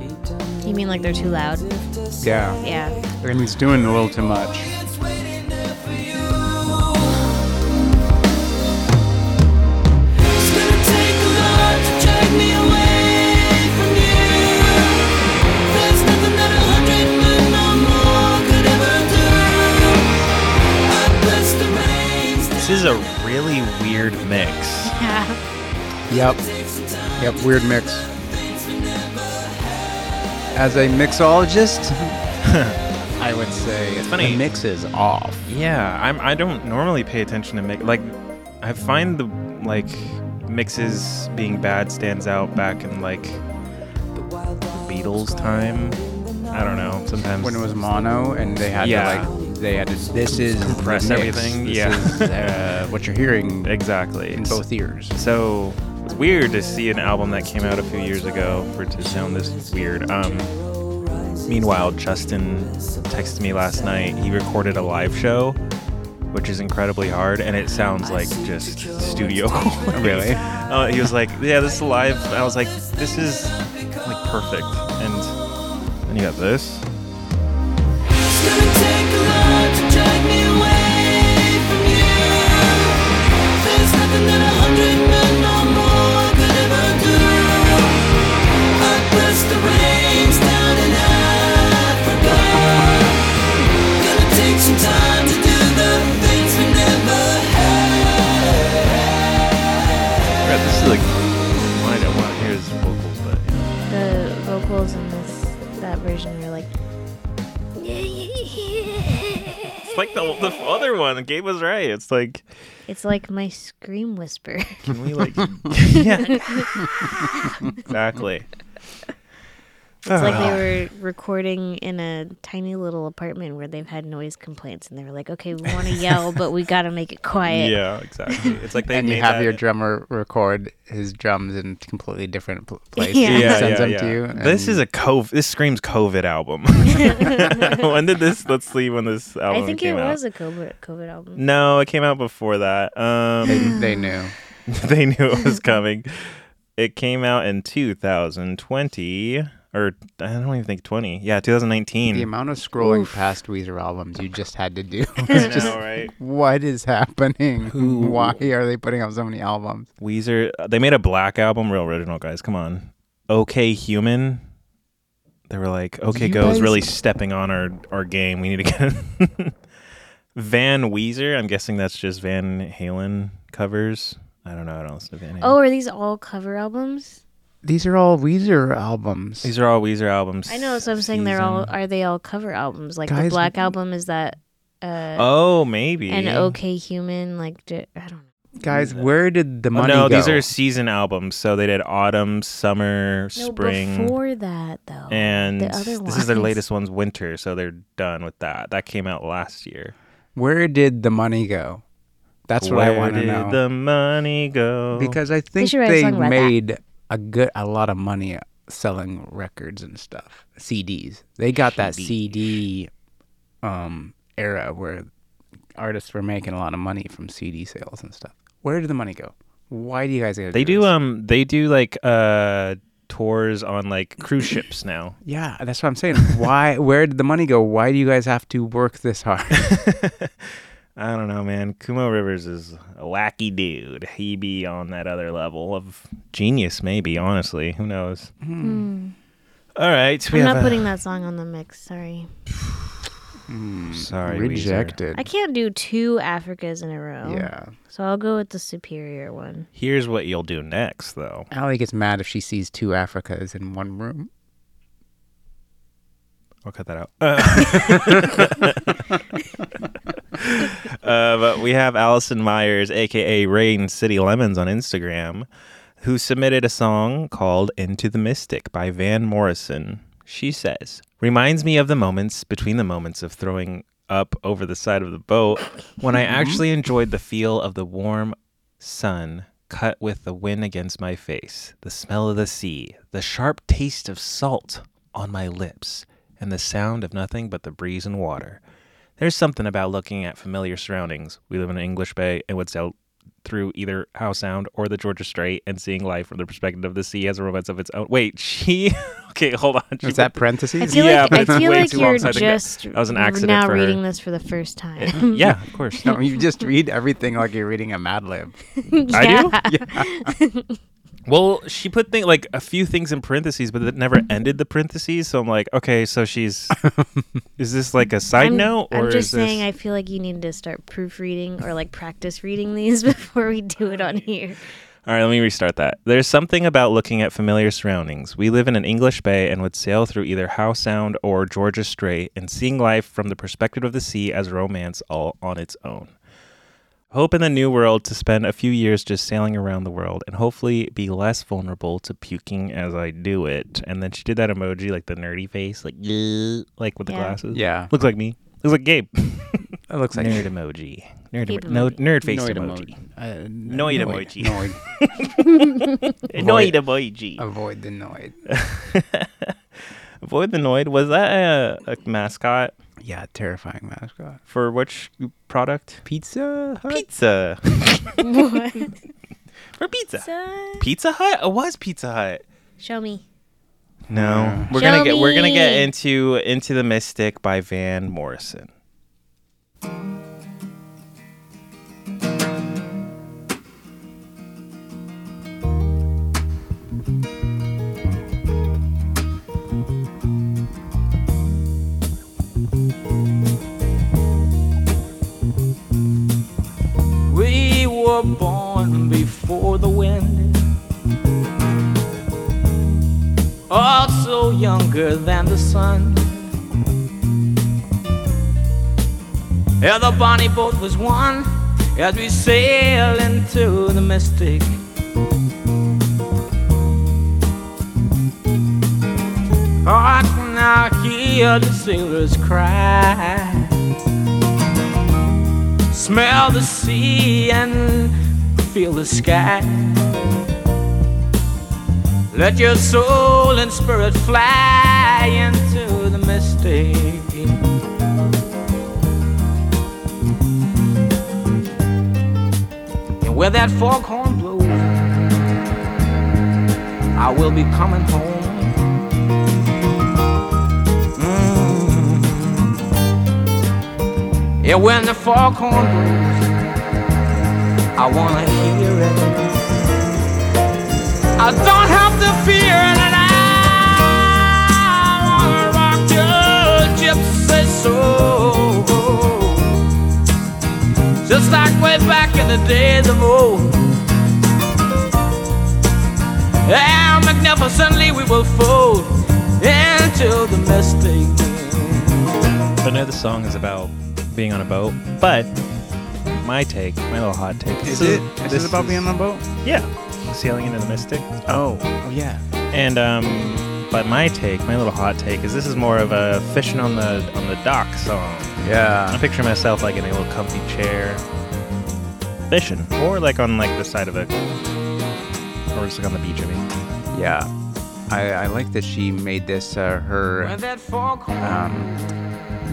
[SPEAKER 6] He turned
[SPEAKER 3] you mean like they're too loud?
[SPEAKER 2] Yeah,
[SPEAKER 3] Yeah.
[SPEAKER 2] and he's doing a little too much.
[SPEAKER 6] It's waiting there for you.
[SPEAKER 4] a really weird mix.
[SPEAKER 3] Yeah.
[SPEAKER 2] Yep. Yep, weird mix. As a mixologist, I would say
[SPEAKER 4] It's funny.
[SPEAKER 2] the mix is off.
[SPEAKER 1] Yeah, I'm. I don't normally pay attention to mix. Like, I find the like mixes being bad stands out back in like Beatles time. I don't know. Sometimes
[SPEAKER 2] When it was mono and they had
[SPEAKER 1] Yeah.
[SPEAKER 2] to like they had to this is the
[SPEAKER 1] Compress
[SPEAKER 2] mix.
[SPEAKER 1] everything,
[SPEAKER 2] This
[SPEAKER 1] yeah.
[SPEAKER 2] is, uh, what you're hearing
[SPEAKER 1] exactly
[SPEAKER 2] in both ears.
[SPEAKER 1] So it's weird to see an album that came out a few years ago for it to sound this weird. Um, meanwhile, Justin texted me last night. He recorded a live show, which is incredibly hard, and it sounds like just studio.
[SPEAKER 2] Really?
[SPEAKER 1] uh, he was like, "Yeah, this is live." I was like, "This is like perfect," and then you got this. Yeah, this is like I don't want to hear his vocals, but yeah.
[SPEAKER 3] The vocals in this that version were like
[SPEAKER 1] it's like the the other one. Gabe was right. It's like.
[SPEAKER 3] it's like my scream whisper.
[SPEAKER 1] Can we like? yeah. exactly. Ah,
[SPEAKER 3] It's like
[SPEAKER 1] Uh-huh.
[SPEAKER 3] they were recording in a tiny little apartment where they've had noise complaints, and they were like, "Okay, we want to yell, but we got to make it quiet."
[SPEAKER 1] Yeah, exactly. It's like they
[SPEAKER 2] and you
[SPEAKER 1] made
[SPEAKER 2] have
[SPEAKER 1] that-
[SPEAKER 2] your drummer record his drums in completely different pl- place.
[SPEAKER 3] Yeah.
[SPEAKER 2] and
[SPEAKER 1] Yeah,
[SPEAKER 2] sends
[SPEAKER 1] yeah,
[SPEAKER 2] them to
[SPEAKER 1] yeah.
[SPEAKER 2] you.
[SPEAKER 1] This
[SPEAKER 2] and-
[SPEAKER 1] is a COVID. This screams COVID album. when did this? Let's see when this album
[SPEAKER 3] I think it
[SPEAKER 1] came out. Mm.
[SPEAKER 3] was a COVID, COVID album.
[SPEAKER 1] no, it came out before that. Um,
[SPEAKER 2] they knew.
[SPEAKER 1] they knew it was coming. It came out in 2020, or I don't even think 20. Yeah, 2019.
[SPEAKER 2] The amount of scrolling past Weezer albums you just had to do.
[SPEAKER 1] I
[SPEAKER 2] was just
[SPEAKER 1] know, right?
[SPEAKER 2] what is happening? Why are they putting out so many albums?
[SPEAKER 1] Weezer. uh, They made a black album, real original guys. Come on. Okay, human. They were like, okay,
[SPEAKER 2] You
[SPEAKER 1] go is
[SPEAKER 2] guys-
[SPEAKER 1] really stepping on our our game. We need to get Van Weezer. I'm guessing that's just Van Halen covers. I don't know. I don't listen to Van Halen.
[SPEAKER 3] Oh, are these all cover albums?
[SPEAKER 2] These are all Weezer albums.
[SPEAKER 1] these are all Weezer albums.
[SPEAKER 3] I know, so I'm saying they're all. Are they all cover albums? Like the
[SPEAKER 2] Guys,
[SPEAKER 3] Black
[SPEAKER 2] we-
[SPEAKER 3] album is that uh,
[SPEAKER 1] Oh, maybe.
[SPEAKER 3] an OK Human? Like di- I don't know.
[SPEAKER 2] Guys, where did the
[SPEAKER 1] Oh,
[SPEAKER 2] money
[SPEAKER 1] no,
[SPEAKER 2] go?
[SPEAKER 1] these are season albums. So they did autumn, summer, spring.
[SPEAKER 3] No, before that though.
[SPEAKER 1] and
[SPEAKER 3] the other
[SPEAKER 1] this is their
[SPEAKER 3] ones.
[SPEAKER 1] latest one's winter, so they're done with that. That came out last year.
[SPEAKER 2] Where did the money go? That's what I
[SPEAKER 1] Where
[SPEAKER 2] want to
[SPEAKER 1] did
[SPEAKER 2] know.
[SPEAKER 1] the money go?
[SPEAKER 2] because I think
[SPEAKER 3] should write a
[SPEAKER 2] they
[SPEAKER 3] song about that.
[SPEAKER 2] made a good a lot of money selling records and stuff, CDs. They got that CD um, era where artists were making a lot of money from CD sales and stuff. Where did the money go? Why do you guys? gotta
[SPEAKER 1] they do
[SPEAKER 2] this?
[SPEAKER 1] um they do like uh tours on like cruise ships now.
[SPEAKER 2] yeah, that's what I'm saying. Why? Where did the money go? Why do you guys have to work this hard?
[SPEAKER 1] I don't know, man. Kumo Rivers is a wacky dude. He be on that other level of genius, maybe. Honestly, who knows? All right, we
[SPEAKER 3] Hmm. I'm
[SPEAKER 1] have
[SPEAKER 3] not
[SPEAKER 1] a-
[SPEAKER 3] putting that song on the mix. Sorry,
[SPEAKER 1] sorry Weezer.
[SPEAKER 2] Rejected.
[SPEAKER 3] I can't do two Africas in a row.
[SPEAKER 2] Yeah.
[SPEAKER 3] So I'll go with the superior one.
[SPEAKER 1] Here's what you'll do next, though.
[SPEAKER 2] Allie gets mad if she sees two Africas in one room.
[SPEAKER 1] I'll cut that out. Uh, but we have Allison Myers, aka Rain City Lemons, on Instagram, who submitted a song called Into the Mystic by Van Morrison. She says, Reminds me of the moments between the moments of throwing up over the side of the boat when I actually enjoyed the feel of the warm sun cut with the wind against my face, the smell of the sea, the sharp taste of salt on my lips, and the sound of nothing but the breeze and water. There's something about looking at familiar surroundings. We live in an English bay and would sail through either Howe Sound or the Georgia Strait and seeing life from the perspective of the sea has a romance of its own. Wait, she. Okay, hold on. She
[SPEAKER 2] Is that
[SPEAKER 3] I
[SPEAKER 2] parentheses?
[SPEAKER 3] feel
[SPEAKER 1] Yeah,
[SPEAKER 3] like
[SPEAKER 1] but
[SPEAKER 3] I
[SPEAKER 1] it's
[SPEAKER 3] feel
[SPEAKER 1] way
[SPEAKER 3] like
[SPEAKER 1] too long,
[SPEAKER 3] you're
[SPEAKER 1] so I think that-
[SPEAKER 3] just
[SPEAKER 1] that was an accident
[SPEAKER 3] now
[SPEAKER 1] for her.
[SPEAKER 3] reading this for the first time.
[SPEAKER 1] yeah, of course.
[SPEAKER 2] No, you just read everything like you're reading a Mad Lib.
[SPEAKER 1] I do? Well, she put thing like a few things in parentheses, but it never ended the parentheses. So I'm like, okay, so she's is this like a side
[SPEAKER 3] I'm,
[SPEAKER 1] note or
[SPEAKER 3] I'm just
[SPEAKER 1] is this?
[SPEAKER 3] saying I feel like you need to start proofreading or like practice reading these before we do it on here.
[SPEAKER 1] All right, let me restart that. There's something about looking at familiar surroundings. We live in an English bay and would sail through either Howe Sound or Georgia Strait, and seeing life from the perspective of the sea as romance all on its own. Hope in the new world to spend a few years just sailing around the world and hopefully be less vulnerable to puking as I do it. And then she did that emoji, like the nerdy face, like "Yeah," like with the
[SPEAKER 3] Yeah.
[SPEAKER 1] glasses.
[SPEAKER 2] Yeah.
[SPEAKER 1] looks like me. Looks like Gabe.
[SPEAKER 2] It looks like
[SPEAKER 1] nerd emoji. Nerd
[SPEAKER 3] Gabe
[SPEAKER 1] emoji. No,
[SPEAKER 3] emoji.
[SPEAKER 1] nerd face
[SPEAKER 2] Noid
[SPEAKER 1] emoji.
[SPEAKER 2] emoji. Uh,
[SPEAKER 1] Noid emoji.
[SPEAKER 2] Noid.
[SPEAKER 1] Annoyed emoji.
[SPEAKER 2] Avoid the noid.
[SPEAKER 1] Void the Noid, was that a, a mascot
[SPEAKER 2] Yeah, terrifying mascot.
[SPEAKER 1] for which product?
[SPEAKER 2] Pizza Hut.
[SPEAKER 1] Pizza.
[SPEAKER 3] What?
[SPEAKER 1] For pizza.
[SPEAKER 3] So-
[SPEAKER 1] Pizza Hut? It was Pizza Hut.
[SPEAKER 3] Show me.
[SPEAKER 1] No. We're
[SPEAKER 3] Show
[SPEAKER 1] gonna get we're gonna get
[SPEAKER 3] me.
[SPEAKER 1] into Into the Mystic by Van Morrison.
[SPEAKER 12] We were born before the wind, also younger than the sun. Yeah, the bonnie boat was one as we sail into the mystic. I can now hear the sailors cry smell the sea and feel the sky. Let your soul and spirit fly into the mystic. And where that foghorn blows, I will be coming home. Yeah, when the foghorn blows, I wanna hear it. I don't have to fear it, and I wanna rock your gypsy soul, just like way back in the days of old. How magnificently we will fold into the mystic.
[SPEAKER 1] I know the song is about being on a boat, but my take, my little hot take.
[SPEAKER 2] Is it? Is this about being on a boat?
[SPEAKER 1] Yeah. Sailing into the mystic.
[SPEAKER 2] Oh, oh yeah.
[SPEAKER 1] And um but my take, my little hot take is this is more of a fishing on the on the dock song. I
[SPEAKER 2] Yeah.
[SPEAKER 1] picture myself like in a little comfy chair, fishing, or like on like the side of a, or just like on the beach. I mean,
[SPEAKER 2] Yeah. I, I like that she made this uh, her
[SPEAKER 12] When that foghorn
[SPEAKER 2] um,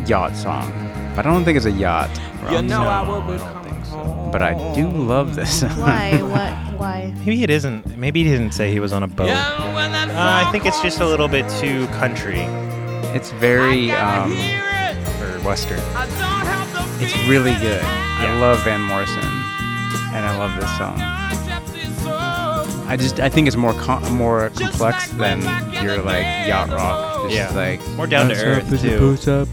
[SPEAKER 2] yacht song. But I don't think it's a yacht.
[SPEAKER 12] You know I
[SPEAKER 1] No,
[SPEAKER 12] will be
[SPEAKER 1] I don't
[SPEAKER 12] coming
[SPEAKER 1] think so.
[SPEAKER 12] home.
[SPEAKER 2] But I do love this song.
[SPEAKER 3] Why? what? Why?
[SPEAKER 1] maybe it isn't. Maybe he didn't say he was on a boat.
[SPEAKER 12] Yeah, when that
[SPEAKER 1] Uh, I think it's just a little bit too country
[SPEAKER 2] It's very, um,
[SPEAKER 1] or western.
[SPEAKER 2] it's really good. I love Van Morrison, and I love this song. I just I think it's more com- more complex than your like yacht rock. It's
[SPEAKER 1] Yeah.
[SPEAKER 2] just, like
[SPEAKER 1] More down to earth too.
[SPEAKER 3] And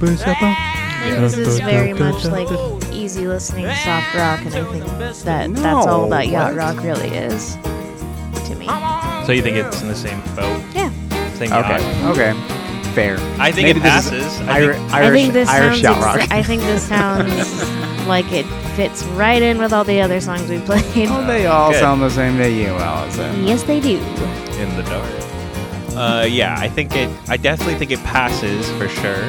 [SPEAKER 3] This is very much like easy listening soft rock, and I think that that's all that yacht
[SPEAKER 2] No, what?
[SPEAKER 3] rock really is to me.
[SPEAKER 1] So you think it's in the same boat?
[SPEAKER 3] Yeah.
[SPEAKER 1] Same yacht?
[SPEAKER 2] okay, okay, fair.
[SPEAKER 1] I think
[SPEAKER 2] Maybe
[SPEAKER 1] it
[SPEAKER 2] this is
[SPEAKER 1] passes. I
[SPEAKER 2] Ir-
[SPEAKER 1] think-
[SPEAKER 2] Irish,
[SPEAKER 3] I think this
[SPEAKER 2] Irish yacht
[SPEAKER 3] sounds.
[SPEAKER 2] rock.
[SPEAKER 3] exa- I think this sounds like it fits right in with all the other songs we played.
[SPEAKER 2] Well, they all
[SPEAKER 1] Good.
[SPEAKER 2] sound the same to you, Allison.
[SPEAKER 3] Yes, they do.
[SPEAKER 1] in the dark. Uh, yeah, I think it. I definitely think it passes for sure.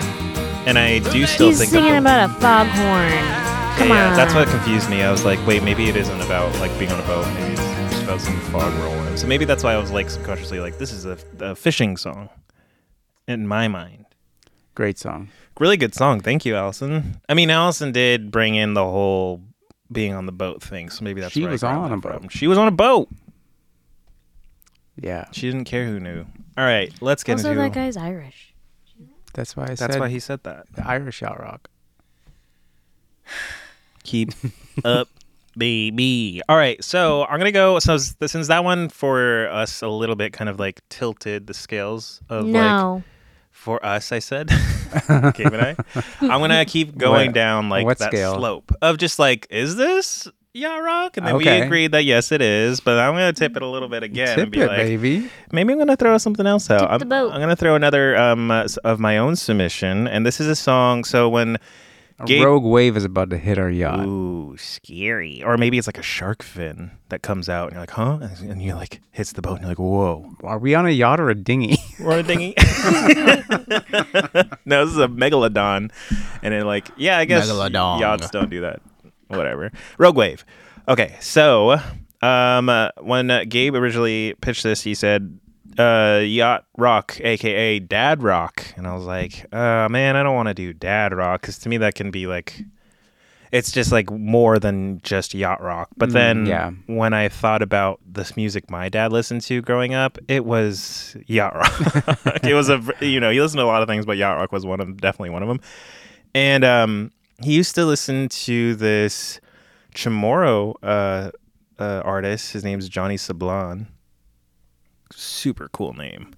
[SPEAKER 1] And I do still
[SPEAKER 3] He's
[SPEAKER 1] think
[SPEAKER 3] singing
[SPEAKER 1] that the-
[SPEAKER 3] about a foghorn. Come
[SPEAKER 1] yeah,
[SPEAKER 3] on.
[SPEAKER 1] that's what confused me. I was like, wait, maybe it isn't about like being on a boat. Maybe it's just about some fog rolling. So maybe that's why I was like subconsciously like, this is a, a fishing song, in my mind.
[SPEAKER 2] Great song.
[SPEAKER 1] Really good song. Thank you, Allison. I mean, Allison did bring in the whole being on the boat thing. So maybe that's
[SPEAKER 2] She
[SPEAKER 1] where I
[SPEAKER 2] was
[SPEAKER 1] grabbed
[SPEAKER 2] on
[SPEAKER 1] that
[SPEAKER 2] a boat.
[SPEAKER 1] From. She was on a boat.
[SPEAKER 2] Yeah,
[SPEAKER 1] She didn't care who knew. All right, let's get
[SPEAKER 3] Also,
[SPEAKER 1] into.
[SPEAKER 3] that guy's Irish.
[SPEAKER 2] that's why I
[SPEAKER 1] that's
[SPEAKER 2] said
[SPEAKER 1] why he said that.
[SPEAKER 2] the Irish yacht rock.
[SPEAKER 1] Keep up baby. All right, so I'm gonna go. So s- since that one for us a little bit kind of like tilted the scales of like
[SPEAKER 3] no.
[SPEAKER 1] for us, I said, Gabe and I, I'm gonna keep going
[SPEAKER 2] What-
[SPEAKER 1] down like
[SPEAKER 2] what
[SPEAKER 1] that
[SPEAKER 2] scale?
[SPEAKER 1] slope of just like, is this yacht rock? And then
[SPEAKER 2] Okay.
[SPEAKER 1] we agreed that yes, it is. But I'm gonna tip it a little bit again and
[SPEAKER 2] Tip
[SPEAKER 1] be
[SPEAKER 2] it,
[SPEAKER 1] like,
[SPEAKER 2] baby.
[SPEAKER 1] maybe I'm gonna throw something else out.
[SPEAKER 3] Tip
[SPEAKER 1] I'm,
[SPEAKER 3] the boat.
[SPEAKER 1] I'm gonna throw another um uh, s- of my own submission, and this is a song. So when
[SPEAKER 2] A
[SPEAKER 1] Gabe-
[SPEAKER 2] rogue wave is about to hit our yacht.
[SPEAKER 1] Ooh, scary. Or maybe it's like a shark fin that comes out and you're like, huh? And and you like hits the boat and you're like, whoa.
[SPEAKER 2] Are we on a yacht or a dinghy?
[SPEAKER 1] We're on a dinghy. no, this is a megalodon. And it like, yeah, I guess
[SPEAKER 2] Megalodon.
[SPEAKER 1] yachts don't do that. Whatever. Rogue wave. Okay, so um, uh, when uh, Gabe originally pitched this, he said, uh, yacht rock, aka dad rock, and I was like, uh, man, I don't want to do dad rock because to me that can be like, it's just like more than just yacht rock. But then
[SPEAKER 2] yeah.
[SPEAKER 1] when I thought about this music my dad listened to growing up, it was yacht rock. it was a you know he listened to a lot of things, but yacht rock was one of definitely one of them. And um, he used to listen to this Chamorro uh, uh, artist. His name's Johnny Sablon. Super cool name.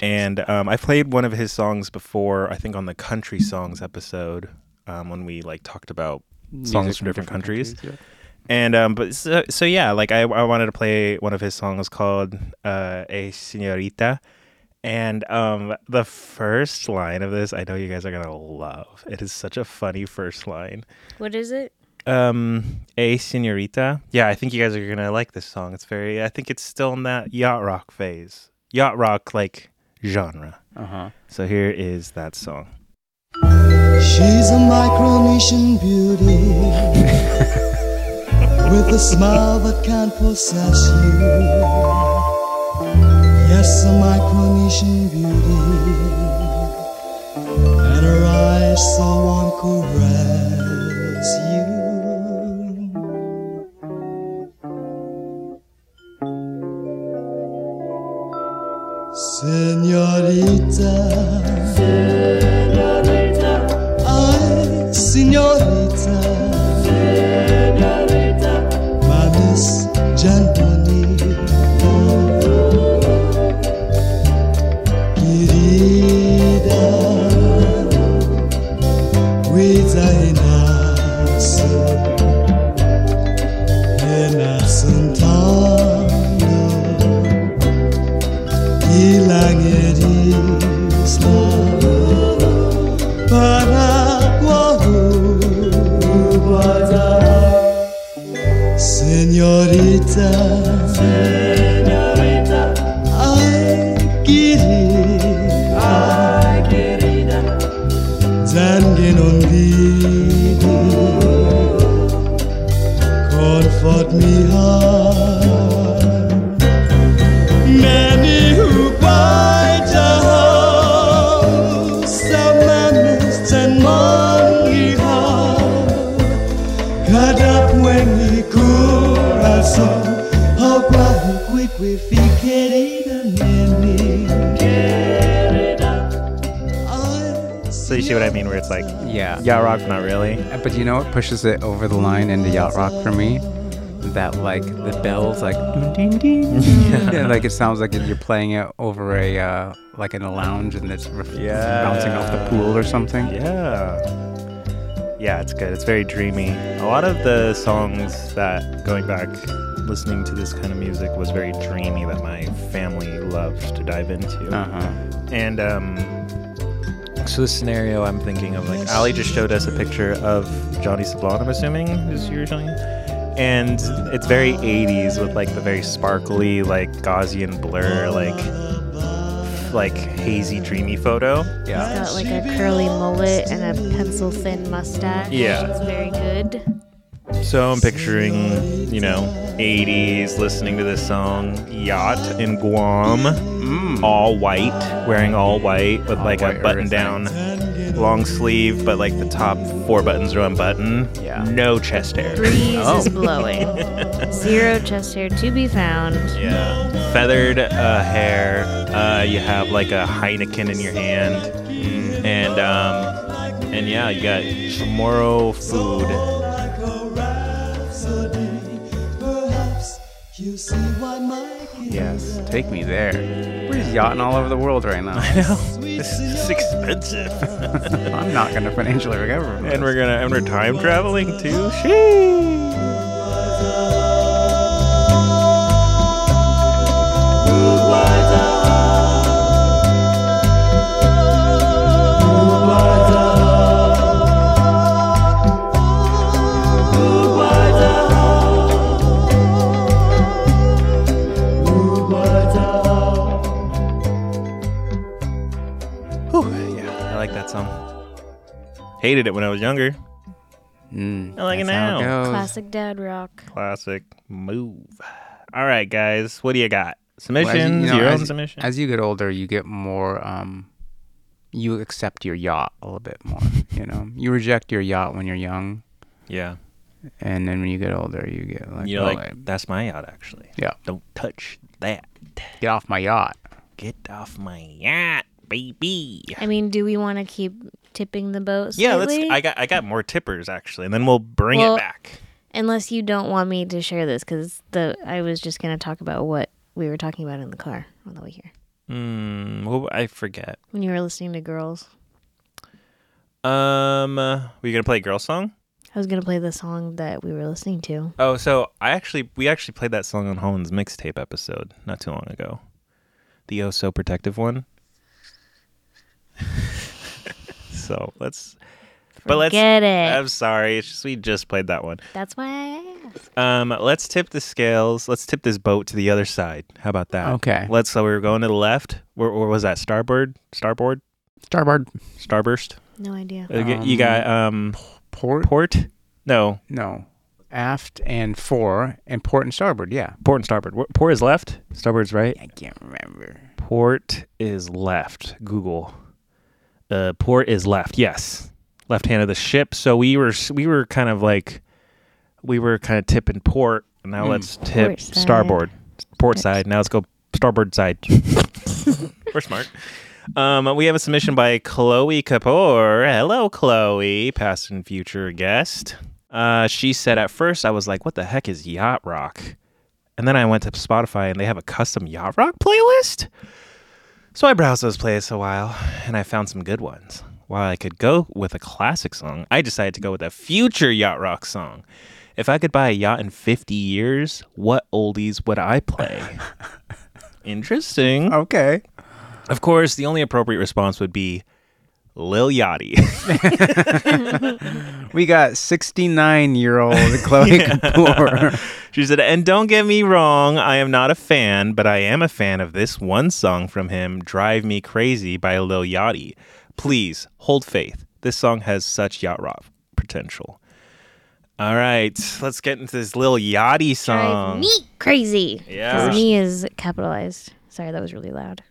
[SPEAKER 1] And um, I played one of his songs before, I think on the country songs episode um, when we like talked about songs from different countries. And um, but so, so yeah, like I, I wanted to play one of his songs called uh, "A Señorita," and um, the first line of this, I know you guys are gonna love. It is such a funny first line.
[SPEAKER 3] What is it?
[SPEAKER 1] Um, "A Señorita," yeah, I think you guys are gonna like this song. It's very, I think it's still in that yacht rock phase, yacht rock like genre.
[SPEAKER 2] Uh huh.
[SPEAKER 1] So here is that song.
[SPEAKER 6] She's a Micronesian beauty with a smile that can't possess you. Yes, a Micronesian beauty and her eyes so warm caress you. Senorita. Ay, señorita, my Miss Gianbonita, querida, cuida e nasce, e nasce um tango, hilang erislah. para guardar. Señorita, señorita, ay querida, ay querida, también olvido, comfort me heart. Many who buy the house, some manage and money have. Cada buen corazón, agua y cuicuifi, querida nene. Ay,
[SPEAKER 1] So you see what I mean? Where it's like
[SPEAKER 2] Yeah.
[SPEAKER 1] yacht rock, not really.
[SPEAKER 2] But you know what pushes it over the line into yacht rock for me? That like the bells like ding ding ding. Yeah, like it sounds like you're playing it over a uh, like in a lounge and it's ref-
[SPEAKER 1] Yeah.
[SPEAKER 2] bouncing off the pool or something.
[SPEAKER 1] Yeah. Yeah, it's good. It's very dreamy. A lot of the songs that going back listening to this kind of music was very dreamy that my family loved to dive into.
[SPEAKER 2] Uh-huh.
[SPEAKER 1] And um so this scenario I'm thinking of like Ali just showed us a picture of Johnny Sablon, I'm assuming is your Johnny. And it's very 80s with like the very sparkly, like Gaussian blur, like f- like hazy, dreamy photo.
[SPEAKER 2] Yeah.
[SPEAKER 3] Got like a curly mullet and a pencil thin mustache.
[SPEAKER 1] Yeah.
[SPEAKER 3] It's very good.
[SPEAKER 1] So I'm picturing, you know, 80s, listening to this song, Yacht in Guam, all white, wearing Mm. all white with like
[SPEAKER 2] white
[SPEAKER 1] a
[SPEAKER 2] earth
[SPEAKER 1] button down, long sleeve, but like the top four buttons are unbuttoned.
[SPEAKER 2] Yeah.
[SPEAKER 1] No chest hair.
[SPEAKER 3] Breeze
[SPEAKER 2] Oh.
[SPEAKER 3] is blowing. Zero chest hair to be found.
[SPEAKER 1] Yeah. Feathered uh, hair. Uh, you have like a Heineken in your hand. And, um, and yeah, you got Chamorro food.
[SPEAKER 6] like a rhapsody. you see why my
[SPEAKER 2] Yes, take me there. We're just yachting all over the world right now. I know.
[SPEAKER 1] This is expensive.
[SPEAKER 2] I'm not going to financially recover from
[SPEAKER 1] and
[SPEAKER 2] this.
[SPEAKER 1] we're gonna and we're time traveling too. Sheesh. Whew, yeah, I like that song. Hated it when I was younger.
[SPEAKER 2] Mm,
[SPEAKER 1] I like it
[SPEAKER 2] that's how
[SPEAKER 1] now.
[SPEAKER 2] goes.
[SPEAKER 3] Classic dad rock.
[SPEAKER 1] Classic move. All right, guys, what do you got?
[SPEAKER 2] Well, as you- you
[SPEAKER 1] Submissions,
[SPEAKER 2] know,
[SPEAKER 1] your
[SPEAKER 2] as-
[SPEAKER 1] own submission.
[SPEAKER 2] As you get older, you get more. Um, you accept your yacht a little bit more. You know, you reject your yacht when you're young,
[SPEAKER 1] yeah,
[SPEAKER 2] and then when you get older, you get like,
[SPEAKER 1] you're
[SPEAKER 2] "Oh,
[SPEAKER 1] like
[SPEAKER 2] I-
[SPEAKER 1] that's my yacht actually.
[SPEAKER 2] Yeah.
[SPEAKER 1] don't touch that.
[SPEAKER 2] get off my yacht.
[SPEAKER 1] Get off my yacht, baby.
[SPEAKER 3] I mean, do we want to keep tipping the boat?
[SPEAKER 1] Yeah, let's.
[SPEAKER 3] slightly?
[SPEAKER 1] I got I got more tippers actually, and then we'll bring it
[SPEAKER 3] Well-
[SPEAKER 1] back.
[SPEAKER 3] Unless you don't want me to share this, because the I was just gonna talk about what we were talking about in the car on the way here
[SPEAKER 1] Hmm. Well, I forget.
[SPEAKER 3] when you were listening to girls.
[SPEAKER 1] Um, uh, were you gonna play a girl song?
[SPEAKER 3] I was gonna play the song that we were listening to.
[SPEAKER 1] Oh, so I actually we actually played that song on Holland's mixtape episode not too long ago. The oh so protective one. so let's. But let's.
[SPEAKER 3] Forget it.
[SPEAKER 1] I'm sorry. It's just we just played that one.
[SPEAKER 3] That's why I asked.
[SPEAKER 1] Um, let's tip the scales. Let's tip this boat to the other side. How about that?
[SPEAKER 2] Okay.
[SPEAKER 1] Let's. So we were going to the left. Where, where was that? Starboard. Starboard.
[SPEAKER 2] Starboard
[SPEAKER 1] Starburst.
[SPEAKER 3] No idea.
[SPEAKER 1] Uh, you- you got um
[SPEAKER 2] port.
[SPEAKER 1] port. No,
[SPEAKER 2] No, aft and fore and port and starboard. Yeah,
[SPEAKER 1] port and starboard. Wh- Port is left. Starboard's right.
[SPEAKER 2] I can't remember.
[SPEAKER 1] Port is left. Google. Uh, port is left. Yes, left hand of the ship. So we were s- we were kind of like we were kind of tipping port. And now let's tip
[SPEAKER 3] Port side.
[SPEAKER 1] starboard, port side. Now let's go starboard side. we're smart. Um, we have a submission by Chloe Kapoor. Hello, Chloe, past and future guest. Uh, she said, At first, I was like, What the heck is Yacht Rock? And then I went to Spotify and they have a custom Yacht Rock playlist. So I browsed those playlists a while and I found some good ones. While I could go with a classic song, I decided to go with a future Yacht Rock song. If I could buy a yacht in 50 years, what oldies would I play? Interesting.
[SPEAKER 2] Oh. Okay.
[SPEAKER 1] Of course, the only appropriate response would be Lil Yachty.
[SPEAKER 2] We got 69 year old Chloe Kapoor.
[SPEAKER 1] she said, and don't get me wrong, I am not a fan, but I am a fan of this one song from him, Drive Me Crazy by Lil Yachty. Please hold faith. This song has such yacht rock potential. All right, let's get into this Lil Yachty
[SPEAKER 3] Drive
[SPEAKER 1] song.
[SPEAKER 3] me crazy.
[SPEAKER 1] Um, Yeah.
[SPEAKER 3] Because me is capitalized. Sorry, that was really loud.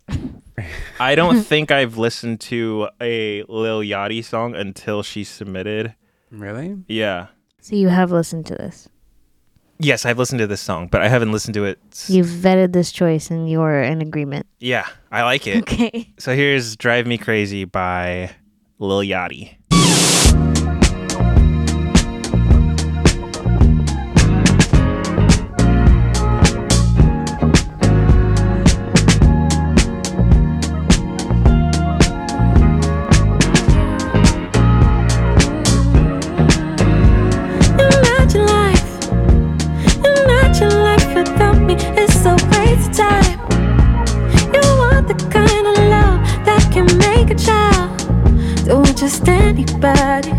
[SPEAKER 1] I don't think I've listened to a Lil Yachty song until she submitted.
[SPEAKER 2] really?
[SPEAKER 1] Yeah.
[SPEAKER 3] So you have listened to this.
[SPEAKER 1] Yes, I've listened to this song, but I haven't listened to it. s-
[SPEAKER 3] You've vetted this choice, and you're in agreement.
[SPEAKER 1] Yeah, I like it.
[SPEAKER 3] Okay.
[SPEAKER 1] So here's Drive Me Crazy by Lil Yachty.
[SPEAKER 5] Imagine life, imagine life without me. It's a waste of time. You want the kind of love that can make a child do just anybody.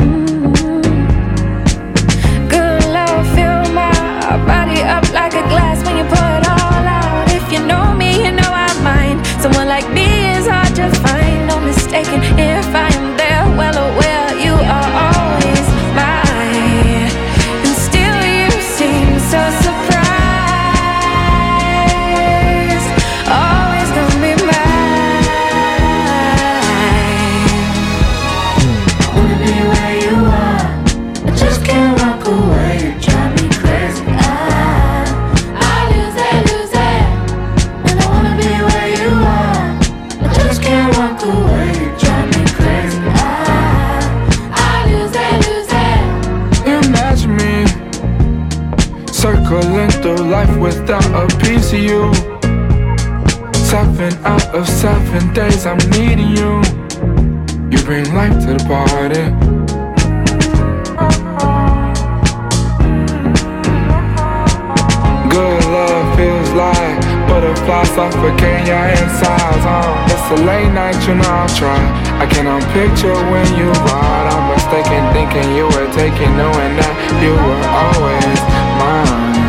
[SPEAKER 5] Mm-hmm. Good love fill my body up like a glass when you pour it all out. If you know me, you know I mind. Someone like me is hard to find. No mistaken if I am there. Well aware you are always mine, and still you seem so surprised. Always gonna be mine.
[SPEAKER 11] Ah,
[SPEAKER 13] you. Seven out of seven days I'm needing you. You bring life to the party. Good love feels like butterflies suffocating your insides. Uh, it's a late night, you know I'll try. I cannot picture when you ride. I'm mistaken thinking you were taking, knowing that you were always mine.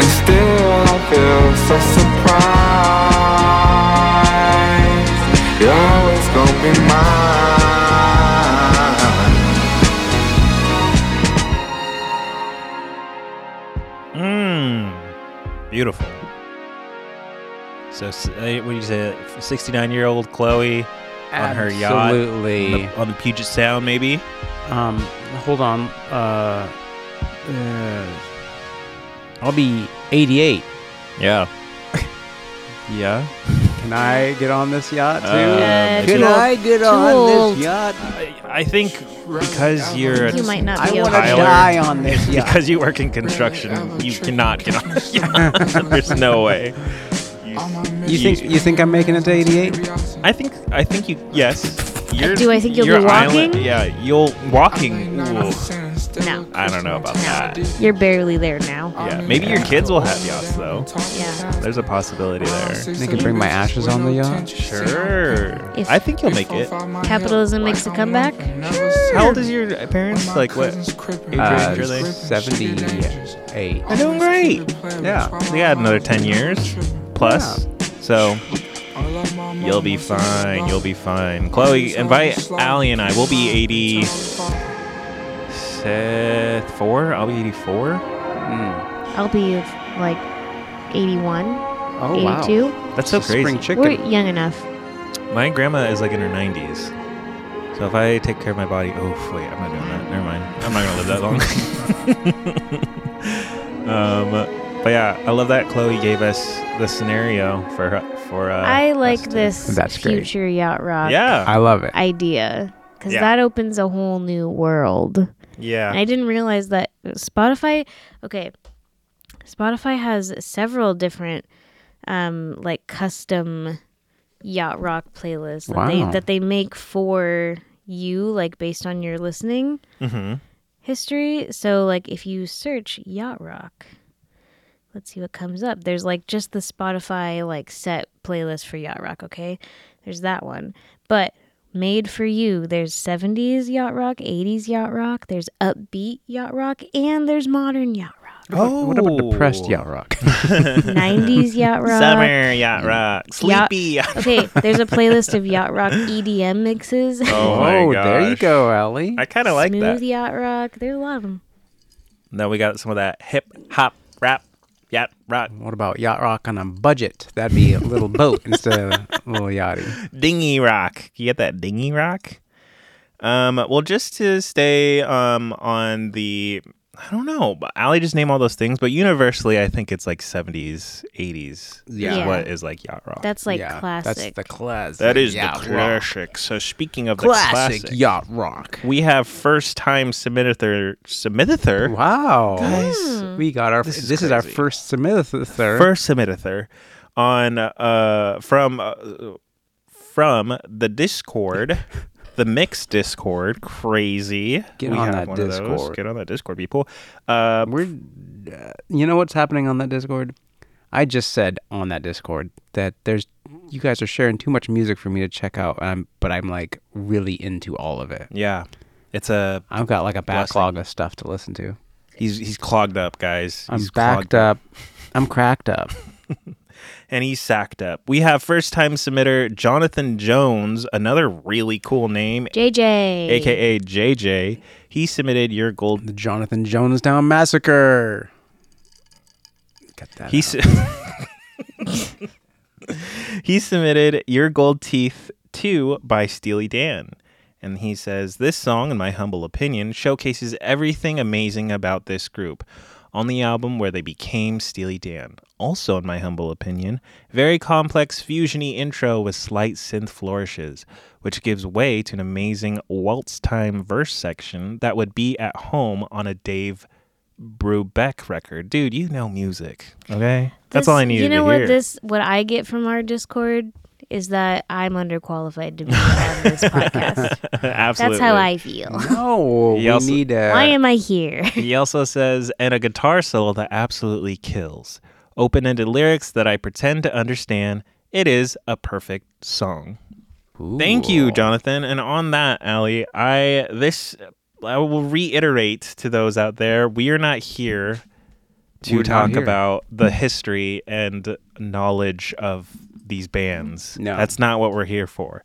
[SPEAKER 13] And still I feel so surprised. You're always gonna be mine.
[SPEAKER 1] Mmm. Beautiful. So, s- uh, what do you say? 69 year old Chloe on her yacht.
[SPEAKER 2] Absolutely.
[SPEAKER 1] On the, on the Puget Sound, maybe?
[SPEAKER 2] Um, hold on. Uh, uh, I'll be 88.
[SPEAKER 1] Yeah. yeah.
[SPEAKER 2] Can I get on this yacht too?
[SPEAKER 1] Uh,
[SPEAKER 2] Can
[SPEAKER 1] maybe.
[SPEAKER 2] I get
[SPEAKER 3] Too
[SPEAKER 2] on
[SPEAKER 3] old.
[SPEAKER 2] this yacht?
[SPEAKER 1] I think because you're a
[SPEAKER 3] You might not
[SPEAKER 2] I
[SPEAKER 3] be
[SPEAKER 2] want
[SPEAKER 3] able
[SPEAKER 2] to
[SPEAKER 1] Tyler.
[SPEAKER 2] die on this yacht.
[SPEAKER 1] because you work in construction, you cannot get on. Yeah, there's no way.
[SPEAKER 2] You think you think I'm making it to 88?
[SPEAKER 1] I think I think you yes. You're,
[SPEAKER 3] Do I think you'll
[SPEAKER 1] your
[SPEAKER 3] be
[SPEAKER 1] island-
[SPEAKER 3] walking?
[SPEAKER 1] yeah, you'll walking. Ooh,
[SPEAKER 3] No.
[SPEAKER 1] I don't know about that.
[SPEAKER 3] You're barely there now.
[SPEAKER 1] Yeah, maybe your kids will have yachts though.
[SPEAKER 3] Yeah.
[SPEAKER 1] There's a possibility there.
[SPEAKER 2] They could bring my ashes on the yacht.
[SPEAKER 1] Sure.
[SPEAKER 3] If-
[SPEAKER 1] I think you'll make it.
[SPEAKER 3] Capitalism makes a comeback.
[SPEAKER 1] How old is your uh, parents? Like what? Age
[SPEAKER 2] Uh,
[SPEAKER 1] range are they?
[SPEAKER 2] 78.
[SPEAKER 1] They're doing great.
[SPEAKER 2] Yeah.
[SPEAKER 1] They got another ten years plus. So You'll be fine. You'll be fine. Chloe, invite Allie and I. We'll be 80. Seth, four? I'll be 84.
[SPEAKER 2] Mm.
[SPEAKER 3] I'll be like 81,
[SPEAKER 2] Oh wow.
[SPEAKER 3] 82.
[SPEAKER 1] That's so
[SPEAKER 2] It's a Spring
[SPEAKER 1] crazy.
[SPEAKER 3] We're
[SPEAKER 2] chicken.
[SPEAKER 3] young enough.
[SPEAKER 1] Uh, My grandma is like in her 90s. So if I take care of my body, oh wait, I'm not doing that. Never mind. I'm not gonna live that long. um, but yeah, I love that Chloe gave us the scenario for her, for. Uh,
[SPEAKER 3] I
[SPEAKER 1] us
[SPEAKER 3] like
[SPEAKER 1] to-
[SPEAKER 3] this
[SPEAKER 2] That's great.
[SPEAKER 3] future yacht rock
[SPEAKER 1] Yeah.
[SPEAKER 2] I love it.
[SPEAKER 3] idea because
[SPEAKER 1] Yeah.
[SPEAKER 3] that opens a whole new world.
[SPEAKER 1] Yeah.
[SPEAKER 3] And I didn't realize that Spotify. Okay, Spotify has several different, um, like custom yacht rock playlists that
[SPEAKER 2] Wow.
[SPEAKER 3] they that they make for you, like based on your listening
[SPEAKER 1] mm-hmm.
[SPEAKER 3] history. So, like if you search yacht rock, let's see what comes up. There's like just the Spotify like set playlist for yacht rock. Okay, there's that one, but made for you. There's 70s yacht rock, 80s yacht rock, there's upbeat yacht rock, and there's modern yacht rock.
[SPEAKER 1] Oh.
[SPEAKER 2] What about depressed yacht rock?
[SPEAKER 3] 90s yacht rock.
[SPEAKER 1] Summer
[SPEAKER 2] Mm.
[SPEAKER 1] yacht rock.
[SPEAKER 3] Yacht-
[SPEAKER 1] Sleepy yacht
[SPEAKER 3] Okay, there's a playlist of yacht rock EDM mixes.
[SPEAKER 1] Oh, my
[SPEAKER 2] oh, there you
[SPEAKER 1] gosh.
[SPEAKER 2] go, Ellie.
[SPEAKER 1] I kind of like
[SPEAKER 3] Smooth
[SPEAKER 1] that.
[SPEAKER 3] yacht rock. There's a lot of them.
[SPEAKER 1] Now we got some of that hip hop rap, yacht rock,
[SPEAKER 2] What about yacht rock on a budget? That'd be a little boat instead of a little yachty.
[SPEAKER 1] dingy rock. You get that dingy rock? Um, well, just to stay um on the, I don't know, but Ali just named all those things, but universally, I think it's like seventies, eighties.
[SPEAKER 2] Yeah.
[SPEAKER 1] is what is like yacht rock?
[SPEAKER 3] That's like
[SPEAKER 2] yeah, That's
[SPEAKER 3] classic.
[SPEAKER 2] the classic.
[SPEAKER 1] That is
[SPEAKER 2] yacht
[SPEAKER 1] the
[SPEAKER 2] rock.
[SPEAKER 1] classic. So speaking of
[SPEAKER 2] classic.
[SPEAKER 1] the classic,
[SPEAKER 2] yacht rock.
[SPEAKER 1] we have first time submitter submitter.
[SPEAKER 2] Wow.
[SPEAKER 3] Hmm.
[SPEAKER 1] Guys,
[SPEAKER 2] we got our
[SPEAKER 1] this
[SPEAKER 2] this
[SPEAKER 1] is
[SPEAKER 2] is, our
[SPEAKER 1] crazy.
[SPEAKER 2] first Samantha third.
[SPEAKER 1] first submitter on uh from uh, from the Discord, the mixed Discord, crazy.
[SPEAKER 2] Get on that
[SPEAKER 1] one of those.
[SPEAKER 2] Discord.
[SPEAKER 1] Get on that Discord, people. Uh,
[SPEAKER 2] We're uh, You know what's happening on that Discord? I just said on that Discord that there's you guys are sharing too much music for me to check out um, but I'm like really into all of it.
[SPEAKER 1] yeah, it's a
[SPEAKER 2] I've got like a
[SPEAKER 1] Blessing.
[SPEAKER 2] backlog of stuff to listen to.
[SPEAKER 1] he's he's clogged up, guys.
[SPEAKER 2] I'm
[SPEAKER 1] he's
[SPEAKER 2] backed
[SPEAKER 1] clogged
[SPEAKER 2] up. I'm cracked up.
[SPEAKER 1] and he's sacked up. We have first time submitter Jonathan Jones, another really cool name,
[SPEAKER 3] JJ.
[SPEAKER 1] aka JJ. He submitted your gold
[SPEAKER 2] The Jonathan Jonestown Massacre. Cut that
[SPEAKER 1] He
[SPEAKER 2] out.
[SPEAKER 1] su- he submitted "Your Gold Teeth 2" by Steely Dan, and he says this song, in my humble opinion, showcases everything amazing about this group on the album where they became Steely Dan. Also, in my humble opinion, very complex fusiony intro with slight synth flourishes, which gives way to an amazing waltz time verse section that would be at home on a Dave Brubeck record. Dude, you know music, okay? That's
[SPEAKER 3] This-
[SPEAKER 1] all I needed
[SPEAKER 3] You know
[SPEAKER 1] to
[SPEAKER 3] what
[SPEAKER 1] hear.
[SPEAKER 3] this what I get from our Discord is that I'm underqualified to be on this podcast.
[SPEAKER 1] Absolutely.
[SPEAKER 3] That's how I feel.
[SPEAKER 2] No,
[SPEAKER 1] He
[SPEAKER 2] we
[SPEAKER 1] also-
[SPEAKER 2] need a.
[SPEAKER 3] Why am I here?
[SPEAKER 1] he also says, and a guitar solo that absolutely kills. Open ended lyrics that I pretend to understand. It is a perfect song. Thank you, Jonathan. And on that, Allie, I this I will reiterate to those out there, we are not here to
[SPEAKER 2] We're not
[SPEAKER 1] talk
[SPEAKER 2] here.
[SPEAKER 1] about the history and knowledge of these bands.
[SPEAKER 2] No.
[SPEAKER 1] That's not what we're here for.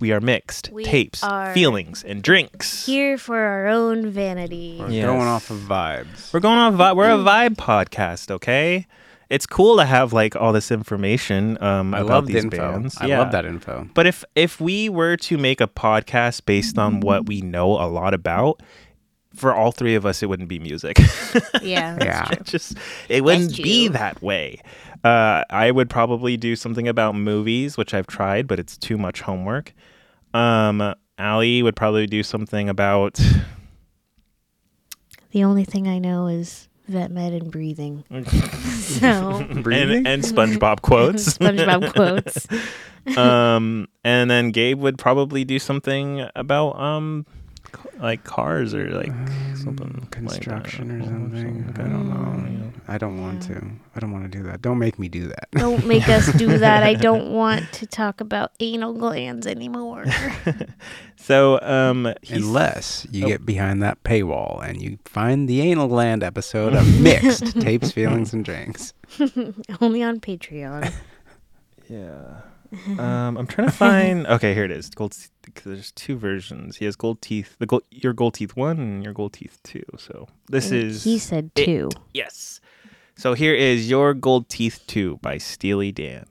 [SPEAKER 1] We are mixed
[SPEAKER 3] We
[SPEAKER 1] tapes,
[SPEAKER 3] are
[SPEAKER 1] feelings, and drinks.
[SPEAKER 3] here for our own vanity.
[SPEAKER 2] We're
[SPEAKER 1] Yes.
[SPEAKER 2] throwing off of vibes.
[SPEAKER 1] We're going on. Vi- we're a vibe podcast, okay? It's cool to have like all this information um,
[SPEAKER 2] I
[SPEAKER 1] about
[SPEAKER 2] love the
[SPEAKER 1] these
[SPEAKER 2] info.
[SPEAKER 1] bands.
[SPEAKER 2] I
[SPEAKER 1] Yeah.
[SPEAKER 2] love that info.
[SPEAKER 1] But if if we were to make a podcast based on what we know a lot about, for all three of us, it wouldn't be music.
[SPEAKER 3] Yeah.
[SPEAKER 2] Yeah.
[SPEAKER 1] It just it wouldn't be
[SPEAKER 3] you.
[SPEAKER 1] that way. Uh, I would probably do something about movies, which I've tried, but it's too much homework. Um, Ali would probably do something about
[SPEAKER 3] The only thing I know is vet med and breathing. so
[SPEAKER 1] and, and SpongeBob quotes.
[SPEAKER 3] SpongeBob quotes.
[SPEAKER 1] um, and then Gabe would probably do something about um, c- like cars or like something
[SPEAKER 2] Um, Construction
[SPEAKER 1] like
[SPEAKER 2] or
[SPEAKER 1] that. Oh,
[SPEAKER 2] something. Um, I don't know. I don't want to. I don't want to do that. Don't make me do that.
[SPEAKER 3] Don't make us do that. I don't want to talk about anal glands anymore.
[SPEAKER 1] So um, he's
[SPEAKER 2] Unless you
[SPEAKER 1] Oh.
[SPEAKER 2] get behind that paywall and you find the anal gland episode of Mixed Tapes, Feelings, and Drinks.
[SPEAKER 3] Only on Patreon.
[SPEAKER 1] yeah. Um, I'm trying to find. Okay, here it is. Gold. teeth- 'cause there's two versions. He has gold teeth. The gold, your gold teeth one and your gold teeth two. So this is
[SPEAKER 3] He said
[SPEAKER 1] it.
[SPEAKER 3] two.
[SPEAKER 1] Yes. So here is Your Gold Teeth 2 by Steely Dan.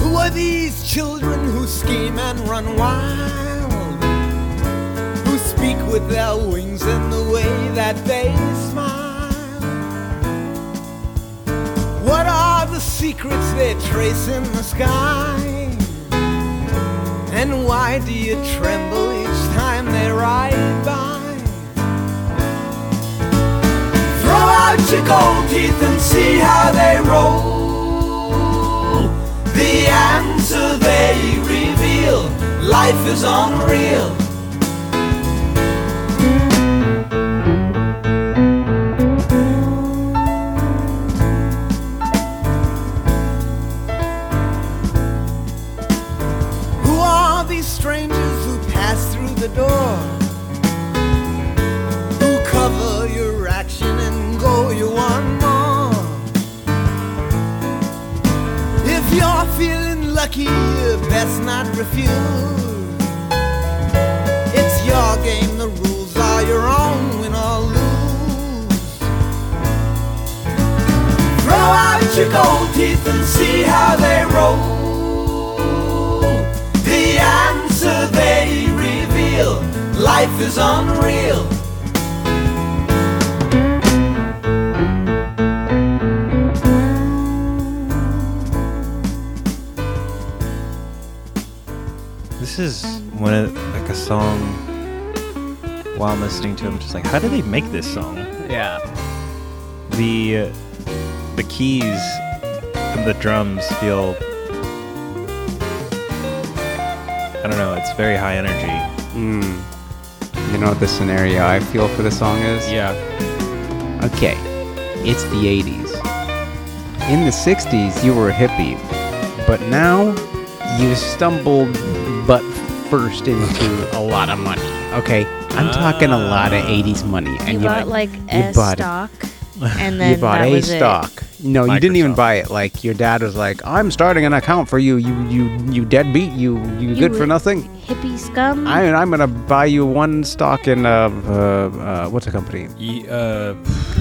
[SPEAKER 6] Who are these children who scheme and run wild? Who speak with their wings in the way that they smile? What are the secrets they trace in the sky? And why do you tremble each time they ride by? Throw out your gold teeth and see how they roll. The answer they reveal. Life is unreal. Who are these strangers who pass through the door? Who cover your action and go you one more? If you're feeling lucky, you best not refuse. It's your game, the rules are your own, win or lose. Throw out your gold teeth and see how they roll. The answer they reveal, life is unreal.
[SPEAKER 1] This is one of like a song while I'm listening to it, I'm just like, how did they make this song?
[SPEAKER 2] Yeah.
[SPEAKER 1] The the keys and the drums feel I don't know, it's very high energy.
[SPEAKER 2] Mm. You know what the scenario I feel for the song is?
[SPEAKER 1] Yeah.
[SPEAKER 2] Okay. It's the 80s. In the 60s, you were a hippie, but now you stumbled butt first into a lot of money. Okay, I'm talking a lot of '80s money, and
[SPEAKER 3] You
[SPEAKER 2] you're
[SPEAKER 3] bought like
[SPEAKER 2] you
[SPEAKER 3] a
[SPEAKER 2] bought it.
[SPEAKER 3] stock, and then
[SPEAKER 2] you bought
[SPEAKER 3] that
[SPEAKER 2] a
[SPEAKER 3] was
[SPEAKER 2] stock. No, you didn't even buy it. Like your dad was like, "I'm starting an account for you. You, you, you deadbeat. You, you,
[SPEAKER 3] You
[SPEAKER 2] good for
[SPEAKER 3] li-
[SPEAKER 2] nothing.
[SPEAKER 3] it. Hippie scum.
[SPEAKER 2] I, I'm gonna buy you one stock in uh, uh, uh what's the company?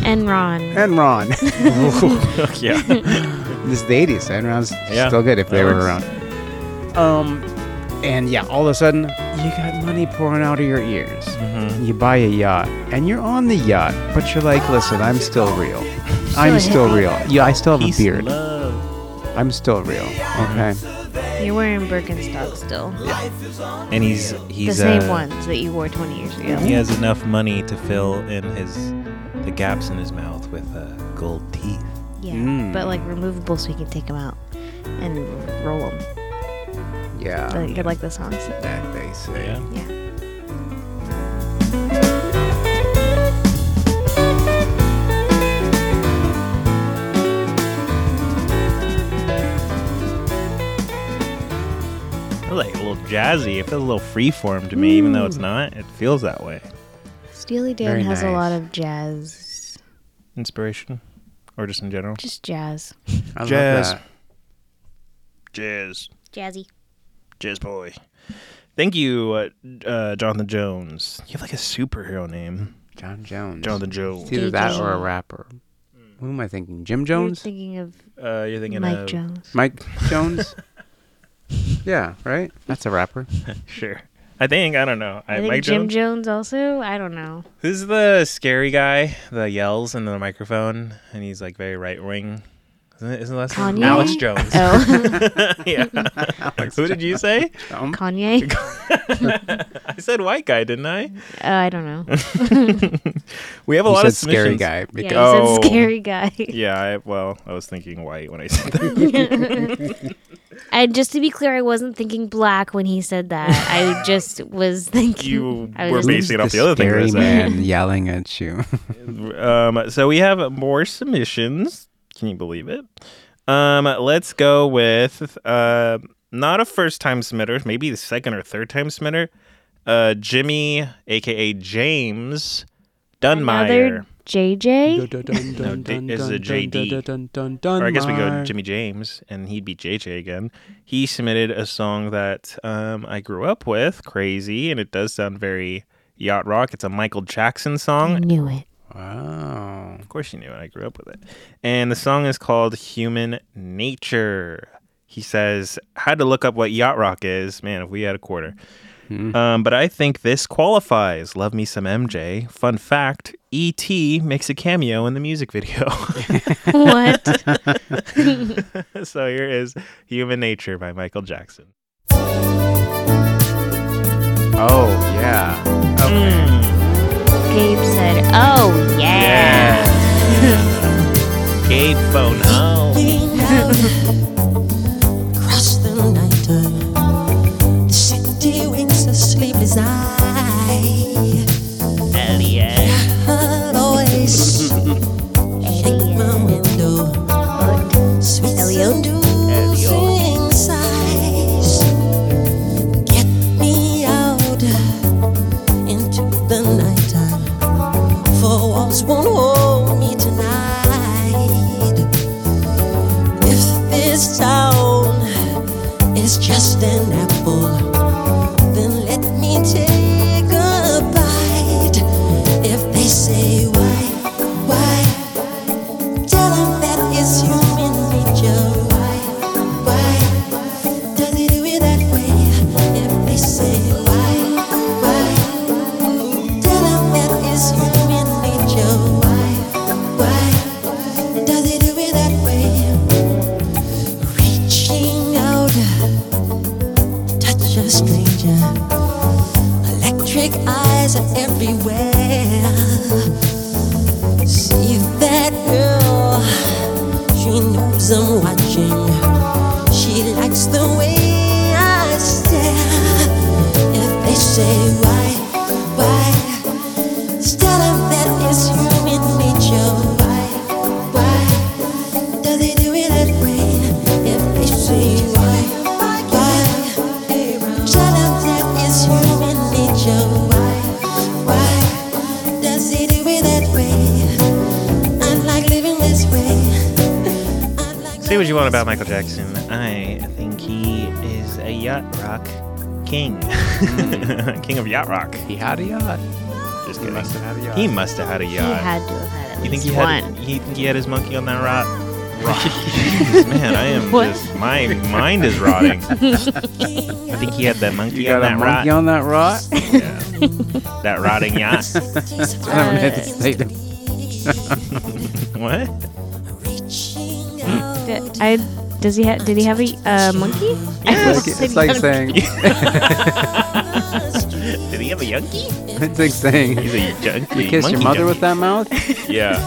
[SPEAKER 3] Enron.
[SPEAKER 2] Enron.
[SPEAKER 1] yeah.
[SPEAKER 2] this is the 80s. Enron's
[SPEAKER 1] Yeah,
[SPEAKER 2] still good if they
[SPEAKER 1] that
[SPEAKER 2] were
[SPEAKER 1] works.
[SPEAKER 2] around. Um, and yeah, all of a sudden, you got money pouring out of your ears.
[SPEAKER 1] Mm-hmm.
[SPEAKER 2] You buy a yacht, and you're on the yacht, but you're like, listen, I'm still real. I'm still real. Yeah, I still have a beard. I'm still real.
[SPEAKER 1] Mm-hmm.
[SPEAKER 2] Okay.
[SPEAKER 3] You're wearing Birkenstocks still.
[SPEAKER 1] And he's he's
[SPEAKER 3] the same
[SPEAKER 1] uh,
[SPEAKER 3] ones that you wore 20 years ago.
[SPEAKER 1] He has enough money to fill in his the gaps in his mouth with uh, gold teeth.
[SPEAKER 3] Yeah,
[SPEAKER 1] Mm.
[SPEAKER 3] but like removable so you can take them out and r- roll them.
[SPEAKER 2] Yeah.
[SPEAKER 3] Like, like the song said.
[SPEAKER 2] That they say.
[SPEAKER 1] Yeah. I like a little jazzy. It feels a little freeform to me, even though it's
[SPEAKER 3] Mm.
[SPEAKER 1] not. It feels that way.
[SPEAKER 3] Steely Dan
[SPEAKER 1] Very
[SPEAKER 3] has a lot of jazz.
[SPEAKER 1] Inspiration, or just in general.
[SPEAKER 3] Just jazz.
[SPEAKER 1] love Jazz. that. Jazz.
[SPEAKER 3] Jazzy.
[SPEAKER 1] Jazz boy. Thank you, uh, uh, Jonathan Jones. You have like a superhero name.
[SPEAKER 2] John Jones.
[SPEAKER 1] Jonathan Jones.
[SPEAKER 2] It's either that or a rapper.
[SPEAKER 1] Mm.
[SPEAKER 2] Who am I thinking? Jim Jones?
[SPEAKER 3] You're thinking of
[SPEAKER 1] Uh, you're thinking
[SPEAKER 3] Mike
[SPEAKER 1] of-
[SPEAKER 3] Jones.
[SPEAKER 2] Mike Jones? yeah, right? That's a rapper.
[SPEAKER 1] sure. I think I don't know.
[SPEAKER 3] I
[SPEAKER 1] I,
[SPEAKER 3] think
[SPEAKER 1] Mike
[SPEAKER 3] Jim
[SPEAKER 1] Jones.
[SPEAKER 3] Jones also. I don't know.
[SPEAKER 1] Who's the scary guy that yells into the microphone and he's like very right wing? Isn't, it, isn't that his name?
[SPEAKER 3] Kanye?
[SPEAKER 1] Alex Jones?
[SPEAKER 3] Oh.
[SPEAKER 1] yeah. Who did you say?
[SPEAKER 3] Kanye.
[SPEAKER 1] I said white guy, didn't I?
[SPEAKER 3] Uh, I don't know.
[SPEAKER 1] We have a
[SPEAKER 2] You
[SPEAKER 1] lot of
[SPEAKER 2] said scary
[SPEAKER 1] submissions.
[SPEAKER 2] guy Yeah,
[SPEAKER 3] because- you said scary guy.
[SPEAKER 1] yeah. I, well, I was thinking white when I said that.
[SPEAKER 3] and just to be clear, I wasn't thinking black when he said that. I just was thinking.
[SPEAKER 1] You
[SPEAKER 3] I was
[SPEAKER 1] were
[SPEAKER 3] just-
[SPEAKER 1] basing it off the other thing
[SPEAKER 2] Scary
[SPEAKER 1] I said.
[SPEAKER 2] man yelling at you.
[SPEAKER 1] um, so we have more submissions. Can you believe it? Um, let's go with uh, not a first time submitter, maybe the second or third time submitter. Uh, Jimmy, aka James Dunmeyer.
[SPEAKER 3] Another JJ.
[SPEAKER 1] No, D- is it JD?
[SPEAKER 2] dun,
[SPEAKER 1] Or I guess we go
[SPEAKER 2] my-
[SPEAKER 1] Jimmy James, and he'd be JJ again. He submitted a song that um, I grew up with, "Crazy," and it does sound very yacht rock. It's a Michael Jackson song.
[SPEAKER 2] Mm-hmm.
[SPEAKER 3] knew it.
[SPEAKER 2] Wow.
[SPEAKER 1] Of course you knew it. I grew up with it. And the song is called "Human Nature." He says, "Had to look up what yacht rock is. Man, if we had a quarter."
[SPEAKER 2] Mm-hmm.
[SPEAKER 1] Um, but I think this qualifies. Love me some MJ. Fun fact: E.T. makes a cameo in the music video.
[SPEAKER 3] What?
[SPEAKER 1] so here is "Human Nature" by Michael Jackson.
[SPEAKER 2] Oh yeah.
[SPEAKER 3] Gabe said, "Oh yeah."
[SPEAKER 1] Gabe phone
[SPEAKER 11] Across the night, uh, the city winks a sleepless eye.
[SPEAKER 1] Hell yeah.
[SPEAKER 11] Heard always hitting my window. Sweet seducing sighs. Get me out into the night. For walls won't hold me tonight. If this town is just an apple, then let me take a bite. If they say why, why, tell them that it's human nature. Why, why, does it do it that way? If they say why, why, tell them that it's human nature. Why, why, does it do it that way? Reaching out, touch a stranger. Electric eyes are everywhere. See that girl, she knows I'm watching. She likes the way I stare. If they say why, why, just tell them that it's human nature. Why, why, do they do it that way? If they say why, why, tell them that it's human nature. Why,
[SPEAKER 1] what you want about Michael Jackson. I think he is a yacht rock king. king of yacht rock. He
[SPEAKER 2] had a yacht.
[SPEAKER 1] Just kidding. He must have
[SPEAKER 2] had a
[SPEAKER 1] yacht. He must have had a yacht.
[SPEAKER 3] had to have had at
[SPEAKER 1] You think
[SPEAKER 3] least
[SPEAKER 1] he
[SPEAKER 3] one.
[SPEAKER 1] had? You think he had his monkey on that rock? Rock. Jeez, man, I am
[SPEAKER 3] What?
[SPEAKER 1] just my mind is rotting. I think he had that monkey
[SPEAKER 2] You got
[SPEAKER 1] on that
[SPEAKER 2] a monkey
[SPEAKER 1] rot.
[SPEAKER 2] on that rot?
[SPEAKER 1] Yeah. that rotting yacht.
[SPEAKER 2] I'm gonna say to-
[SPEAKER 1] what?
[SPEAKER 3] D- I does he have? Did he have a uh, monkey? I almost
[SPEAKER 2] It's like,
[SPEAKER 3] said
[SPEAKER 2] it's like
[SPEAKER 3] monkey.
[SPEAKER 2] saying.
[SPEAKER 1] Did he have a monkey?
[SPEAKER 2] It's like saying.
[SPEAKER 1] He's a junkie.
[SPEAKER 2] You kissed
[SPEAKER 1] monkey
[SPEAKER 2] your mother
[SPEAKER 1] junkie.
[SPEAKER 2] with that mouth?
[SPEAKER 1] Yeah.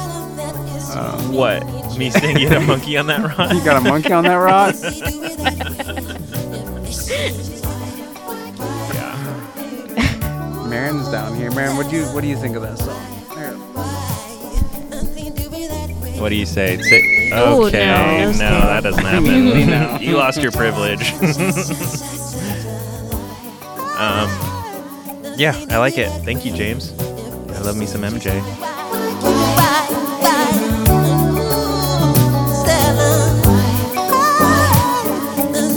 [SPEAKER 1] what? Me saying you had a monkey on that rock?
[SPEAKER 2] You got a monkey on that rock? Marin's down here. Marin, what do you what do you think of that song?
[SPEAKER 1] What do you say? Say-
[SPEAKER 2] Oh, no,
[SPEAKER 1] okay,
[SPEAKER 2] that
[SPEAKER 1] no,
[SPEAKER 2] was good.
[SPEAKER 1] that doesn't
[SPEAKER 2] Mm,
[SPEAKER 1] happen.
[SPEAKER 2] no.
[SPEAKER 1] You lost your privilege. um, yeah, I like it. Thank you, James. I love me some MJ.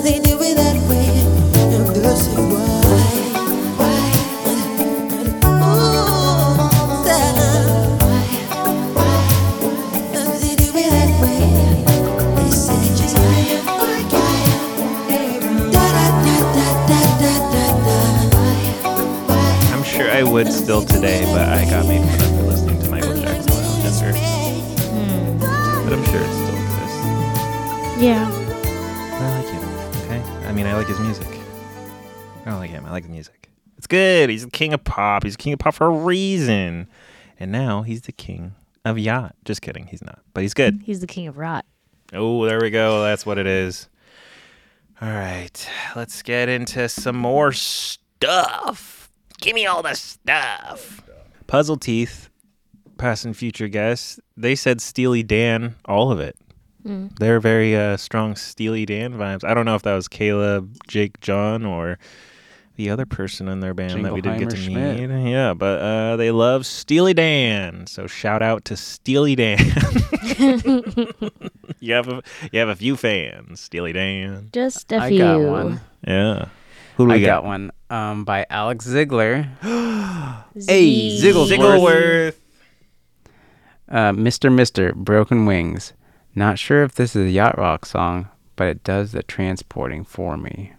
[SPEAKER 11] They do it that way, and they'll say why, why, Stella. They do it that way. They say just why, why, why, da da da da da da da da.
[SPEAKER 1] I'm sure I would still today, but I got made fun of for listening to Michael Jackson when I was younger. But I'm sure it still exists.
[SPEAKER 3] Yeah.
[SPEAKER 1] I like him. Okay. I mean, I like his music. I don't like him. I like the music. It's good. He's the king of pop. He's the king of pop for a reason. And now he's the king of yacht. Just kidding. He's not. But he's good.
[SPEAKER 3] He's the king of rot.
[SPEAKER 1] Oh, there we go. That's what it is. All right. Let's get into some more stuff. Give me all the stuff. Puzzle Teeth, past and future guests, they said Steely Dan, all of it.
[SPEAKER 4] Mm.
[SPEAKER 1] They're very uh, strong Steely Dan vibes. I don't know if that was Caleb, Jake, John, or the other person in their band that we didn't get to
[SPEAKER 2] Jingleheimer
[SPEAKER 1] meet.
[SPEAKER 2] Schmidt.
[SPEAKER 1] Yeah, but uh, they love Steely Dan. So shout out to Steely Dan. you have a, you have a few fans, Steely Dan.
[SPEAKER 3] Just a
[SPEAKER 2] I
[SPEAKER 3] few.
[SPEAKER 2] got one.
[SPEAKER 1] Yeah. Who do we
[SPEAKER 2] I
[SPEAKER 1] got?
[SPEAKER 2] got one um, by Alex Ziegler. hey,
[SPEAKER 3] Zee.
[SPEAKER 2] Zigglesworth.
[SPEAKER 1] Zigglesworth.
[SPEAKER 2] Uh, Mr. Mister, Broken Wings. Not sure if this is a Yacht Rock song, but it does the transporting for me.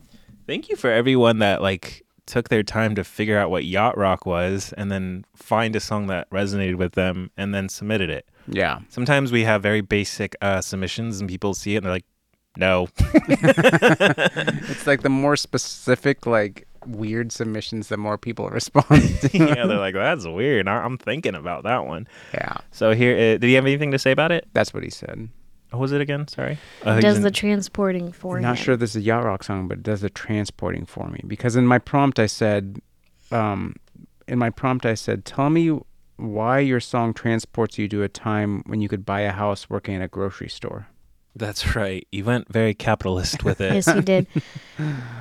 [SPEAKER 1] Thank you for everyone that like took their time to figure out what yacht rock was and then find a song that resonated with them and then submitted it.
[SPEAKER 2] Yeah.
[SPEAKER 1] Sometimes we have very basic uh, submissions and people see it and they're like, no.
[SPEAKER 2] It's like the more specific, like weird submissions, the more people respond. To.
[SPEAKER 1] yeah, they're like, that's weird. I- I'm thinking about that one.
[SPEAKER 2] Yeah.
[SPEAKER 1] So here, uh, did he have anything to say about it?
[SPEAKER 2] That's what he said.
[SPEAKER 1] What was it again? Sorry.
[SPEAKER 3] does the transporting for
[SPEAKER 2] Not
[SPEAKER 3] him.
[SPEAKER 2] sure this is a yacht rock song, but it does the transporting for me because in my prompt I said, um, in my prompt I said, tell me why your song transports you to a time when you could buy a house working at a grocery store.
[SPEAKER 1] That's right. You went very capitalist with it.
[SPEAKER 3] Yes, he did.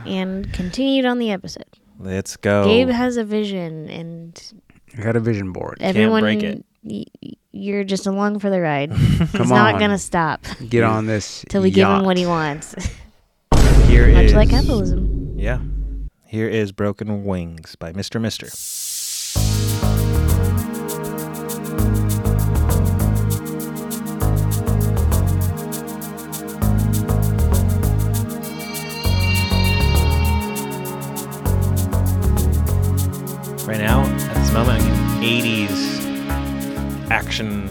[SPEAKER 3] and continued on the episode.
[SPEAKER 1] Let's go.
[SPEAKER 3] Gabe has a vision, and
[SPEAKER 2] I got a vision board.
[SPEAKER 3] everyone,
[SPEAKER 1] break it.
[SPEAKER 3] y- y- you're just along for the ride. He's not
[SPEAKER 2] on.
[SPEAKER 3] gonna stop
[SPEAKER 2] Get on this
[SPEAKER 3] till we give him what he
[SPEAKER 2] yacht.
[SPEAKER 3] wants.
[SPEAKER 1] Here
[SPEAKER 3] Much
[SPEAKER 1] is-
[SPEAKER 3] like capitalism.
[SPEAKER 1] Yeah. Here is Broken Wings by Mr. Mister. Right now, at this moment, I'm in 80s action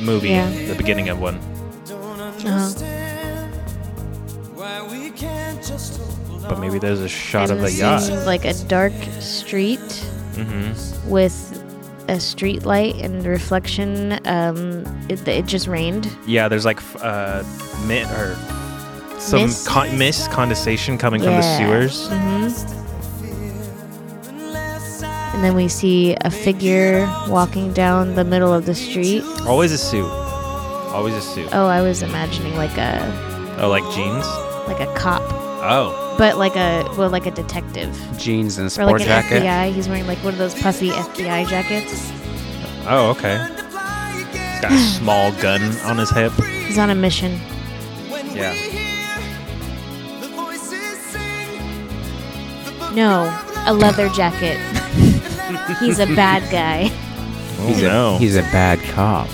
[SPEAKER 1] movie,
[SPEAKER 3] Yeah.
[SPEAKER 1] the beginning of one. But maybe there's a shot of
[SPEAKER 3] Uh-huh. And
[SPEAKER 1] the
[SPEAKER 3] this
[SPEAKER 1] yacht.
[SPEAKER 3] is like a dark street
[SPEAKER 1] Mhm.
[SPEAKER 3] with a street light and reflection. Um, it, it just rained.
[SPEAKER 1] Yeah, there's like f- uh, mint or some
[SPEAKER 3] Mist?
[SPEAKER 1] Con- mist condensation coming from the
[SPEAKER 3] Yeah.
[SPEAKER 1] sewers.
[SPEAKER 3] Mhm. And then we see a figure walking down the middle of the street.
[SPEAKER 1] Always a suit. Always a suit.
[SPEAKER 3] Oh, I was imagining like a
[SPEAKER 1] Oh, like jeans.
[SPEAKER 3] like a cop,
[SPEAKER 1] Oh,
[SPEAKER 3] but like a well, like a detective
[SPEAKER 2] Jeans and a
[SPEAKER 3] or
[SPEAKER 2] sport
[SPEAKER 3] like an
[SPEAKER 2] jacket.
[SPEAKER 3] FBI. He's wearing like one of those puffy FBI jackets.
[SPEAKER 1] oh, okay. He's got a small gun on his hip.
[SPEAKER 3] He's on a mission.
[SPEAKER 1] Yeah.
[SPEAKER 3] No, a leather jacket. He's a bad guy.
[SPEAKER 2] he's
[SPEAKER 1] no.
[SPEAKER 2] a he's a bad cop.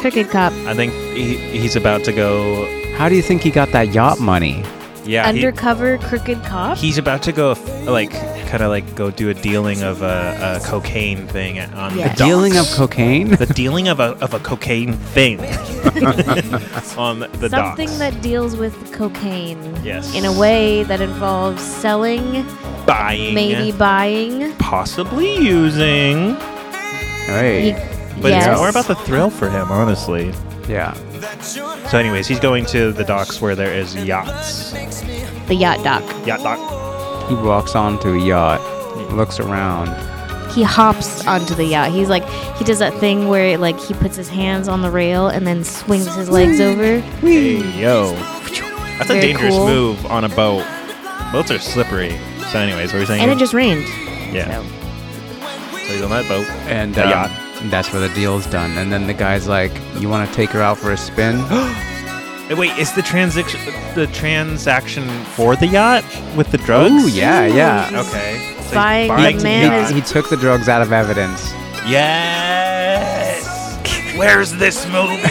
[SPEAKER 3] Crooked cop.
[SPEAKER 1] I think he, he's about to go.
[SPEAKER 2] How do you think he got that yacht money?
[SPEAKER 1] Yeah. he-
[SPEAKER 3] Undercover crooked cop?
[SPEAKER 1] he's about to go, like, kind of like go do a dealing of a, a cocaine thing on
[SPEAKER 3] Yeah.
[SPEAKER 1] the
[SPEAKER 2] The dealing of
[SPEAKER 1] docks.
[SPEAKER 2] cocaine.
[SPEAKER 1] the dealing of a of a cocaine thing on the
[SPEAKER 3] Something
[SPEAKER 1] docks.
[SPEAKER 3] that deals with cocaine.
[SPEAKER 1] Yes.
[SPEAKER 3] In a way that involves selling,
[SPEAKER 1] buying,
[SPEAKER 3] maybe buying.
[SPEAKER 1] possibly using.
[SPEAKER 2] Hey.
[SPEAKER 1] But
[SPEAKER 3] Yes.
[SPEAKER 1] it's more about the thrill for him, honestly.
[SPEAKER 2] Yeah.
[SPEAKER 1] So, anyways, he's going to the docks where there is yachts.
[SPEAKER 3] The yacht dock.
[SPEAKER 1] Yacht dock.
[SPEAKER 2] He walks onto a yacht,
[SPEAKER 1] Hmm.
[SPEAKER 2] looks around.
[SPEAKER 3] He hops onto the yacht. He's like, he does that thing where like he puts his hands on the rail and then swings his legs over.
[SPEAKER 1] Hey, yo. That's a
[SPEAKER 3] Very
[SPEAKER 1] dangerous
[SPEAKER 3] cool.
[SPEAKER 1] move on a boat. Boats are slippery. So, anyways, what are we saying?
[SPEAKER 3] And it just rained.
[SPEAKER 1] yeah. So. he's on that boat.
[SPEAKER 2] And
[SPEAKER 1] A
[SPEAKER 2] um,
[SPEAKER 1] yacht.
[SPEAKER 2] that's where the deal's done. And then the guy's like, "You want to take her out for a spin?"
[SPEAKER 1] Hey, Wait, is the transaction the transaction for the yacht with the drugs?
[SPEAKER 2] Ooh, yeah, yeah.
[SPEAKER 1] Okay. So he's
[SPEAKER 3] Buying the man
[SPEAKER 1] yacht.
[SPEAKER 3] is-
[SPEAKER 2] He took the drugs out of evidence.
[SPEAKER 1] Yes. Where's this movie?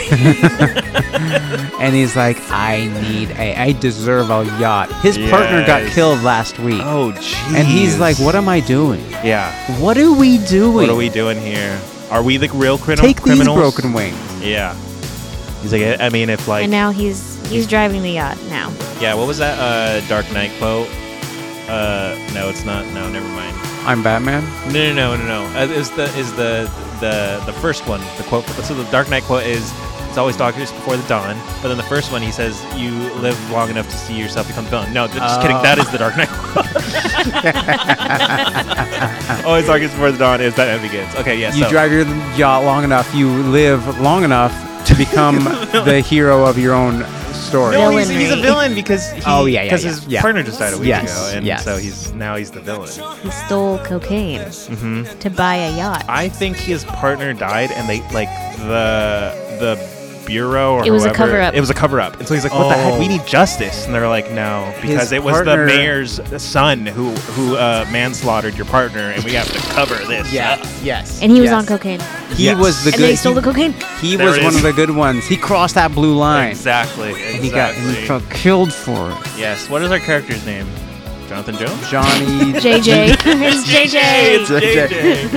[SPEAKER 2] And he's like, "I need a, I deserve a yacht." His partner got
[SPEAKER 1] Yes.
[SPEAKER 2] killed last week.
[SPEAKER 1] oh, jeez.
[SPEAKER 2] And he's like, "What am I doing?
[SPEAKER 1] Yeah.
[SPEAKER 2] What are we doing?
[SPEAKER 1] What are we doing here? Are we the real crim-
[SPEAKER 2] Take these
[SPEAKER 1] criminals?
[SPEAKER 2] broken wings."
[SPEAKER 1] Yeah. He's like, I I mean, if like,
[SPEAKER 3] and now he's he's driving the yacht now.
[SPEAKER 1] yeah. What was that uh, Dark Knight quote? Uh, no, it's not. No, never mind.
[SPEAKER 2] I'm Batman.
[SPEAKER 1] No, no, no, no, no. Uh, is the is the the the first one the quote? So the Dark Knight quote is, "It's always darkest before the dawn." But then the first one he says, "You live long enough to see yourself become villain." No, th- just kidding.
[SPEAKER 2] Oh.
[SPEAKER 1] That is the Dark Knight. quote. always darkest before the dawn is Batman Begins. Okay, yes.
[SPEAKER 2] You
[SPEAKER 1] so,
[SPEAKER 2] drive your yacht long enough, you live long enough to become the hero of your own story.
[SPEAKER 1] No,
[SPEAKER 3] Villainry.
[SPEAKER 1] he's, he's a villain because he,
[SPEAKER 2] Oh, yeah, yeah,
[SPEAKER 1] because
[SPEAKER 2] yeah,
[SPEAKER 1] his
[SPEAKER 2] yeah.
[SPEAKER 1] partner just died a week
[SPEAKER 2] Yes,
[SPEAKER 1] ago, and
[SPEAKER 2] yes.
[SPEAKER 1] so he's now he's the villain.
[SPEAKER 3] He stole cocaine
[SPEAKER 1] hmm
[SPEAKER 2] Mm-hmm.
[SPEAKER 3] to buy a yacht.
[SPEAKER 1] I think his partner died, and they like the the bureau or
[SPEAKER 3] It was a
[SPEAKER 1] whoever-
[SPEAKER 3] cover-up.
[SPEAKER 1] It was a cover up, and so he's like, "What the heck?
[SPEAKER 2] Oh.
[SPEAKER 1] We need justice." And they're like, "No, because
[SPEAKER 2] His
[SPEAKER 1] it was
[SPEAKER 2] partner-
[SPEAKER 1] the mayor's son who who uh, manslaughtered your partner, and we have to cover this." up."
[SPEAKER 2] yes.
[SPEAKER 3] And he was on cocaine.
[SPEAKER 2] He
[SPEAKER 1] Yes.
[SPEAKER 2] was the
[SPEAKER 3] and
[SPEAKER 2] good.
[SPEAKER 3] they stole the cocaine.
[SPEAKER 2] he
[SPEAKER 1] There
[SPEAKER 2] was
[SPEAKER 1] it
[SPEAKER 2] one
[SPEAKER 1] is.
[SPEAKER 2] of the good ones. He crossed that blue line,
[SPEAKER 1] exactly. Exactly.
[SPEAKER 2] and he got and he got killed for it.
[SPEAKER 1] yes. What is our character's name? Jonathan Jones.
[SPEAKER 2] Johnny
[SPEAKER 3] JJ. it's JJ.
[SPEAKER 1] It's JJ.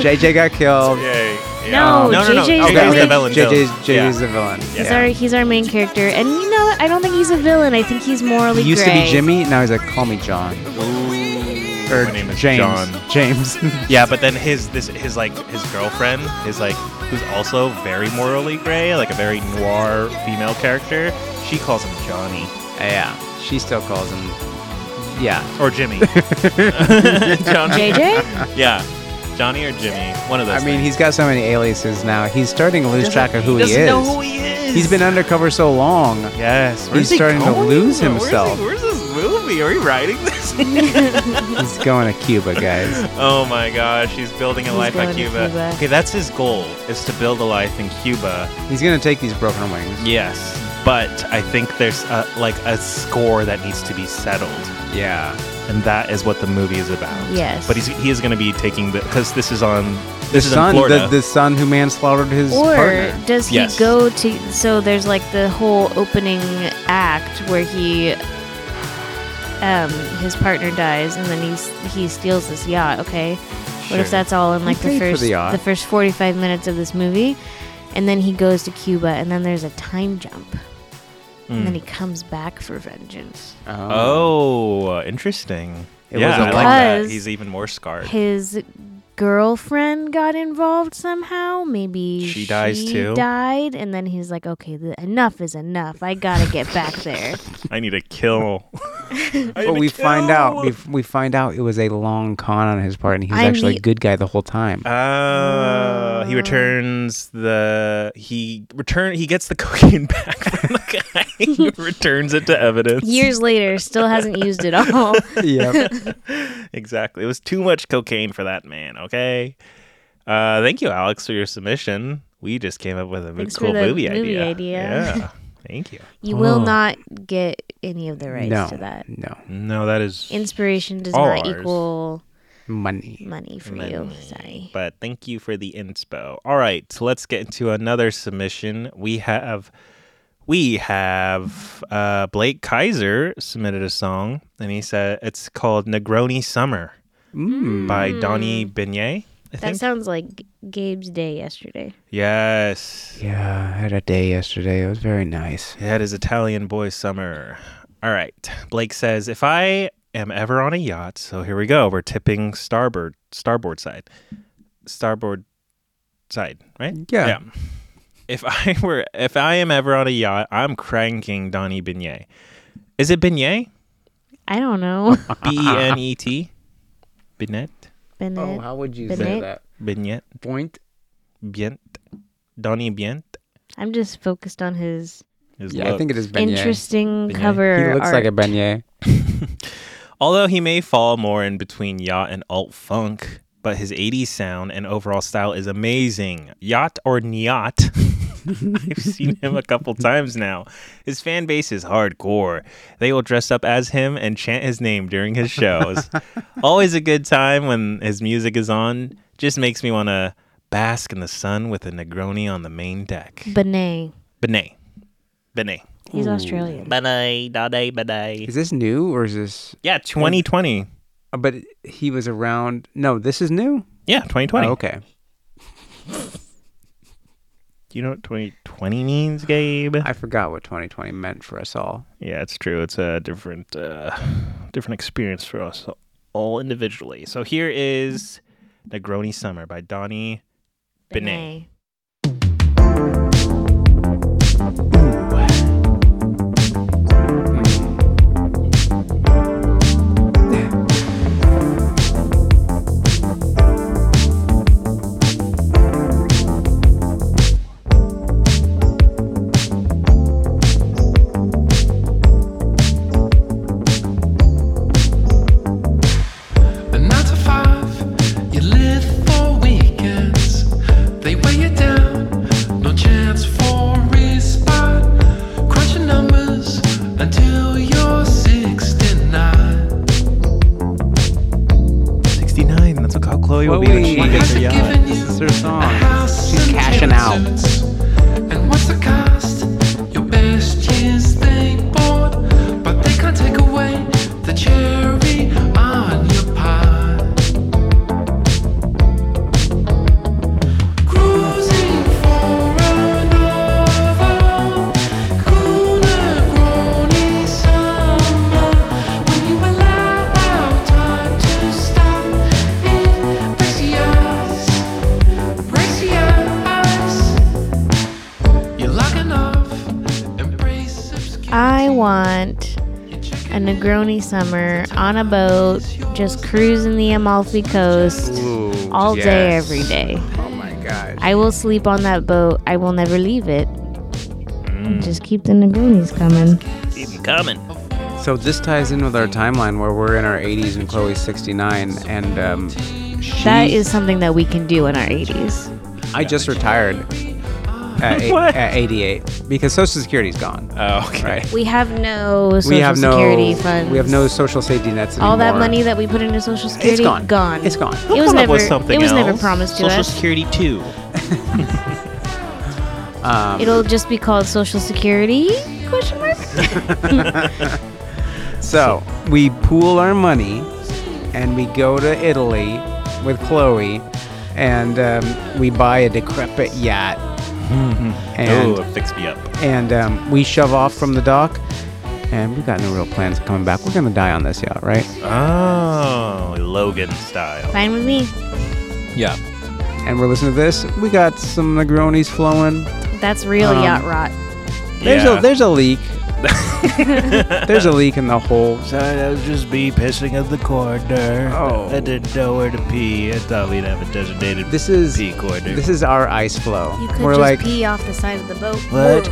[SPEAKER 2] JJ. JJ got killed. Oh,
[SPEAKER 1] Yay.
[SPEAKER 3] No,
[SPEAKER 1] no, no, no.
[SPEAKER 3] JJ
[SPEAKER 1] JJ
[SPEAKER 3] 's
[SPEAKER 1] 's
[SPEAKER 3] the
[SPEAKER 1] the villain.
[SPEAKER 2] JJ's,
[SPEAKER 1] Jones.
[SPEAKER 2] JJ's
[SPEAKER 1] Yeah.
[SPEAKER 2] the villain.
[SPEAKER 1] Yeah.
[SPEAKER 3] He's our he's our main character, and you know what? I don't think he's a villain. I think he's morally
[SPEAKER 2] He used
[SPEAKER 3] gray.
[SPEAKER 2] to be Jimmy. Now he's like, call me John
[SPEAKER 1] Ooh,
[SPEAKER 2] or
[SPEAKER 1] my name is
[SPEAKER 2] James.
[SPEAKER 1] John.
[SPEAKER 2] James.
[SPEAKER 1] Yeah, but then his this his like his girlfriend is like who's also very morally gray, like a very noir female character. She calls him Johnny
[SPEAKER 2] yeah. She still calls him. Yeah.
[SPEAKER 1] or Jimmy. Johnny.
[SPEAKER 3] JJ.
[SPEAKER 1] Yeah, Johnny or Jimmy. One of those.
[SPEAKER 2] I mean,
[SPEAKER 1] things.
[SPEAKER 2] he's got so many aliases now. He's starting to lose
[SPEAKER 1] Doesn't-
[SPEAKER 2] track of who he,
[SPEAKER 1] doesn't
[SPEAKER 2] is.
[SPEAKER 1] know who he is.
[SPEAKER 2] He's been undercover so long.
[SPEAKER 1] Yes, where's
[SPEAKER 2] he's
[SPEAKER 1] he
[SPEAKER 2] starting to
[SPEAKER 1] going? Where's
[SPEAKER 2] lose
[SPEAKER 1] he-
[SPEAKER 2] himself.
[SPEAKER 1] Where's, this movie? Are we writing this?
[SPEAKER 2] He's going to Cuba, guys.
[SPEAKER 1] oh my gosh, he's building a
[SPEAKER 3] He's
[SPEAKER 1] life at
[SPEAKER 3] going to
[SPEAKER 1] Cuba.
[SPEAKER 3] Cuba.
[SPEAKER 1] Okay, that's his goal is to build a life in Cuba.
[SPEAKER 2] He's going to take these broken wings.
[SPEAKER 1] Yes, but I think there's a, like a score that needs to be settled,
[SPEAKER 2] Yeah.
[SPEAKER 1] and that is what the movie is about.
[SPEAKER 3] Yes.
[SPEAKER 1] but he's, he is going to be taking the because this is on
[SPEAKER 2] The
[SPEAKER 1] this is in
[SPEAKER 2] son,
[SPEAKER 1] Florida.
[SPEAKER 2] the, the son who manslaughtered his
[SPEAKER 3] Or
[SPEAKER 2] partner.
[SPEAKER 3] does he
[SPEAKER 1] Yes.
[SPEAKER 3] go to? So there's like the whole opening act where he, um, his partner dies, and then he's he steals this yacht. Okay, what
[SPEAKER 1] Sure.
[SPEAKER 3] if that's all in like
[SPEAKER 2] paid
[SPEAKER 3] the
[SPEAKER 2] for
[SPEAKER 3] first
[SPEAKER 2] the yacht.
[SPEAKER 3] the first 45 minutes of this movie, and then he goes to Cuba, and then there's a time jump, and
[SPEAKER 2] Hmm.
[SPEAKER 3] then he comes back for vengeance.
[SPEAKER 1] oh, interesting.
[SPEAKER 2] It
[SPEAKER 1] yeah,
[SPEAKER 2] was a
[SPEAKER 1] I like that.
[SPEAKER 3] Because-
[SPEAKER 1] He's even more scarred.
[SPEAKER 3] His girlfriend got involved somehow. Maybe
[SPEAKER 1] She dies
[SPEAKER 3] she
[SPEAKER 1] too?
[SPEAKER 3] Died, and then he's like, "Okay, th- enough is enough. I gotta get back there."
[SPEAKER 1] I need a kill.
[SPEAKER 2] But we find out we, we find out it was a long con on his part, and he was
[SPEAKER 3] I'm
[SPEAKER 2] actually
[SPEAKER 3] the-
[SPEAKER 2] a good guy the whole time.
[SPEAKER 1] Uh, he returns the he return he gets the cocaine back from the guy. he returns it to evidence.
[SPEAKER 3] Years later, still hasn't used it all.
[SPEAKER 2] yeah.
[SPEAKER 1] exactly. It was too much cocaine for that man. Okay. Uh, thank you, Alex, for your submission. We just came up with a
[SPEAKER 3] Thanks
[SPEAKER 1] cool
[SPEAKER 3] for the
[SPEAKER 1] movie,
[SPEAKER 3] movie
[SPEAKER 1] idea.
[SPEAKER 3] idea.
[SPEAKER 1] Yeah. Thank you.
[SPEAKER 3] You will
[SPEAKER 1] Oh.
[SPEAKER 3] not get any of the rights to that.
[SPEAKER 2] No.
[SPEAKER 1] No, that is
[SPEAKER 3] Inspiration does
[SPEAKER 1] all
[SPEAKER 3] not
[SPEAKER 1] ours.
[SPEAKER 3] equal
[SPEAKER 2] money.
[SPEAKER 3] Money for you. Sorry.
[SPEAKER 1] But thank you for the inspo. All right, so let's get into another submission. We have we have uh, Blake Kaiser submitted a song, and he said it's called Negroni Summer by Donnie Beignet. I
[SPEAKER 3] That
[SPEAKER 1] think.
[SPEAKER 3] sounds like G- Gabe's day yesterday.
[SPEAKER 1] yes.
[SPEAKER 2] Yeah, I had a day yesterday. It was very nice.
[SPEAKER 1] That is Italian boy summer. All right. Blake says, if I am ever on a yacht, so here we go. We're tipping starboard starboard side. Starboard side, right?
[SPEAKER 2] Yeah.
[SPEAKER 1] If I were if I am ever on a yacht, I'm cranking Donnie Beignet. Is it Beignet?
[SPEAKER 3] I don't know.
[SPEAKER 2] Oh,
[SPEAKER 1] B E N E T? Beignet?
[SPEAKER 3] Bennett.
[SPEAKER 2] Oh, how would you say
[SPEAKER 3] Bennett.
[SPEAKER 2] that?
[SPEAKER 1] Beignet?
[SPEAKER 2] Point?
[SPEAKER 1] Bient? Donnie Bient?
[SPEAKER 3] I'm just focused on his
[SPEAKER 1] His
[SPEAKER 2] Yeah, I think it is
[SPEAKER 1] looks.
[SPEAKER 2] beignet.
[SPEAKER 3] interesting cover.
[SPEAKER 2] He looks
[SPEAKER 3] art.
[SPEAKER 2] like a beignet.
[SPEAKER 1] Although he may fall more in between yacht and alt funk, but his 80s sound and overall style is amazing. Yacht or Nyat. I've seen him a couple times now. His fan base is hardcore. They will dress up as him and chant his name during his shows. Always a good time when his music is on. Just makes me want to bask in the sun with a Negroni on the main deck.
[SPEAKER 3] Benet.
[SPEAKER 1] Benet. Benet.
[SPEAKER 3] He's Australian.
[SPEAKER 1] Benet, Dade, Benet.
[SPEAKER 2] Is this new or is this?
[SPEAKER 1] Yeah, 2020.
[SPEAKER 2] Uh, But he was around. No, this is new.
[SPEAKER 1] Yeah, 2020.
[SPEAKER 2] Oh, okay.
[SPEAKER 1] Do you know what 2020 means, Gabe?
[SPEAKER 2] I forgot what 2020 meant for us all.
[SPEAKER 1] Yeah, it's true. It's a different, uh, different experience for us all individually. So here is Negroni Summer by Donnie Benet.
[SPEAKER 5] A nine to five, you live for weekends. They weigh you down, no chance for respite. Crunching numbers until you're 69.
[SPEAKER 1] 69. That's what Chloe
[SPEAKER 2] Well,
[SPEAKER 1] will be when
[SPEAKER 2] wait.
[SPEAKER 1] she gets her yacht.
[SPEAKER 5] This
[SPEAKER 2] is her song. She's cashing out.
[SPEAKER 5] And what's the cost? Your best years they bought, but they can't take away the cherry on your pie. Cruising for another cool Negroni summer. When you allow time to stop, it breaks the ice, breaks the ice. You're locking off, embrace
[SPEAKER 3] I want a Negroni summer on a boat, just cruising the Amalfi Coast
[SPEAKER 2] Ooh,
[SPEAKER 3] all day,
[SPEAKER 2] yes.
[SPEAKER 3] every day.
[SPEAKER 2] Oh my gosh.
[SPEAKER 3] I will sleep on that boat. I will never leave it.
[SPEAKER 2] Mm.
[SPEAKER 3] Just keep the Negronis coming.
[SPEAKER 1] Keep 'em coming.
[SPEAKER 2] So this ties in with our timeline where we're in our 80s and Chloe's 69, and um, she,
[SPEAKER 3] That is something that we can do in our 80s.
[SPEAKER 2] I just retired at, eight-
[SPEAKER 3] What?
[SPEAKER 2] at 88 because Social Security's gone.
[SPEAKER 1] Oh, okay.
[SPEAKER 3] We have no social security funds.
[SPEAKER 2] We have no social safety nets anymore.
[SPEAKER 3] all that money that we put into social security
[SPEAKER 2] gone.
[SPEAKER 3] It's
[SPEAKER 2] gone.
[SPEAKER 3] it
[SPEAKER 2] come
[SPEAKER 3] was
[SPEAKER 2] up
[SPEAKER 3] never.
[SPEAKER 2] with something
[SPEAKER 3] it was never
[SPEAKER 2] else.
[SPEAKER 3] promised to
[SPEAKER 2] Social
[SPEAKER 3] us.
[SPEAKER 1] Security 2.
[SPEAKER 2] Um,
[SPEAKER 3] It'll just be called Social Security? Question mark.
[SPEAKER 2] so we pool our money and we go to Italy with Chloe and um, we buy a decrepit yacht.
[SPEAKER 1] Oh, it fixed me up.
[SPEAKER 2] And um, we shove off from the dock and we've got no real plans of coming back. We're going to die on this yacht, right?
[SPEAKER 1] Oh, Logan style.
[SPEAKER 3] Fine with me.
[SPEAKER 1] Yeah.
[SPEAKER 2] And we're listening to this. We got some Negronis flowing.
[SPEAKER 3] That's real
[SPEAKER 2] Um,
[SPEAKER 3] yacht rot.
[SPEAKER 2] There's
[SPEAKER 1] Yeah.
[SPEAKER 2] a there's a leak. there's a leak in the hole.
[SPEAKER 14] Sorry, that was just me pissing at the corner.
[SPEAKER 2] Oh.
[SPEAKER 14] I didn't know where to pee. I thought we'd have a designated
[SPEAKER 2] This is
[SPEAKER 14] pee corner.
[SPEAKER 2] This is our ice flow.
[SPEAKER 3] You could
[SPEAKER 2] We're
[SPEAKER 3] just
[SPEAKER 2] like
[SPEAKER 3] pee off the side of the boat.
[SPEAKER 2] What?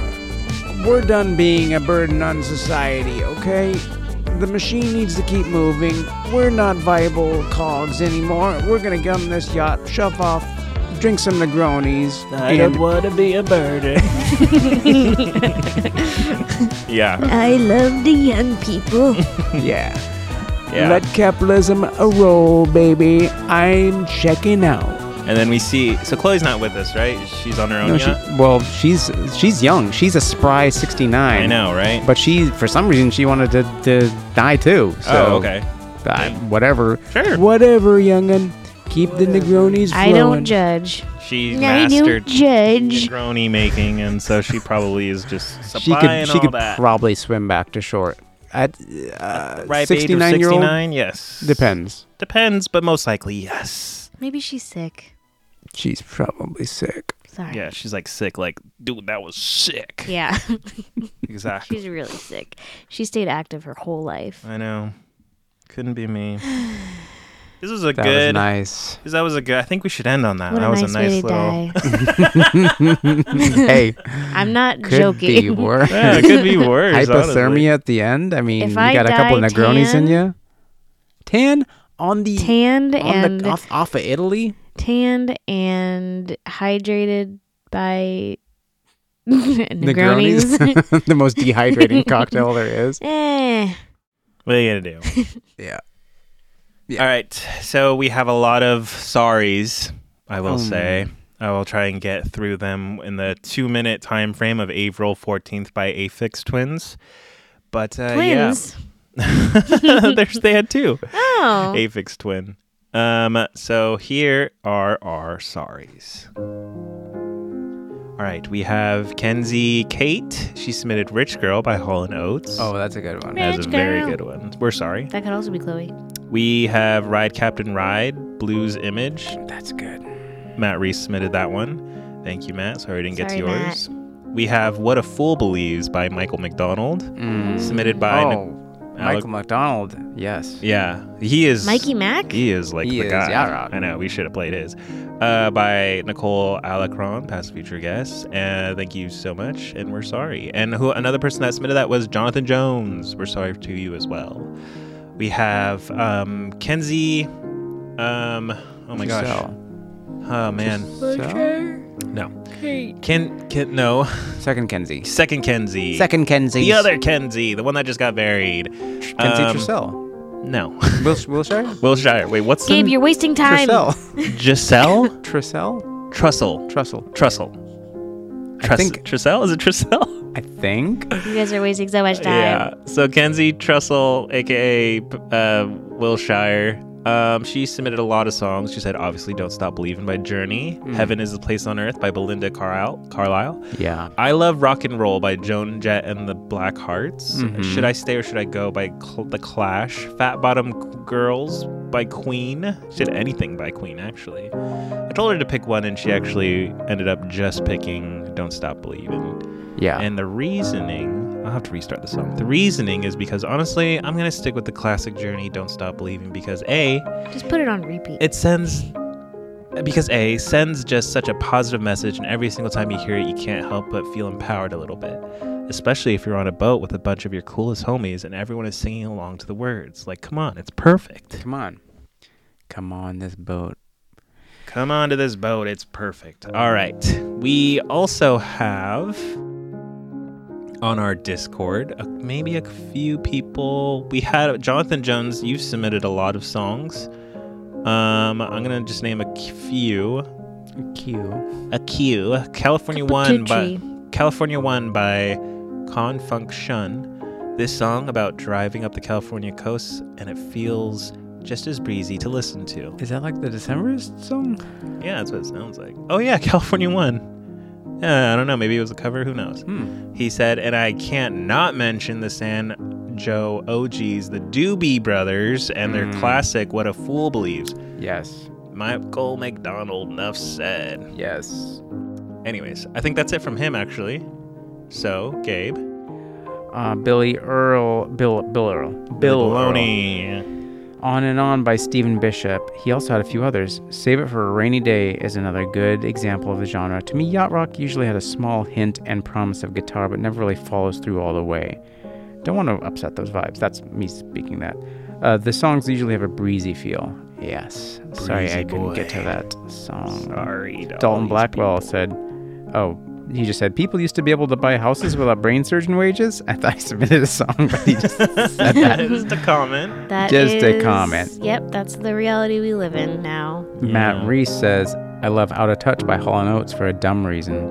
[SPEAKER 2] we're done being a burden on society, okay? The machine needs to keep moving. We're not viable cogs anymore. We're gonna gum this yacht, shove off, drink some Negronis.
[SPEAKER 14] I don't
[SPEAKER 2] and-
[SPEAKER 14] want to be a birder.
[SPEAKER 1] Yeah.
[SPEAKER 3] I love the young people.
[SPEAKER 2] yeah.
[SPEAKER 1] Yeah.
[SPEAKER 2] Let capitalism a roll, baby. I'm checking out.
[SPEAKER 1] And then we see. So Chloe's not with us, right? She's on her own
[SPEAKER 2] No, she,
[SPEAKER 1] yacht.
[SPEAKER 2] well, she's she's young. She's a spry 69.
[SPEAKER 1] I know, right?
[SPEAKER 2] But she, for some reason, she wanted to, to die too. So
[SPEAKER 1] Oh, okay.
[SPEAKER 2] I- whatever.
[SPEAKER 1] Sure.
[SPEAKER 2] Whatever, young'un. Keep the Negronis
[SPEAKER 3] I
[SPEAKER 2] flowing.
[SPEAKER 3] don't judge.
[SPEAKER 1] She
[SPEAKER 3] I
[SPEAKER 1] mastered
[SPEAKER 3] don't judge.
[SPEAKER 1] Negroni making, and so she probably is just
[SPEAKER 2] She
[SPEAKER 1] supplying
[SPEAKER 2] could she
[SPEAKER 1] all
[SPEAKER 2] could
[SPEAKER 1] that.
[SPEAKER 2] probably swim back to shore at uh,
[SPEAKER 1] ripe age of
[SPEAKER 2] 69 year old.
[SPEAKER 1] 69? Yes.
[SPEAKER 2] depends.
[SPEAKER 1] Depends, but most likely yes.
[SPEAKER 3] Maybe she's sick.
[SPEAKER 2] She's probably sick.
[SPEAKER 3] Sorry.
[SPEAKER 1] Yeah, she's like sick. Like, dude, that was sick.
[SPEAKER 3] Yeah.
[SPEAKER 1] Exactly.
[SPEAKER 3] she's really sick. She stayed active her whole life.
[SPEAKER 1] I know. Couldn't be me. This was a
[SPEAKER 2] That was
[SPEAKER 1] good.
[SPEAKER 2] nice.
[SPEAKER 1] That was a good. I think we should end on that.
[SPEAKER 3] What a
[SPEAKER 1] that was a
[SPEAKER 3] nice
[SPEAKER 1] nice
[SPEAKER 3] way to
[SPEAKER 1] little.
[SPEAKER 2] hey,
[SPEAKER 3] I'm not
[SPEAKER 2] could
[SPEAKER 3] joking.
[SPEAKER 2] be worse.
[SPEAKER 1] Yeah, it could be worse,
[SPEAKER 2] Hypothermia
[SPEAKER 1] honestly.
[SPEAKER 2] at the end. I mean,
[SPEAKER 3] If
[SPEAKER 2] you
[SPEAKER 3] I
[SPEAKER 2] got a couple
[SPEAKER 3] die
[SPEAKER 2] Negronis in
[SPEAKER 3] tan-
[SPEAKER 2] you. Tan on the
[SPEAKER 3] Tanned
[SPEAKER 2] on
[SPEAKER 3] and
[SPEAKER 2] the, off, off of Italy.
[SPEAKER 3] tanned and hydrated by Negronis.
[SPEAKER 2] the most dehydrating cocktail there is. Uh,
[SPEAKER 3] eh.
[SPEAKER 1] what are you gonna do?
[SPEAKER 2] Yeah.
[SPEAKER 1] All right. So we have a lot of sorries. I will
[SPEAKER 2] Oh,
[SPEAKER 1] say. I will try and get through them in the two-minute time frame of April 14th by Aphex Twins. But uh,
[SPEAKER 3] Twins.
[SPEAKER 1] yeah, There's, they had two.
[SPEAKER 3] Oh.
[SPEAKER 1] Aphex Twin. Um. So here are our sorries. All right, we have Kenzie Kate. She submitted "Rich Girl" by Hall and Oates.
[SPEAKER 2] Oh, that's a good one.
[SPEAKER 1] That's a
[SPEAKER 3] Rich
[SPEAKER 1] very
[SPEAKER 3] girl.
[SPEAKER 1] good one. We're sorry.
[SPEAKER 3] That could also be Chloe.
[SPEAKER 1] We have Ride Captain Ride, Blues Image.
[SPEAKER 2] That's good.
[SPEAKER 1] Matt Reese submitted that one. Thank you, Matt. Sorry I didn't get to
[SPEAKER 3] Sorry,
[SPEAKER 1] yours. We have What a Fool Believes by Michael McDonald, submitted by Nic-
[SPEAKER 2] Mm. oh,
[SPEAKER 1] Alec-
[SPEAKER 2] Michael McDonald. Yes.
[SPEAKER 1] Yeah, he is
[SPEAKER 3] Mikey Mack?
[SPEAKER 1] He is like
[SPEAKER 2] He
[SPEAKER 1] the
[SPEAKER 2] is
[SPEAKER 1] guy.
[SPEAKER 2] Yarok.
[SPEAKER 1] I know we should have played his. Uh, by Nicole Alacron, past feature guest. Uh, thank you so much, and we're sorry. And who another person that submitted that was Jonathan Jones. We're sorry to you as well. We have um, Kenzie. Um, oh my gosh.
[SPEAKER 2] Giselle.
[SPEAKER 1] Oh man.
[SPEAKER 2] Giselle?
[SPEAKER 1] No. Ken. Ken. No.
[SPEAKER 2] Second Kenzie.
[SPEAKER 1] Second Kenzie.
[SPEAKER 2] Second Kenzie.
[SPEAKER 1] The other Kenzie, the one that just got married.
[SPEAKER 2] Kenzie
[SPEAKER 1] Um,
[SPEAKER 2] Tressel.
[SPEAKER 1] No.
[SPEAKER 2] Will Wilshire.
[SPEAKER 1] Wilshire. Wait, what's
[SPEAKER 3] Gabe,
[SPEAKER 1] the
[SPEAKER 3] you're wasting time.
[SPEAKER 2] Tressel.
[SPEAKER 1] Giselle?
[SPEAKER 2] Tressel.
[SPEAKER 1] Trussell.
[SPEAKER 2] Trussell.
[SPEAKER 1] Trussell.
[SPEAKER 2] I
[SPEAKER 1] Truss-
[SPEAKER 2] think-
[SPEAKER 1] Trussell? Is it Trussell?
[SPEAKER 2] I think.
[SPEAKER 3] You guys are wasting so much time.
[SPEAKER 1] Yeah. So Kenzie Trussell, aka uh, Wilshire, um, she submitted a lot of songs. She said, obviously, "Don't Stop Believing" by Journey, "Heaven Is a Place on Earth" by Belinda Carlisle, Carlisle,
[SPEAKER 2] Yeah.
[SPEAKER 1] "I Love Rock and Roll" by Joan Jett and the Black Hearts,
[SPEAKER 2] Mhm.
[SPEAKER 1] "Should I Stay or Should I Go" by Cl- The Clash, "Fat Bottom Girls" by Queen. She did anything by Queen, actually. I told her to pick one, and she actually ended up just picking "Don't Stop Believing."
[SPEAKER 2] Yeah.
[SPEAKER 1] And the reasoning, I'll have to restart the song. The reasoning is because honestly, I'm going to stick with the classic journey, Don't Stop Believing, because A,
[SPEAKER 3] Just put it on repeat.
[SPEAKER 1] it sends. Because A sends just such a positive message, and every single time you hear it, you can't help but feel empowered a little bit. Especially if you're on a boat with a bunch of your coolest homies and everyone is singing along to the words. Like, come on, it's perfect.
[SPEAKER 2] Come on. Come on this boat.
[SPEAKER 1] Come on to this boat. It's perfect. All right. We also have on our Discord uh, maybe a few people. We had Jonathan Jones. You've submitted a lot of songs. Um, I'm gonna just name a c- few.
[SPEAKER 2] Q.
[SPEAKER 1] A Q. California One by California One by Confunk Shun. This song about driving up the California coast, and it feels just as breezy to listen to.
[SPEAKER 2] Is that like the Decemberist song?
[SPEAKER 1] Yeah, that's what it sounds like. Oh yeah, California One. Yeah, I don't know. Maybe it was a cover. Who knows?
[SPEAKER 2] Hmm.
[SPEAKER 1] He said, and I can't not mention the San Joe OGs, the Doobie Brothers, and their
[SPEAKER 2] Hmm.
[SPEAKER 1] classic "What a Fool Believes."
[SPEAKER 2] Yes.
[SPEAKER 1] Michael McDonald, enough said.
[SPEAKER 2] Yes.
[SPEAKER 1] Anyways, I think that's it from him actually. So, Gabe,
[SPEAKER 2] Uh, Billy Earl. Bill. Bill Earl. Bill, Earl.
[SPEAKER 1] Baloney.
[SPEAKER 2] On and On by Stephen Bishop. He also had a few others. Save It for a Rainy Day is another good example of the genre. To me, yacht rock usually had a small hint and promise of guitar, but never really follows through all the way. Don't want to upset those vibes. That's me speaking that. Uh, the songs usually have a breezy feel. Yes. Sorry, I
[SPEAKER 14] Breezy
[SPEAKER 2] couldn't get to
[SPEAKER 14] boy.
[SPEAKER 2] that song.
[SPEAKER 14] Sorry,
[SPEAKER 2] Dalton Blackwell said, "Oh." He just said people used to be able to buy houses without brain surgeon wages. I thought he submitted a song, but he just said that.
[SPEAKER 1] It was the comment.
[SPEAKER 3] That
[SPEAKER 2] Just a
[SPEAKER 3] is-
[SPEAKER 2] comment.
[SPEAKER 3] Yep, that's the reality we live in now.
[SPEAKER 2] Matt Reese says, I love Out of Touch by Hall & Oates for a dumb reason.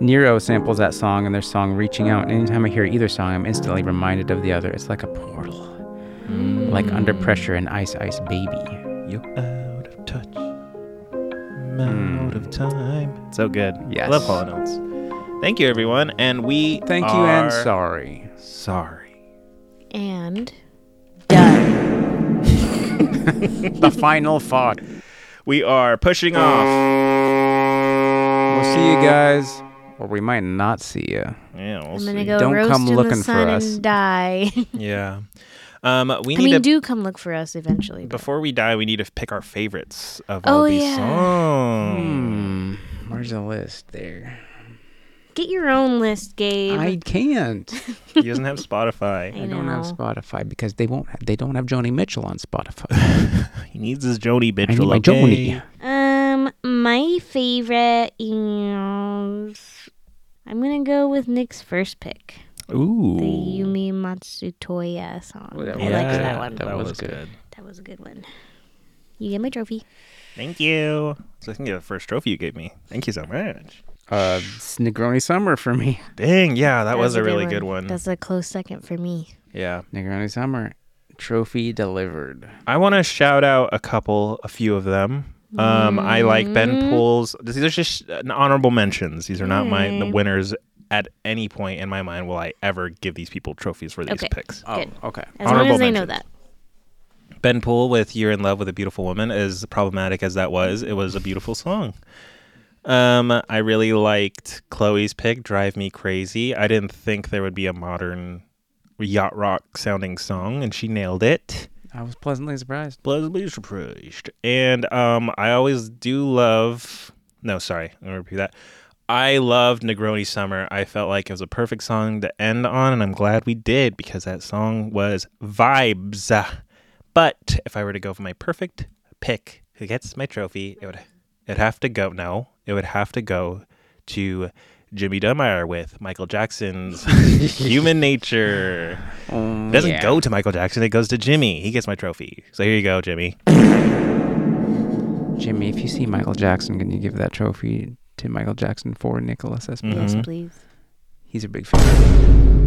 [SPEAKER 2] Nero samples that song in their song Reaching Out. And anytime I hear either song, I'm instantly reminded of the other. It's like a portal. Like Under Pressure and Ice Ice Baby.
[SPEAKER 1] You're out of touch. I'm out of time. Hmm. So good.
[SPEAKER 2] Yes.
[SPEAKER 1] I love Hall & Oates. Thank you, everyone. And we
[SPEAKER 2] Thank you and
[SPEAKER 1] are
[SPEAKER 2] sorry.
[SPEAKER 1] Sorry.
[SPEAKER 3] And
[SPEAKER 2] the final thought.
[SPEAKER 1] We are pushing off.
[SPEAKER 2] We'll see you guys, or we might not see you.
[SPEAKER 1] Yeah, we'll
[SPEAKER 3] I'm gonna
[SPEAKER 1] see.
[SPEAKER 3] go
[SPEAKER 2] Don't
[SPEAKER 3] roast
[SPEAKER 2] come
[SPEAKER 3] in
[SPEAKER 2] looking
[SPEAKER 3] the
[SPEAKER 2] for
[SPEAKER 3] sun
[SPEAKER 2] us.
[SPEAKER 3] and die.
[SPEAKER 1] Yeah. Um, we
[SPEAKER 3] I
[SPEAKER 1] need
[SPEAKER 3] mean,
[SPEAKER 1] to,
[SPEAKER 3] do come look for us eventually.
[SPEAKER 1] before we die, we need to pick our favorites of
[SPEAKER 3] Oh,
[SPEAKER 1] all these
[SPEAKER 3] yeah.
[SPEAKER 1] Oh. songs.
[SPEAKER 2] Hmm. Where's the list there?
[SPEAKER 3] Get your own list, Gabe.
[SPEAKER 2] I can't.
[SPEAKER 1] Hmm. He doesn't have Spotify.
[SPEAKER 2] I don't have Spotify because they won't. They don't have Joni Mitchell on Spotify.
[SPEAKER 1] he needs his Joni
[SPEAKER 2] I need
[SPEAKER 1] Mitchell.
[SPEAKER 2] my
[SPEAKER 1] okay?
[SPEAKER 2] Joni.
[SPEAKER 3] Um, my favorite is I'm gonna go with Nick's first pick, the
[SPEAKER 1] Ooh.
[SPEAKER 3] Yumi Matsutoya song. I
[SPEAKER 1] was
[SPEAKER 3] liked
[SPEAKER 1] good.
[SPEAKER 3] that one.
[SPEAKER 1] That was good.
[SPEAKER 3] That was a good one. You get my trophy.
[SPEAKER 1] Thank you. So I think the first trophy you gave me. Thank you so much.
[SPEAKER 2] Uh, it's Negroni Summer for me.
[SPEAKER 1] Dang, yeah, that,
[SPEAKER 3] That
[SPEAKER 1] was a really good one.
[SPEAKER 3] That's a close second for me.
[SPEAKER 1] yeah.
[SPEAKER 2] Negroni Summer trophy delivered.
[SPEAKER 1] I want to shout out a couple, a few of them. Um, I like Ben Poole's. These are just an honorable mentions. These are not my the
[SPEAKER 3] Mm.
[SPEAKER 1] winners at any point in my mind. Will I ever give these people trophies for these
[SPEAKER 3] Okay,
[SPEAKER 1] picks?
[SPEAKER 3] good.
[SPEAKER 2] okay.
[SPEAKER 3] As long
[SPEAKER 1] Honorable
[SPEAKER 3] as they know
[SPEAKER 1] mentions.
[SPEAKER 3] that.
[SPEAKER 1] Ben Poole with "You're in Love with a Beautiful Woman," as problematic as that was, it was a beautiful song. Um, I really liked Chloe's pick, "Drive Me Crazy." I didn't think there would be a modern yacht rock sounding song, and she nailed it.
[SPEAKER 2] I was pleasantly surprised.
[SPEAKER 1] Pleasantly surprised. And um, I always do love. No, sorry, I'm gonna repeat that. I loved Negroni Summer. I felt like it was a perfect song to end on, and I'm glad we did because that song was vibes. But if I were to go for my perfect pick, who gets my trophy, it would it'd have to go. No, it would have to go to Jimmy Dunmire with Michael Jackson's Human Nature. It doesn't
[SPEAKER 2] yeah.
[SPEAKER 1] go to Michael Jackson. It goes to Jimmy. He gets my trophy. So here you go, Jimmy.
[SPEAKER 2] Jimmy, if you see Michael Jackson, can you give that trophy to Michael Jackson for Nicholas
[SPEAKER 1] Mm. Mm-hmm.
[SPEAKER 2] Esposito?
[SPEAKER 3] Yes, please.
[SPEAKER 2] He's a big fan.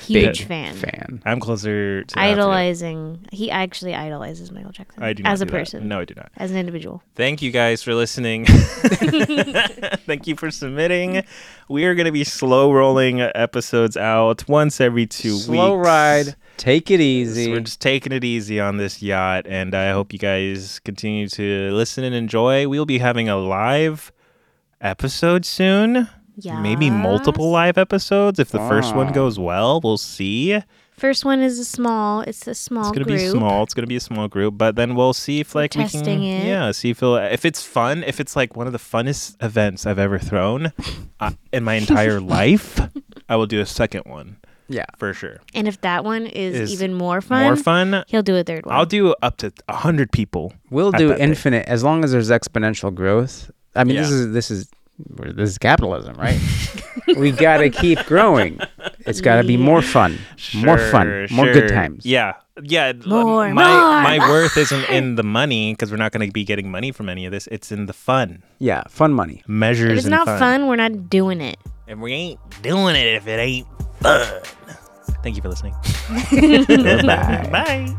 [SPEAKER 3] Huge
[SPEAKER 1] Big
[SPEAKER 3] fan.
[SPEAKER 2] Fan.
[SPEAKER 1] I'm closer to that
[SPEAKER 3] Idolizing. He actually idolizes Michael Jackson.
[SPEAKER 1] I do not
[SPEAKER 3] as a
[SPEAKER 1] do that.
[SPEAKER 3] person.
[SPEAKER 1] No, I do not.
[SPEAKER 3] As an individual.
[SPEAKER 1] Thank you guys for listening. Thank you for submitting. We are going to be slow rolling episodes out once every two
[SPEAKER 2] Slow
[SPEAKER 1] weeks.
[SPEAKER 2] ride. Take it
[SPEAKER 1] So
[SPEAKER 2] easy.
[SPEAKER 1] we're just taking it easy on this yacht, and I hope you guys continue to listen and enjoy. We'll be having a live episode soon. Maybe multiple live episodes if the first one
[SPEAKER 2] Wow.
[SPEAKER 1] goes well. We'll see.
[SPEAKER 3] First one is a small. It's a small
[SPEAKER 1] it's gonna
[SPEAKER 3] group.
[SPEAKER 1] be small. It's gonna be a small group, but then we'll see if like we can,
[SPEAKER 3] testing it.
[SPEAKER 1] yeah, see if it'll, if it's fun. If it's like one of the funnest events I've ever thrown uh, in my entire life, I will do a second one
[SPEAKER 2] yeah.
[SPEAKER 1] for sure.
[SPEAKER 3] And if that one is,
[SPEAKER 1] Is
[SPEAKER 3] even more fun,
[SPEAKER 1] More fun.
[SPEAKER 3] he'll do a third one.
[SPEAKER 1] I'll do up to a hundred people.
[SPEAKER 2] We'll
[SPEAKER 1] at
[SPEAKER 2] do
[SPEAKER 1] that thing.
[SPEAKER 2] infinite as long as there's exponential growth. I mean, this
[SPEAKER 1] Yeah.
[SPEAKER 2] is this is we're- this is capitalism, right? we gotta keep growing. It's gotta be more fun, more fun,
[SPEAKER 1] Sure,
[SPEAKER 2] more good
[SPEAKER 1] sure.
[SPEAKER 2] times.
[SPEAKER 1] Yeah, yeah. l-
[SPEAKER 3] More,
[SPEAKER 1] my
[SPEAKER 3] more,
[SPEAKER 1] my worth isn't in the money because we're not gonna be getting money from any of this. It's in the fun
[SPEAKER 2] Yeah, fun money.
[SPEAKER 1] measures.
[SPEAKER 3] if it's
[SPEAKER 1] and
[SPEAKER 3] not
[SPEAKER 1] fun.
[SPEAKER 3] fun, we're not doing it.
[SPEAKER 1] and we ain't doing it if it ain't fun. Thank you for listening.
[SPEAKER 2] Bye.
[SPEAKER 1] Bye.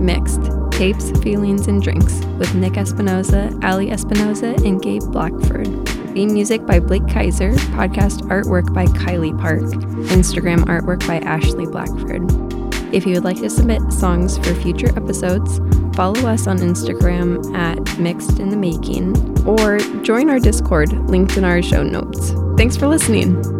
[SPEAKER 15] Mixed Tapes, Feelings, and Drinks with Nick Espinoza, Ali Espinoza, and Gabe Blackford. Theme music by Blake Kaiser, podcast artwork by Kylie Park, Instagram artwork by Ashley Blackford. If you would like to submit songs for future episodes, follow us on Instagram at Mixed in the Making or join our Discord linked in our show notes. Thanks for listening.